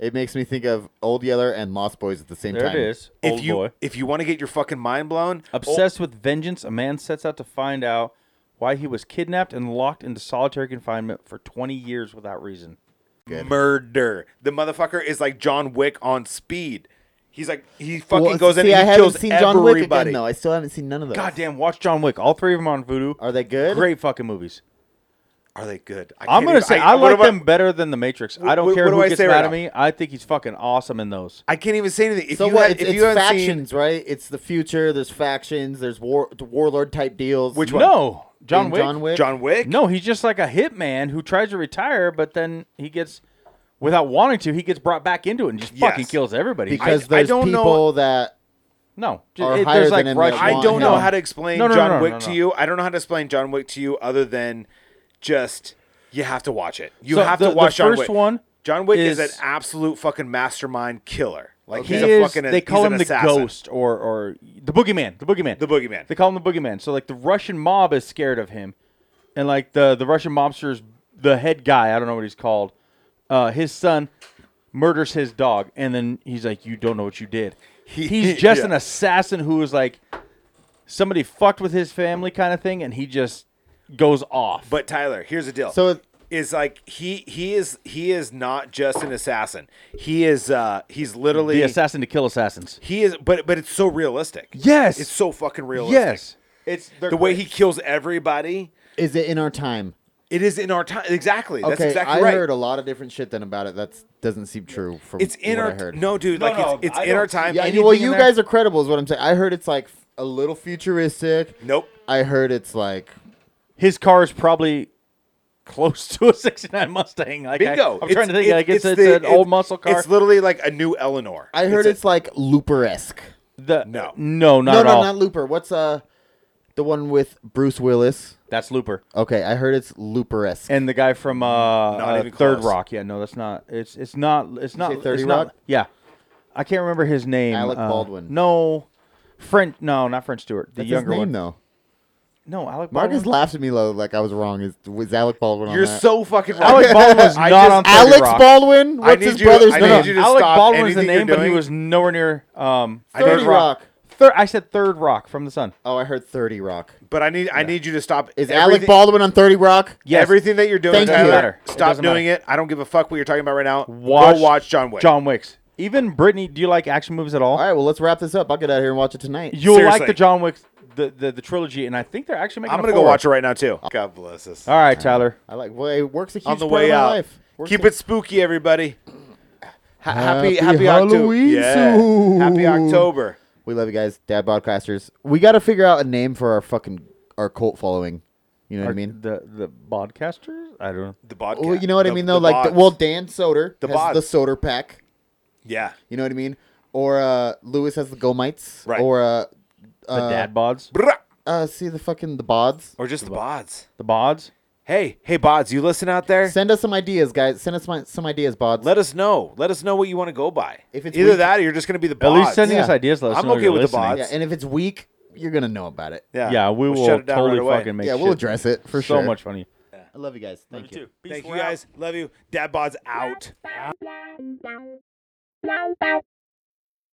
[SPEAKER 5] It makes me think of Old Yeller and Lost Boys at the same
[SPEAKER 3] There
[SPEAKER 5] time.
[SPEAKER 3] it is.
[SPEAKER 4] If
[SPEAKER 3] Old
[SPEAKER 4] you
[SPEAKER 3] boy.
[SPEAKER 4] if you want to get your fucking mind blown, oh, old-
[SPEAKER 3] Obsessed with vengeance, a man sets out to find out why he was kidnapped and locked into solitary confinement for 20 years without reason.
[SPEAKER 4] murder. The motherfucker is like John Wick on speed. He's like he fucking
[SPEAKER 5] Well,
[SPEAKER 4] goes in
[SPEAKER 5] see, I
[SPEAKER 4] and he
[SPEAKER 5] haven't
[SPEAKER 4] kills
[SPEAKER 5] seen John Wick
[SPEAKER 4] everybody.
[SPEAKER 5] again though. I still haven't seen none of those.
[SPEAKER 3] Goddamn, watch John Wick. All three of them on Voodoo.
[SPEAKER 5] Are they good?
[SPEAKER 3] Great fucking movies.
[SPEAKER 4] Are they good? I
[SPEAKER 3] I'm
[SPEAKER 4] can't
[SPEAKER 3] gonna
[SPEAKER 4] even-
[SPEAKER 3] say I,
[SPEAKER 4] what
[SPEAKER 3] like
[SPEAKER 4] do
[SPEAKER 3] them better than the Matrix. I don't
[SPEAKER 4] what-
[SPEAKER 3] care
[SPEAKER 4] what do
[SPEAKER 3] who
[SPEAKER 4] I
[SPEAKER 3] gets
[SPEAKER 4] say
[SPEAKER 3] mad
[SPEAKER 4] right
[SPEAKER 3] at
[SPEAKER 4] now?
[SPEAKER 3] me. I think he's fucking awesome in those.
[SPEAKER 4] I can't even say anything. If
[SPEAKER 5] So
[SPEAKER 4] you
[SPEAKER 5] what?
[SPEAKER 4] had-
[SPEAKER 5] it's
[SPEAKER 4] if
[SPEAKER 5] it's
[SPEAKER 4] you haven't
[SPEAKER 5] factions, right? It's the future. There's factions. There's war, warlord type deals.
[SPEAKER 4] Which one?
[SPEAKER 3] No, John
[SPEAKER 5] In
[SPEAKER 3] Wick.
[SPEAKER 5] John
[SPEAKER 4] seen
[SPEAKER 5] Wick.
[SPEAKER 4] John Wick,
[SPEAKER 3] No, he's just like a hitman who tries to retire, but then he gets, without wanting to, he gets brought back into it and just
[SPEAKER 4] Yes.
[SPEAKER 3] fucking kills everybody.
[SPEAKER 5] Because
[SPEAKER 4] I
[SPEAKER 5] there's
[SPEAKER 4] don't know-
[SPEAKER 5] people that
[SPEAKER 3] no,
[SPEAKER 5] Or
[SPEAKER 3] just, it,
[SPEAKER 5] higher
[SPEAKER 3] there's
[SPEAKER 5] than
[SPEAKER 3] like
[SPEAKER 5] him,
[SPEAKER 3] Russian.
[SPEAKER 5] like,
[SPEAKER 4] I don't
[SPEAKER 5] No.
[SPEAKER 4] know how to explain
[SPEAKER 3] No, no, no,
[SPEAKER 4] John
[SPEAKER 3] no, no,
[SPEAKER 4] Wick
[SPEAKER 3] no.
[SPEAKER 4] to you. I don't know how to explain John Wick to you other than just you have to watch it. You
[SPEAKER 3] So
[SPEAKER 4] have
[SPEAKER 3] the-
[SPEAKER 4] to
[SPEAKER 3] the
[SPEAKER 4] watch John Wick.
[SPEAKER 3] first one
[SPEAKER 4] John Wick is,
[SPEAKER 3] is-
[SPEAKER 4] an absolute fucking mastermind killer. Like
[SPEAKER 3] He
[SPEAKER 4] he's a
[SPEAKER 3] is-
[SPEAKER 4] fucking
[SPEAKER 3] they call
[SPEAKER 4] he's
[SPEAKER 3] him
[SPEAKER 4] an
[SPEAKER 3] the
[SPEAKER 4] assassin.
[SPEAKER 3] ghost or or the boogeyman. The boogeyman.
[SPEAKER 4] The boogeyman.
[SPEAKER 3] They call him the boogeyman. So like the Russian mob is scared of him, and like the the Russian mobster's the head guy. I don't know what he's called. Uh, his son murders his dog, and then he's like, "You don't know what you did." He's just an
[SPEAKER 4] Yeah.
[SPEAKER 3] assassin who is like somebody fucked with his family kind of thing, and he just goes off.
[SPEAKER 4] But Tyler, here's the deal.
[SPEAKER 5] So-
[SPEAKER 4] is like he he is he is not just an assassin. He is uh he's literally
[SPEAKER 3] the assassin to kill assassins.
[SPEAKER 4] he is but but it's so realistic.
[SPEAKER 3] Yes.
[SPEAKER 4] It's so fucking realistic.
[SPEAKER 3] Yes, it's
[SPEAKER 4] The way he kills everybody,
[SPEAKER 5] is it in our time?
[SPEAKER 4] it is in our time. Exactly. That's
[SPEAKER 5] okay,
[SPEAKER 4] exactly
[SPEAKER 5] I
[SPEAKER 4] right.
[SPEAKER 5] heard a lot of different shit then about it. That doesn't seem true from
[SPEAKER 4] it's in
[SPEAKER 5] what
[SPEAKER 4] our
[SPEAKER 5] I heard.
[SPEAKER 4] No, dude,
[SPEAKER 3] No,
[SPEAKER 4] like
[SPEAKER 3] no,
[SPEAKER 4] it's,
[SPEAKER 3] I
[SPEAKER 4] it's in our
[SPEAKER 3] don't see
[SPEAKER 4] time.
[SPEAKER 5] yeah. you-
[SPEAKER 4] Anything
[SPEAKER 5] Well,
[SPEAKER 4] in
[SPEAKER 5] you
[SPEAKER 4] there-
[SPEAKER 5] guys are credible, is what I'm saying. I heard it's like a little futuristic.
[SPEAKER 4] Nope.
[SPEAKER 5] I heard it's like
[SPEAKER 3] his car is probably close to a '69 Mustang. Like
[SPEAKER 4] Bingo.
[SPEAKER 3] I, am
[SPEAKER 4] It's-
[SPEAKER 3] trying to think.
[SPEAKER 4] it-
[SPEAKER 3] like it's, it's,
[SPEAKER 4] the-
[SPEAKER 3] an old muscle car.
[SPEAKER 4] It's literally like a new Eleanor.
[SPEAKER 5] I heard it's, like Looper esque.
[SPEAKER 3] the,
[SPEAKER 4] no.
[SPEAKER 3] no, not
[SPEAKER 5] No,
[SPEAKER 3] at
[SPEAKER 5] no,
[SPEAKER 3] all.
[SPEAKER 5] not Looper. What's uh the one with Bruce Willis?
[SPEAKER 3] That's Looper
[SPEAKER 5] Okay, I heard it's Looper esque.
[SPEAKER 3] and the guy from uh, uh,
[SPEAKER 4] even
[SPEAKER 3] Third
[SPEAKER 4] close.
[SPEAKER 3] Rock. Yeah, no, that's not. It's it's not. It's not.
[SPEAKER 5] say
[SPEAKER 3] it's
[SPEAKER 5] 30
[SPEAKER 3] not-
[SPEAKER 5] Rock?
[SPEAKER 3] Yeah, I can't remember his name.
[SPEAKER 5] Alec
[SPEAKER 3] uh,
[SPEAKER 5] Baldwin.
[SPEAKER 3] No, French. No, not French Stewart. The
[SPEAKER 5] That's
[SPEAKER 3] younger
[SPEAKER 5] his
[SPEAKER 3] one.
[SPEAKER 5] name though.
[SPEAKER 3] No, Alec Baldwin.
[SPEAKER 5] Marcus laughed at me though, like I was wrong. Is was Alec Baldwin on
[SPEAKER 4] You're
[SPEAKER 5] that?
[SPEAKER 4] so fucking wrong.
[SPEAKER 3] Uh-huh. Alec Baldwin's
[SPEAKER 4] I
[SPEAKER 3] not
[SPEAKER 4] just-
[SPEAKER 3] on 30
[SPEAKER 5] Alex
[SPEAKER 3] Rock.
[SPEAKER 5] Baldwin.
[SPEAKER 4] I
[SPEAKER 5] What's
[SPEAKER 4] need
[SPEAKER 5] his
[SPEAKER 4] you-
[SPEAKER 5] brother's
[SPEAKER 4] I
[SPEAKER 5] name?
[SPEAKER 4] need you to
[SPEAKER 3] Alec
[SPEAKER 4] stop
[SPEAKER 3] Baldwin was the
[SPEAKER 4] anything you're
[SPEAKER 3] name, but he
[SPEAKER 4] doing.
[SPEAKER 3] was nowhere near. Um,
[SPEAKER 4] I need-
[SPEAKER 3] Third Rock.
[SPEAKER 5] Rock.
[SPEAKER 3] Thir- I said Third Rock from the Sun.
[SPEAKER 5] Oh, I heard Thirty Rock.
[SPEAKER 4] But I need I need you to stop.
[SPEAKER 5] Is Alec
[SPEAKER 4] everything-
[SPEAKER 5] Baldwin on Thirty Rock?
[SPEAKER 3] Yes.
[SPEAKER 4] Everything that you're doing,
[SPEAKER 5] Thank you.
[SPEAKER 4] Tyler,
[SPEAKER 5] It doesn't
[SPEAKER 3] matter. It
[SPEAKER 4] stop
[SPEAKER 3] doesn't
[SPEAKER 4] doing it. I don't give a fuck what you're talking about right now.
[SPEAKER 3] Watch-
[SPEAKER 4] Go watch John Wick.
[SPEAKER 3] John Wick's. Even Brittany, do you like action movies at all?
[SPEAKER 5] All right, well let's wrap this up. I'll get out of here and watch it tonight.
[SPEAKER 3] You'll
[SPEAKER 4] Seriously.
[SPEAKER 3] like the John Wick, the, the the trilogy, and I think they're actually making.
[SPEAKER 4] I'm
[SPEAKER 3] a
[SPEAKER 4] gonna go
[SPEAKER 3] fourth.
[SPEAKER 4] watch it right now too. God bless us.
[SPEAKER 3] All right, Tyler.
[SPEAKER 5] I like. Well, it works a huge
[SPEAKER 4] On the
[SPEAKER 5] part
[SPEAKER 4] way
[SPEAKER 5] of my
[SPEAKER 4] out,
[SPEAKER 5] life. Works
[SPEAKER 4] keep
[SPEAKER 5] a-
[SPEAKER 4] it spooky, everybody. Ha- happy
[SPEAKER 5] Happy
[SPEAKER 4] happy, Octo-
[SPEAKER 5] Halloween soon.
[SPEAKER 4] Yeah. Happy October.
[SPEAKER 5] We love you guys, Dad Broadcasters. We got to figure out a name for our fucking our cult following. You know what I mean?
[SPEAKER 3] the the podcasters. I don't. know.
[SPEAKER 4] The podcast.
[SPEAKER 5] Well, you know what I mean though.
[SPEAKER 4] the
[SPEAKER 5] Like, the,
[SPEAKER 4] bods.
[SPEAKER 5] well, Dan Soder
[SPEAKER 4] The
[SPEAKER 5] has
[SPEAKER 4] bods.
[SPEAKER 5] the Soder pack.
[SPEAKER 4] yeah,
[SPEAKER 5] You know what I mean? Or uh, Lewis has the Gomites.
[SPEAKER 4] Right.
[SPEAKER 5] Or uh,
[SPEAKER 3] The
[SPEAKER 5] uh,
[SPEAKER 3] dad bods.
[SPEAKER 4] Bruh.
[SPEAKER 5] Uh, see the fucking the bods.
[SPEAKER 4] or just the bods.
[SPEAKER 3] The bods.
[SPEAKER 4] Hey, hey, bods, you listen out there?
[SPEAKER 5] Send us some ideas, guys. Send us my, some ideas, bods.
[SPEAKER 4] Let us know. Let us know what you want to go by.
[SPEAKER 5] If it's
[SPEAKER 4] either
[SPEAKER 5] weak-
[SPEAKER 4] that or you're just gonna be the
[SPEAKER 3] At
[SPEAKER 4] bods.
[SPEAKER 3] least sending
[SPEAKER 5] Yeah.
[SPEAKER 3] us ideas. Let us
[SPEAKER 4] I'm
[SPEAKER 3] know
[SPEAKER 4] okay
[SPEAKER 3] you're
[SPEAKER 4] with the
[SPEAKER 3] listening.
[SPEAKER 4] bods.
[SPEAKER 5] yeah, and if it's weak, you're gonna know about it.
[SPEAKER 4] yeah,
[SPEAKER 3] Yeah, we
[SPEAKER 4] We'll
[SPEAKER 3] will
[SPEAKER 4] shut it down
[SPEAKER 3] totally
[SPEAKER 4] right away.
[SPEAKER 3] fucking make.
[SPEAKER 5] yeah,
[SPEAKER 3] shit
[SPEAKER 5] we'll address it for
[SPEAKER 3] so
[SPEAKER 5] sure.
[SPEAKER 3] much funny.
[SPEAKER 5] I love you guys. Thank you.
[SPEAKER 4] Thank you guys. Love you. Dad bods out.
[SPEAKER 2] Bye.